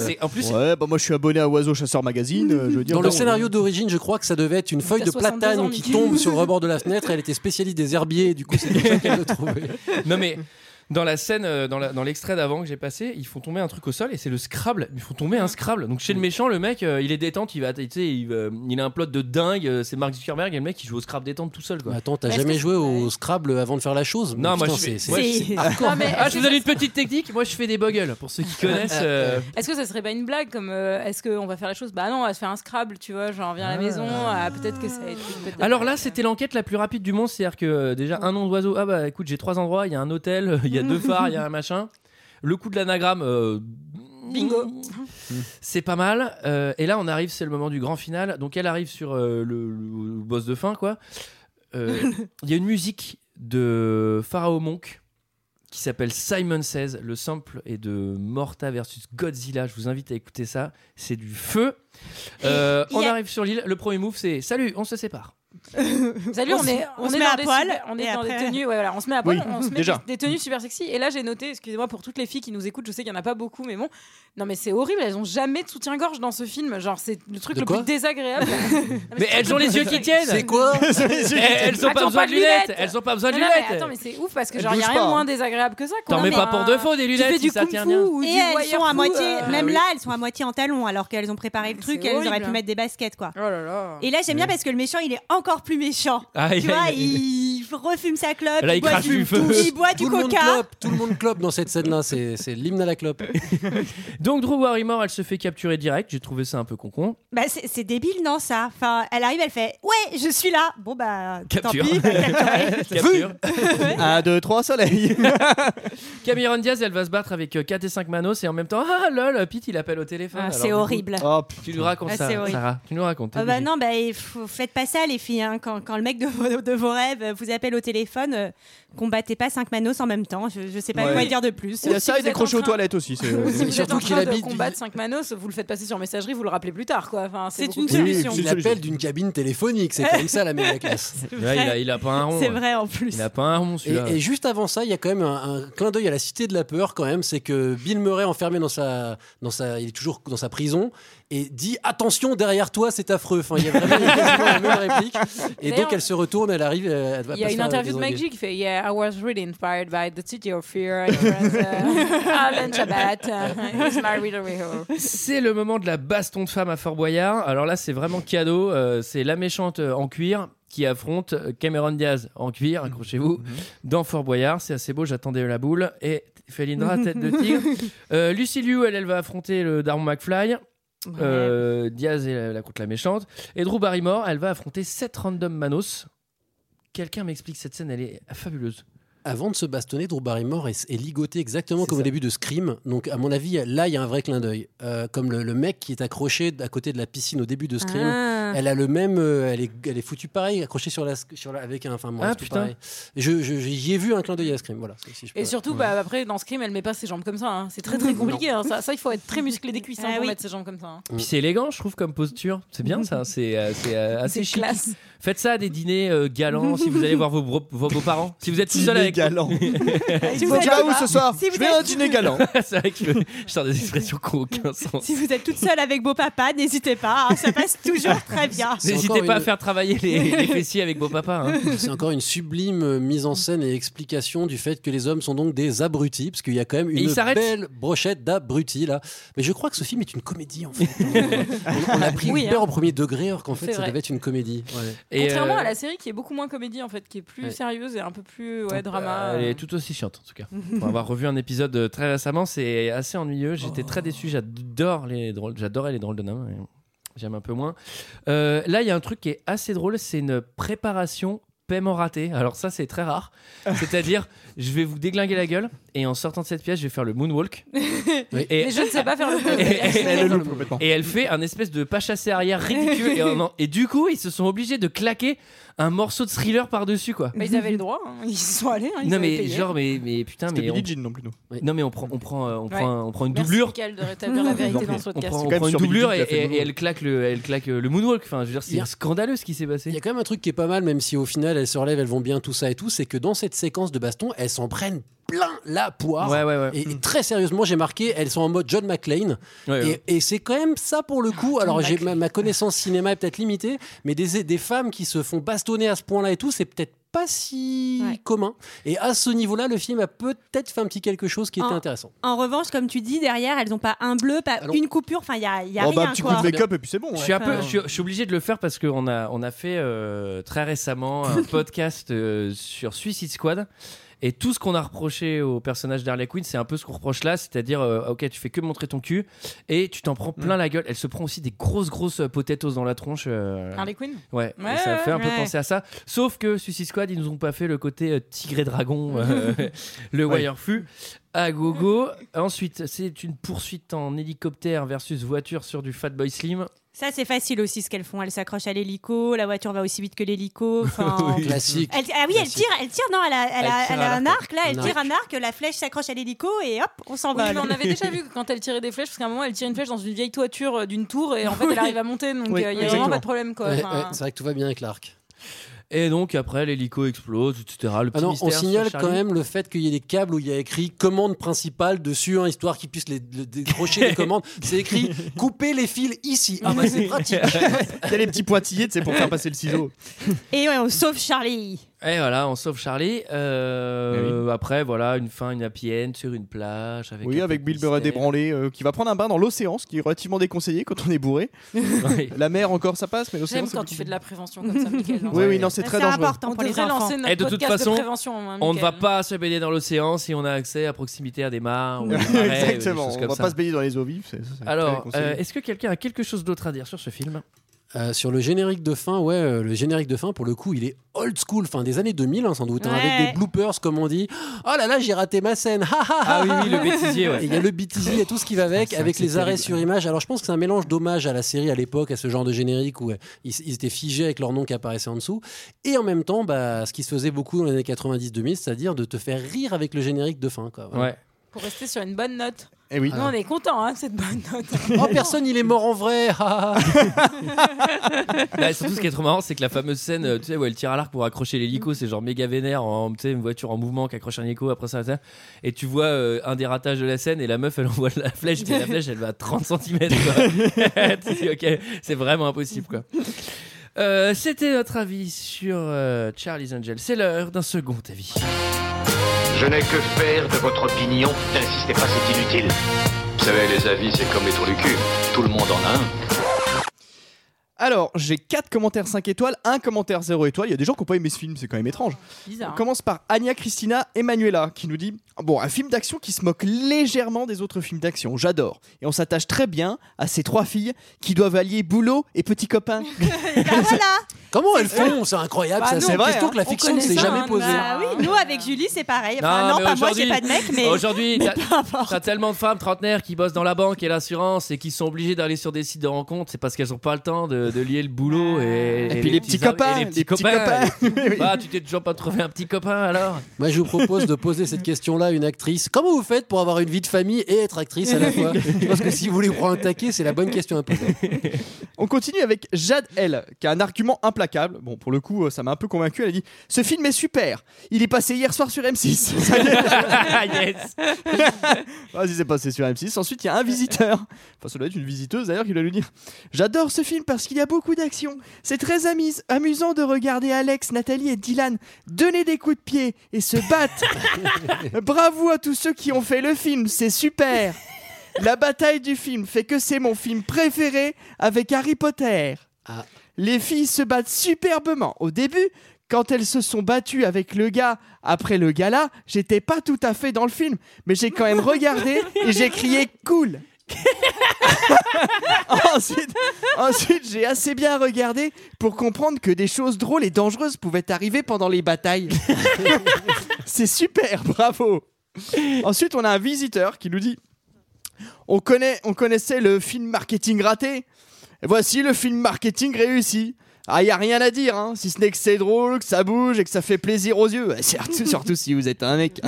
Speaker 3: Ouais, bah moi je suis abonné à Oiseau Chasseur Magazine. euh, je veux dire,
Speaker 9: Dans le
Speaker 3: bon,
Speaker 9: scénario d'origine, je crois que ça devait être une feuille
Speaker 3: T'as
Speaker 9: de
Speaker 3: 72
Speaker 9: platane
Speaker 3: ans,
Speaker 9: qui
Speaker 3: Mickey.
Speaker 9: tombe sur le rebord de la fenêtre. Elle était spécialiste des herbiers, du coup, c'est comme ça qu'elle le trouvait.
Speaker 1: non, mais dans la scène, euh, dans la- dans l'extrait d'avant que j'ai passé, ils font tomber un truc au sol et c'est le Scrabble. Ils font tomber un Scrabble. Donc chez le méchant, le mec, euh, il est détente, il va, tu sais, il, va- il a un plot de dingue. euh, C'est Mark Zuckerberg et le mec, il joue au Scrabble détente tout seul. Quoi.
Speaker 9: Bah, Attends, t'as jamais joué au Scrabble avant de faire la chose
Speaker 1: Non, moi,
Speaker 9: Putain,
Speaker 1: je fais-
Speaker 9: c'est-
Speaker 1: moi,
Speaker 9: c'est-
Speaker 1: je-
Speaker 9: c'est
Speaker 1: Ah,
Speaker 9: hardcore.
Speaker 1: mais- Ah, je vous donne une petite technique. Moi, je fais des buggles pour ceux qui connaissent. euh,
Speaker 2: Est-ce que ça serait pas une blague comme euh, est-ce qu'on va faire la chose Bah non, on va se faire un Scrabble, tu vois, genre viens à la maison, ah, peut-être que ça va être. peut-être-
Speaker 1: Alors là, c'était l'enquête la plus rapide du monde, c'est-à-dire que euh, déjà un nom d'oiseau. Ah bah écoute, j'ai trois endroits, il y a un hôtel, euh, il y a deux phares, il y a un machin. Le coup de l'anagramme, euh,
Speaker 2: Bingo
Speaker 1: c'est pas mal. Euh, et là, on arrive, c'est le moment du grand final. Donc elle arrive sur euh, le, le boss de fin, quoi. Euh, Il y a une musique de Pharaoh Monk qui s'appelle Simon Says. Le sample est de Morta versus Godzilla. Je vous invite à écouter ça. C'est du feu. Euh,
Speaker 10: Il
Speaker 1: on
Speaker 10: y a-
Speaker 1: arrive sur l'île. Le premier move, c'est Salut, on se sépare.
Speaker 2: Salut,
Speaker 10: On
Speaker 2: on,
Speaker 10: se-
Speaker 2: est,
Speaker 10: on se
Speaker 2: est
Speaker 10: met
Speaker 2: dans
Speaker 10: à
Speaker 2: des
Speaker 10: poil,
Speaker 2: super- on
Speaker 10: et
Speaker 2: est dans des
Speaker 10: après-
Speaker 2: tenues, ouais, voilà, on se met à poil,
Speaker 1: Oui,
Speaker 2: on se met
Speaker 1: déjà.
Speaker 2: des, des tenues super sexy. Et là, j'ai noté, excusez-moi pour toutes les filles qui nous écoutent, je sais qu'il y en a pas beaucoup, mais bon, non, mais c'est horrible, elles ont jamais de soutien-gorge dans ce film. Genre, c'est le truc
Speaker 1: De
Speaker 2: le
Speaker 1: quoi
Speaker 2: plus désagréable.
Speaker 1: Mais elles ont les yeux qui tiennent
Speaker 9: C'est quoi
Speaker 1: Eh, Elles ont pas
Speaker 2: Attends,
Speaker 1: besoin de lunettes Elles ont pas besoin de
Speaker 2: Non, non, mais
Speaker 1: lunettes
Speaker 2: Attends, mais c'est ouf parce que
Speaker 1: Elles
Speaker 2: genre, il y a
Speaker 1: bougent
Speaker 2: rien
Speaker 1: pas,
Speaker 2: de
Speaker 1: hein.
Speaker 2: moins désagréable que ça, quoi.
Speaker 1: T'en mets pas
Speaker 2: mais
Speaker 1: pour
Speaker 2: un-
Speaker 1: deux faux des
Speaker 2: tu
Speaker 1: lunettes
Speaker 2: fais
Speaker 1: si
Speaker 2: du
Speaker 1: ça
Speaker 2: kung
Speaker 1: tient
Speaker 2: fu
Speaker 1: bien.
Speaker 2: ou
Speaker 10: Et
Speaker 2: du
Speaker 10: elles
Speaker 2: wire
Speaker 10: sont à
Speaker 2: fu,
Speaker 10: moitié,
Speaker 2: euh,
Speaker 10: même là, elles sont à moitié en talons, alors qu'elles ont préparé le truc,
Speaker 2: Ah, C'est
Speaker 10: elles auraient
Speaker 2: horrible.
Speaker 10: pu mettre des baskets, quoi.
Speaker 2: Oh là là.
Speaker 10: Et là,
Speaker 1: Mm.
Speaker 10: j'aime bien parce que le méchant, il est encore plus méchant.
Speaker 9: Ah,
Speaker 10: tu
Speaker 9: il-
Speaker 10: vois,
Speaker 9: il-
Speaker 10: il... refume sa clope,
Speaker 9: Là, il
Speaker 10: il, boit
Speaker 9: crache
Speaker 10: du,
Speaker 9: du feu.
Speaker 10: il boit du
Speaker 9: Tout le monde
Speaker 10: coca.
Speaker 9: clope, tout le monde clope dans cette scène-là. C'est c'est l'hymne à la clope.
Speaker 1: Donc Drew Barrymore, elle se fait capturer direct. J'ai trouvé ça un peu con-con.
Speaker 10: Bah, c'est c'est débile, non, ça Enfin, elle arrive, elle fait Ouais, je suis là. Bon, bah,
Speaker 1: Capture.
Speaker 10: tant pis, bah, capturé.
Speaker 1: Capture.
Speaker 3: 1, 2, 3, soleil
Speaker 1: Cameron Diaz, elle va se battre avec 4 et 5 manos et en même temps, ah lol, Pete il appelle au téléphone.
Speaker 10: Ah,
Speaker 1: Alors,
Speaker 10: c'est
Speaker 1: du coup,
Speaker 10: horrible.
Speaker 3: oh,
Speaker 1: tu nous racontes
Speaker 10: Ah,
Speaker 1: ça,
Speaker 10: c'est horrible.
Speaker 1: Sarah. Tu nous racontes. t'es
Speaker 10: Ah bah
Speaker 1: obligée.
Speaker 10: non, bah, il faut- faites pas ça, les filles. hein. Quand, quand le mec de vos, de vos rêves euh, vous appelle au téléphone, euh, combattez pas cinq manos en même temps. Je, je sais pas
Speaker 3: Ouais.
Speaker 10: quoi dire de plus.
Speaker 3: Il y a ça et
Speaker 10: des
Speaker 3: décroché aux toilettes aussi.
Speaker 1: Euh,
Speaker 3: c'est-
Speaker 2: si vous êtes en train de
Speaker 9: habite-
Speaker 2: combattre 5 manos, vous le faites passer sur messagerie, vous le rappelez plus tard, quoi. Enfin, c'est beaucoup
Speaker 9: une
Speaker 2: plus-
Speaker 9: solution. Il appelle d'une cabine téléphonique. C'est comme ça la meilleure classe.
Speaker 1: Ouais, il, a, il a pas un rond.
Speaker 10: C'est
Speaker 1: hein.
Speaker 10: vrai, en plus.
Speaker 1: Il a pas un rond
Speaker 9: Et,
Speaker 1: celui-là.
Speaker 9: et juste avant ça, il y a quand même un, un clin d'œil à la cité de la peur quand même, c'est que Bill Murray enfermé dans sa, dans sa, il est toujours dans sa prison et dit attention derrière toi c'est affreux. Enfin, il y a vraiment quasiment la même réplique. Et
Speaker 2: D'ailleurs,
Speaker 9: donc elle se retourne, elle arrive. Elle va
Speaker 2: Il y a
Speaker 9: pas se
Speaker 2: une
Speaker 9: faire
Speaker 2: interview de Mike
Speaker 9: désengager.
Speaker 2: G qui fait Yeah, I was really inspired by the city of fear. It was, uh, Alan Chabat. uh, is my real hero.
Speaker 1: C'est le moment de la baston de femme à Fort Boyard. Alors là, c'est vraiment cadeau. Euh, c'est la méchante euh, en cuir qui affronte euh, Cameron Diaz en cuir, accrochez-vous, dans Fort Boyard. C'est assez beau, j'attendais la boule. Et Felindra, tête de tigre. Euh, Lucy Liu, elle, elle va affronter le Daron McFly. Euh, Diaz est la, la contre la méchante. Et Drew Barrymore, elle va affronter sept random manos. Quelqu'un m'explique cette scène, elle est fabuleuse.
Speaker 9: Avant de se bastonner, Drew Barrymore est, est ligoté exactement comme au début de Scream. Donc, à mon avis, là, il y a un vrai clin d'œil. Euh, comme le, le mec qui est accroché à côté de la piscine au début de Scream,
Speaker 1: Ah.
Speaker 9: elle a le même. euh, elle, est, elle est foutue pareil, accrochée sur la, sur la- avec un. Enfin, bon,
Speaker 1: Ah,
Speaker 9: c'est tout
Speaker 1: putain.
Speaker 9: pareil. Je, je- j'y ai vu un clin d'œil à Scream. Voilà. c'est- si je peux-
Speaker 2: Et surtout,
Speaker 9: Ouais.
Speaker 2: bah, après, dans Scream, elle met pas ses jambes comme ça. hein. C'est très très compliqué. hein. Ça, ça, il faut être très musclé des cuisses hein,
Speaker 10: Ah
Speaker 2: pour
Speaker 10: oui.
Speaker 2: mettre ses jambes comme ça. hein.
Speaker 1: Puis c'est élégant, je trouve, comme posture. C'est bien ça, c'est euh, c'est, euh, assez
Speaker 2: C'est
Speaker 1: chic.
Speaker 2: classe.
Speaker 1: Faites ça à des dîners euh, galants si vous allez voir vos, bro- vos beaux-parents. Si vous êtes tout seul
Speaker 3: Dîner
Speaker 1: avec.
Speaker 3: galant.
Speaker 1: si
Speaker 3: vous êtes- où ce soir
Speaker 10: Si vous
Speaker 3: Je vais à un
Speaker 10: êtes-
Speaker 3: dîner galant.
Speaker 1: C'est vrai que je, je sors des expressions qui n'ont aucun sens.
Speaker 10: Si vous êtes toute seule avec beau papa, n'hésitez pas, hein, ça passe toujours très bien.
Speaker 1: N'hésitez pas à faire travailler les, les fessiers avec vos papas. hein.
Speaker 9: C'est encore une sublime euh, mise en scène et explication du fait que les hommes sont donc des abrutis, parce qu'il y a quand même
Speaker 1: Et
Speaker 9: une
Speaker 1: ils s'arrêtent
Speaker 9: belle brochette d'abrutis là. Mais je crois que ce film est une comédie en fait. on, on a pris
Speaker 2: Oui,
Speaker 9: hyper
Speaker 2: hein.
Speaker 9: au premier degré, alors qu'en fait
Speaker 2: C'est
Speaker 9: ça
Speaker 2: vrai.
Speaker 9: devait être une comédie. Ouais.
Speaker 2: Contrairement à la série qui est beaucoup moins comédie en fait, qui est plus
Speaker 1: euh, Ouais.
Speaker 2: sérieuse et un peu plus
Speaker 1: Euh,
Speaker 2: ouais, drama.
Speaker 1: Elle est tout aussi chiante en tout cas. Pour avoir revu un épisode euh, très récemment, c'est assez ennuyeux. J'étais
Speaker 2: Oh.
Speaker 1: très déçu. J'adore les drôles. J'adorais les drôles de nains. et J'aime un peu moins. Euh, là, il y a un truc qui est assez drôle. C'est une préparation paiement raté. Alors ça, c'est très rare. C'est-à-dire, je vais vous déglinguer la gueule et en sortant de cette pièce, je vais faire le moonwalk.
Speaker 9: Oui.
Speaker 1: Et-
Speaker 2: Mais je ne sais pas faire le
Speaker 1: et, et-
Speaker 2: Elle le loupe
Speaker 1: et elle fait un espèce de pas chassé arrière ridicule. et, en- et du coup, ils se sont obligés de claquer un morceau de thriller par-dessus quoi.
Speaker 2: Mais ils avaient le droit, hein. ils y sont allés. hein, ils
Speaker 1: non
Speaker 2: avaient
Speaker 1: mais
Speaker 2: payé.
Speaker 1: genre mais mais putain
Speaker 3: C'était
Speaker 1: mais
Speaker 3: Billie Jean non plus, non.
Speaker 1: Ouais. non mais on prend on prend euh, on prend un- on prend une
Speaker 2: Merci,
Speaker 1: doublure
Speaker 2: Mickaël, de rétablir la vérité dans ce
Speaker 1: on
Speaker 2: podcast.
Speaker 1: prend, on
Speaker 3: quand même
Speaker 1: prend une
Speaker 3: sur Billie
Speaker 1: doublure
Speaker 3: Jean
Speaker 1: et,
Speaker 3: qui a fait le
Speaker 1: et- et
Speaker 3: moonwalk.
Speaker 1: elle claque le elle claque euh, le moonwalk enfin je veux dire
Speaker 9: Il y a-
Speaker 1: c'est scandaleux ce qui s'est passé
Speaker 9: Il y a quand même un truc qui est pas mal, même si au final elles se relèvent, elles vont bien, tout ça et tout, c'est que dans cette séquence de baston, elles s'en prennent plein la poire.
Speaker 1: Ouais, ouais, ouais.
Speaker 9: Et, et très sérieusement, j'ai marqué, elles sont en mode John McClane.
Speaker 1: Ouais,
Speaker 9: et
Speaker 1: ouais.
Speaker 9: et c'est quand même ça pour le coup. Alors, j'ai ma, ma connaissance cinéma est peut-être limitée, mais des, des femmes qui se font bastonner à ce point-là et tout, c'est peut-être pas si commun. Et à ce niveau-là, le film a peut-être fait un petit quelque chose qui était
Speaker 10: En-
Speaker 9: intéressant.
Speaker 10: En revanche, comme tu dis, derrière, elles n'ont pas un bleu, pas
Speaker 9: Allons.
Speaker 10: une coupure, enfin, il n'y a, il y a
Speaker 3: Oh,
Speaker 10: rien.
Speaker 3: bah, un petit
Speaker 10: quoi.
Speaker 3: coup de make-up et puis c'est bon.
Speaker 1: je
Speaker 3: ouais.
Speaker 1: suis un peu je suis, je suis obligé de le faire parce qu'on a on a fait euh, très récemment un podcast euh, sur Suicide Squad et tout ce qu'on a reproché au personnage d'Harley Quinn, c'est un peu ce qu'on reproche là, c'est-à-dire, euh, ok, tu fais que montrer ton cul et tu t'en prends
Speaker 2: Mm.
Speaker 1: plein la gueule. Elle se prend aussi des grosses, grosses euh, potatoes dans la tronche. euh,
Speaker 2: Harley Quinn
Speaker 1: Ouais, et
Speaker 2: Ouais,
Speaker 1: ça
Speaker 2: ouais,
Speaker 1: fait un peu
Speaker 2: ouais.
Speaker 1: penser à ça. Sauf que Suicide Squad, ils nous ont pas fait le côté euh, tigre et dragon, euh, le
Speaker 3: Ouais.
Speaker 1: wirefoo à gogo. Ensuite, c'est une poursuite en hélicoptère versus voiture sur du Fatboy Slim.
Speaker 10: Ça, c'est facile aussi ce qu'elles font. Elles s'accrochent à l'hélico, la voiture va aussi vite que l'hélico. enfin,
Speaker 9: Classique.
Speaker 10: Elle, ah oui, elle tire, elle tire, non, elle a, elle a-
Speaker 9: Elle tire
Speaker 10: elle
Speaker 9: à
Speaker 10: a un
Speaker 9: l'arc.
Speaker 10: arc, là, elle
Speaker 9: Un
Speaker 10: tire un arc, la flèche s'accroche à l'hélico et hop, on
Speaker 2: Oui,
Speaker 10: s'envole.
Speaker 2: mais on avait déjà vu que quand elle tirait des flèches, parce qu'à un moment elle tire une flèche dans une vieille toiture euh, d'une tour et en fait elle arrive à monter, donc euh, il
Speaker 3: Oui,
Speaker 2: y a vraiment
Speaker 3: exactement.
Speaker 2: pas de problème quoi.
Speaker 9: Ouais,
Speaker 2: Enfin,
Speaker 9: ouais, c'est vrai que tout va bien avec l'arc.
Speaker 1: Et donc, après, l'hélico explose, etc. Le petit
Speaker 9: Ah non, on
Speaker 1: mystère sur
Speaker 9: signale quand
Speaker 1: Charlie.
Speaker 9: même le fait qu'il y ait des câbles où il y a écrit commande principale dessus, hein, histoire qu'ils puissent les, les- décrocher les commandes. C'est écrit couper les fils ici. Ah bah c'est pratique.
Speaker 3: Il y a les petits pointillés, tu sais, pour faire passer le ciseau.
Speaker 10: Et ouais, on sauve Charlie.
Speaker 1: Et voilà, on sauve Charlie. Euh, Après, voilà, une fin, une happy end sur une plage. Avec
Speaker 3: Eh
Speaker 1: un
Speaker 3: Oui,
Speaker 1: peu
Speaker 3: avec
Speaker 1: de
Speaker 3: Bill Burr
Speaker 1: mystère.
Speaker 3: débranlé, euh, qui va prendre un bain dans l'océan, ce qui est relativement déconseillé quand on est bourré.
Speaker 1: Ouais.
Speaker 3: La mer encore, ça passe, mais l'océan.
Speaker 2: J'aime
Speaker 3: c'est
Speaker 2: quand
Speaker 3: plus-
Speaker 2: tu fais de la prévention comme ça, Mickaël.
Speaker 3: Oui, oui, non, c'est très
Speaker 10: C'est
Speaker 3: dangereux.
Speaker 10: important
Speaker 2: On
Speaker 10: pour les
Speaker 2: devrait
Speaker 10: enfants.
Speaker 2: lancer notre
Speaker 1: Et de toute
Speaker 2: podcast
Speaker 1: façon,
Speaker 2: de prévention. hein,
Speaker 1: On ne va
Speaker 2: Mickaël.
Speaker 1: pas se baigner dans l'océan si on a accès à proximité à des mares ou Ah des marais, ou des
Speaker 3: Exactement,
Speaker 1: choses
Speaker 3: on
Speaker 1: comme
Speaker 3: va
Speaker 1: ça.
Speaker 3: pas se baigner dans les eaux vives. c'est- c'est très
Speaker 1: Alors,
Speaker 3: déconseillé.
Speaker 1: euh, est-ce que quelqu'un a quelque chose d'autre à dire sur ce film
Speaker 9: Euh, sur le générique de fin, ouais, euh, le générique de fin pour le coup, il est old school, fin des années 2000 hein, sans doute, hein,
Speaker 10: Ouais.
Speaker 9: avec des bloopers comme on dit. Oh là là, j'ai raté ma scène. Ah, ah, ah,
Speaker 1: oui, oui, le
Speaker 9: ah.
Speaker 1: bêtisier, ouais.
Speaker 9: Et Il y a le bêtisier et tout ce qui va avec,
Speaker 1: C'est vrai
Speaker 9: avec
Speaker 1: que c'est
Speaker 9: les arrêts
Speaker 1: terrible.
Speaker 9: sur image. Alors je pense que c'est un mélange d'hommage à la série à l'époque, à ce genre de générique où euh, ils, ils étaient figés avec leur nom qui apparaissait en dessous. Et en même temps, bah, ce qui se faisait beaucoup dans les années 90-2000, c'est-à-dire de te faire rire avec le générique de fin. Quoi,
Speaker 1: Ouais.
Speaker 2: Pour rester sur une bonne note.
Speaker 3: Eh oui.
Speaker 2: Nous on est content hein, de cette bonne note.
Speaker 9: Oh, personne, il est mort en vrai. Ah, ah, ah.
Speaker 1: Là, surtout, ce qui est trop marrant, c'est que la fameuse scène euh, tu sais, où elle tire à l'arc pour accrocher l'hélico, c'est genre méga vénère, en, tu sais, une voiture en mouvement qui accroche un hélico, après ça, ça. Et tu vois euh, un des ratages de la scène et la meuf, elle envoie la flèche, mais la flèche, elle va à 30 cm. tu te dis, ok, c'est vraiment impossible, quoi. Euh, C'était notre avis sur euh, Charlie's Angel. C'est l'heure d'un second avis.
Speaker 12: Je n'ai que faire de votre opinion. N'insistez pas, c'est inutile. Vous savez, les avis, c'est comme les trous du cul. Tout le monde en a un.
Speaker 3: Alors, j'ai 4 commentaires 5 étoiles, 1 commentaire 0 étoile. Il y a des gens qui n'ont pas aimé ce film, c'est quand même étrange.
Speaker 2: Bizarre.
Speaker 3: On
Speaker 2: hein.
Speaker 3: commence par Anya Christina Emanuela qui nous dit Bon, un film d'action qui se moque légèrement des autres films d'action, j'adore. Et on s'attache très bien à ces trois filles qui doivent allier boulot et petits copains.
Speaker 10: Bah voilà
Speaker 9: Comment elles font C'est incroyable.
Speaker 2: Bah,
Speaker 9: ça,
Speaker 2: nous,
Speaker 9: c'est
Speaker 3: on
Speaker 9: une
Speaker 3: connaît
Speaker 9: question
Speaker 3: ça,
Speaker 9: que la
Speaker 2: on
Speaker 9: fiction ne
Speaker 2: connaît
Speaker 9: s'est
Speaker 2: ça,
Speaker 9: jamais
Speaker 2: hein,
Speaker 9: posée.
Speaker 10: Bah oui, nous avec Julie, c'est pareil. Enfin, non,
Speaker 1: mais
Speaker 10: pas moi, j'ai
Speaker 1: aujourd'hui-
Speaker 10: pas de mec, mais.
Speaker 1: Aujourd'hui,
Speaker 10: mais
Speaker 1: t'as-
Speaker 10: peu importe.
Speaker 1: T'as tellement de femmes trentenaires qui bossent dans la banque et l'assurance et qui sont obligées d'aller sur des sites de rencontres, c'est parce qu'elles n'ont pas le temps de, de, de lier le boulot et,
Speaker 3: Et puis les petits
Speaker 1: ar-
Speaker 3: copains,
Speaker 1: et les
Speaker 3: les
Speaker 1: petits
Speaker 3: petits
Speaker 1: copains.
Speaker 3: copains. Bah.
Speaker 1: Ah, tu t'es toujours pas trouvé un petit copain alors
Speaker 9: Moi, je vous propose de poser cette question-là à une actrice. Comment vous faites pour avoir une vie de famille et être actrice à la fois Je pense que si vous voulez prendre un taquet, c'est la bonne question à poser.
Speaker 3: On continue avec Jade L, qui a un argument implacable. Bon, pour le coup, euh, ça m'a un peu convaincu. Elle a dit Ce film est super. Il est passé hier soir sur M6. Ça y
Speaker 1: Ah,
Speaker 3: est. Vas-y, Ah, c'est passé sur M6. Ensuite, il y a un visiteur. Enfin, ça doit être une visiteuse d'ailleurs qui doit lui dire J'adore ce film parce qu'il y a beaucoup d'action. C'est très amis- amusant de regarder Alex, Nathalie et Dylan donner des coups de pied et se battre. Bravo à tous ceux qui ont fait le film. C'est super. La bataille du film fait que c'est mon film préféré avec Harry Potter. Les filles se battent superbement. Au début, quand elles se sont battues avec le gars après le gala, j'étais pas tout à fait dans le film, mais j'ai quand même regardé et j'ai crié cool. ensuite, ensuite, j'ai assez bien regardé pour comprendre que des choses drôles et dangereuses pouvaient arriver pendant les batailles. C'est super, bravo. Ensuite, on a un visiteur qui nous dit on, connaît, on connaissait le film marketing raté. Et voici le film marketing réussi. Ah, y a rien à dire, hein, si ce n'est que c'est drôle, que ça bouge et que ça fait plaisir aux yeux. Eh, Surtout, surtout si vous êtes un mec.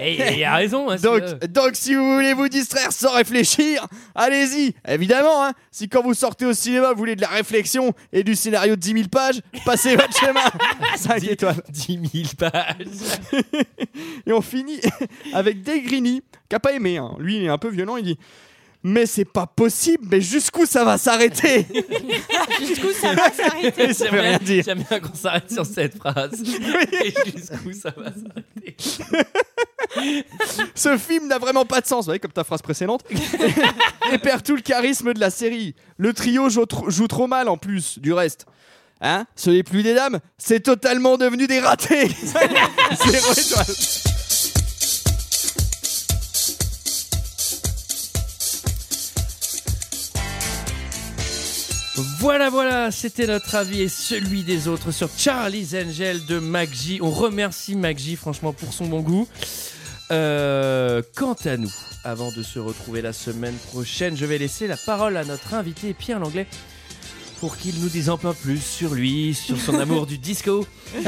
Speaker 1: Et il a raison. hein,
Speaker 3: Eh, donc,
Speaker 1: c'est-
Speaker 3: donc, si vous voulez vous distraire sans réfléchir, allez-y. Évidemment, hein, si quand vous sortez au cinéma, vous voulez de la réflexion et du scénario de 10 000 pages, passez votre schéma. 5 étoiles.
Speaker 1: 10 000 pages.
Speaker 3: Et on finit avec Degrini, qui a pas aimé. hein. Lui, il est un peu violent, il dit Mais c'est pas possible, mais jusqu'où ça va s'arrêter
Speaker 1: Jusqu'où
Speaker 3: ça va s'arrêter Ça veut rien dire.
Speaker 1: J'aime bien qu'on s'arrête sur cette phrase. Et jusqu'où ça va s'arrêter
Speaker 3: Ce film n'a vraiment pas de sens, vous voyez, comme ta phrase précédente, et perd tout le charisme de la série. Le trio joue, tr- joue trop mal en plus, du reste. Hein Ce n'est plus des dames, c'est totalement devenu des ratés Zéro étoile.
Speaker 1: Voilà, voilà, c'était notre avis et celui des autres sur Charlie's Angel de MacG. On remercie MacG, franchement, pour son bon goût. Euh, quant à nous, avant de se retrouver la semaine prochaine, je vais laisser la parole à notre invité Pierre Langlais pour qu'il nous dise un peu plus sur lui, sur son amour du disco.
Speaker 9: Oui,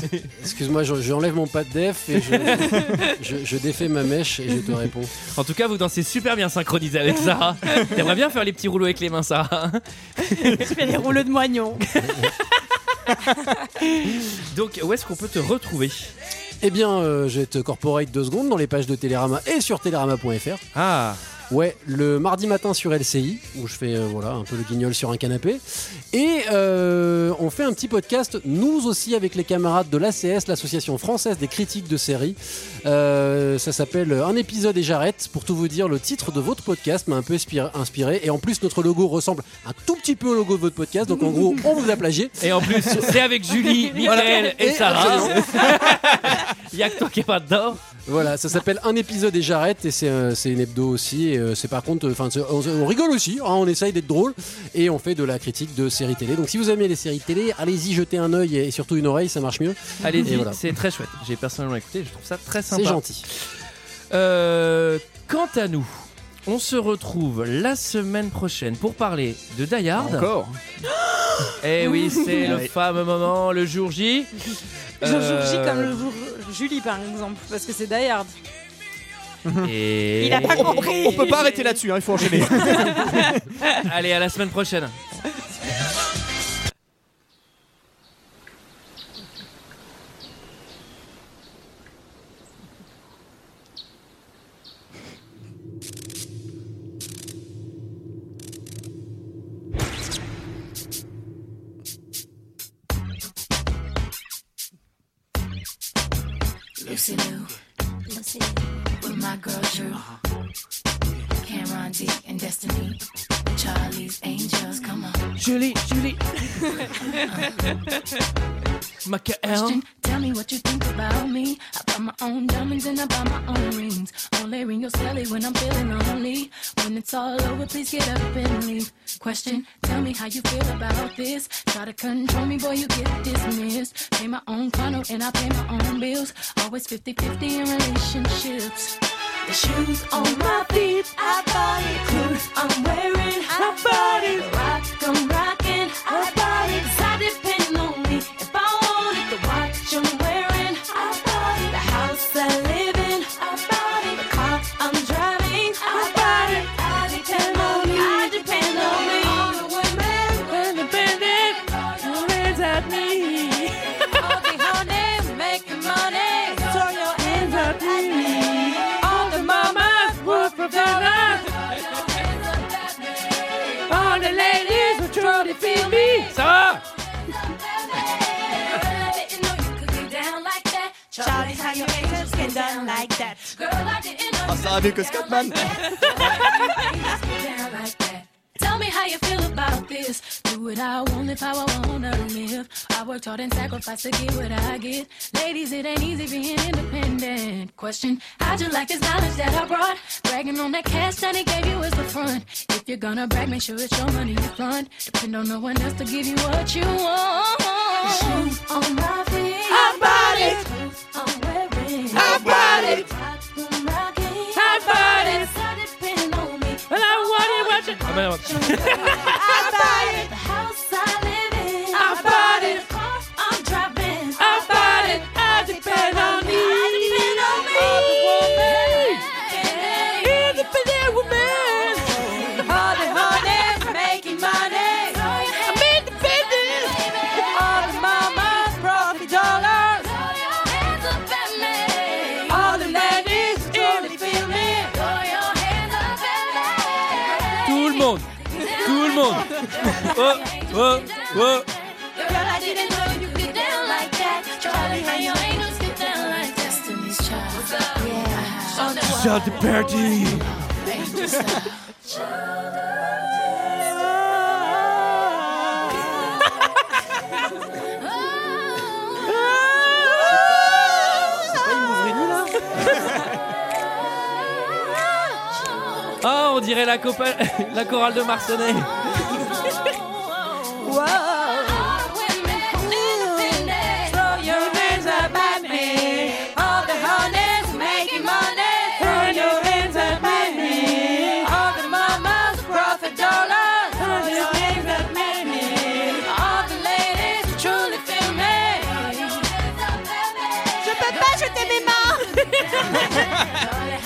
Speaker 9: c'est- Excuse-moi, je- j'enlève mon pas de def et je, je- je défais ma mèche et je te réponds.
Speaker 1: En tout cas, vous dansez super bien synchronisé avec Sarah. T'aimerais bien faire les petits rouleaux avec les mains, Sarah.
Speaker 10: Je fais des rouleaux de moignon.
Speaker 1: Donc, où est-ce qu'on peut te retrouver
Speaker 9: Eh bien, euh, je vais te corporate deux secondes dans les pages de Télérama et sur télérama.fr.
Speaker 1: Ah
Speaker 9: Ouais, le mardi matin sur LCI, où je fais euh, voilà, un peu le guignol sur un canapé. Et euh, on fait un petit podcast, nous aussi, avec les camarades de l'ACS, l'Association française des critiques de séries. Euh, ça s'appelle Un épisode et j'arrête. Pour tout vous dire, le titre de votre podcast m'a un peu inspiré, inspiré. Et en plus, notre logo ressemble un tout petit peu au logo de votre podcast. Donc en gros, on vous a plagié.
Speaker 1: Et en plus, c'est avec Julie, Michael et,
Speaker 9: Et
Speaker 1: Sarah.
Speaker 9: absolument.
Speaker 1: Il a que toi qui est pas dedans.
Speaker 9: Voilà, ça s'appelle Un épisode et j'arrête et c'est euh, c'est une hebdo aussi. et, euh, c'est par contre, enfin, c'est- on, on rigole aussi, hein, on essaye d'être drôle et on fait de la critique de séries télé. Donc si vous aimez les séries télé, allez-y jeter un œil et surtout une oreille, ça marche mieux.
Speaker 1: Allez-y,
Speaker 9: Et voilà.
Speaker 1: c'est très chouette. J'ai personnellement écouté, je trouve ça très sympa.
Speaker 9: C'est gentil.
Speaker 1: Euh, quant à nous, on se retrouve la semaine prochaine pour parler de Die Hard.
Speaker 3: Encore
Speaker 1: Eh oui, c'est le
Speaker 2: Ouais.
Speaker 1: fameux moment, le jour J.
Speaker 2: Le jour J comme
Speaker 1: Euh,
Speaker 2: le jour Julie par exemple, parce que c'est Die Hard.
Speaker 1: Et...
Speaker 2: Il a pas
Speaker 3: On- on, on peut pas arrêter là-dessus, hein, il faut enchaîner.
Speaker 1: Allez, à la semaine prochaine.
Speaker 13: Lucy Lou. Lucy. With my girl Drew. Cameron D and Destiny. Charlie's Angels, come on.
Speaker 1: Julie, Julie. Macael.
Speaker 13: Question, Tell me what you think about me. I buy my own diamonds and I buy my own rings. Only ring your celly when I'm feeling lonely. When it's all over, please get up and leave. Question, tell me how you feel about this. Try to control me, boy, you get dismissed. Pay my own condo and I pay my own bills. Always 50 50 in relationships. The shoes on my feet, I bought it. Clothes I'm wearing, I bought it. The rock I'm rocking, I bought it. 'Cause I depend on me if I want it. The watch I'm wearing, I bought it. The house I live in, I bought it. The car I'm driving, I bought it. I depend on me. I depend on me. All the women, independent, no hands at me. Working hard and making money, throw your hands at me. All the mamas were professionals. All the ladies were trying to feed me.
Speaker 1: Ça va
Speaker 13: Didn't know you could get down like that. Charlie, how your angels get down like that. Girl, I didn't know.
Speaker 3: Ah, ça va mieux que Scatman
Speaker 13: Tell me how you feel about this. Do what I want if I wanna live. I worked hard and sacrificed to get what I get. Ladies, it ain't easy being independent. Question: How'd you like this knowledge that I brought? Bragging on that cash that he gave you is the front. If you're gonna brag, make sure it's your money you fund. Depend on no one else to give you what you want. Shoes on my feet, I bought it. I'm wearing, I bought it. I bought it. Depend on me. Well, I wanted what you
Speaker 1: Ah bah non.
Speaker 13: I bought it. The house I live in. I bought it. The car I'm driving. I bought it. I depend on me. I depend on me. Independent woman. All the honey, making money. I'm independent. All the mamas, profit dollars. All the ladies, truly feel me. Throw your hands up and
Speaker 1: Tout le monde Tout le monde Oh, oh, oh
Speaker 13: Girl, I didn't know you get down like that. Charlie, how your angels get down like that. Destiny's Child. Yeah. On the
Speaker 1: It's at the party
Speaker 13: Angel style.
Speaker 1: Ah, on dirait la, copa- la chorale de Marcenet
Speaker 13: Je peux pas jeter mes mains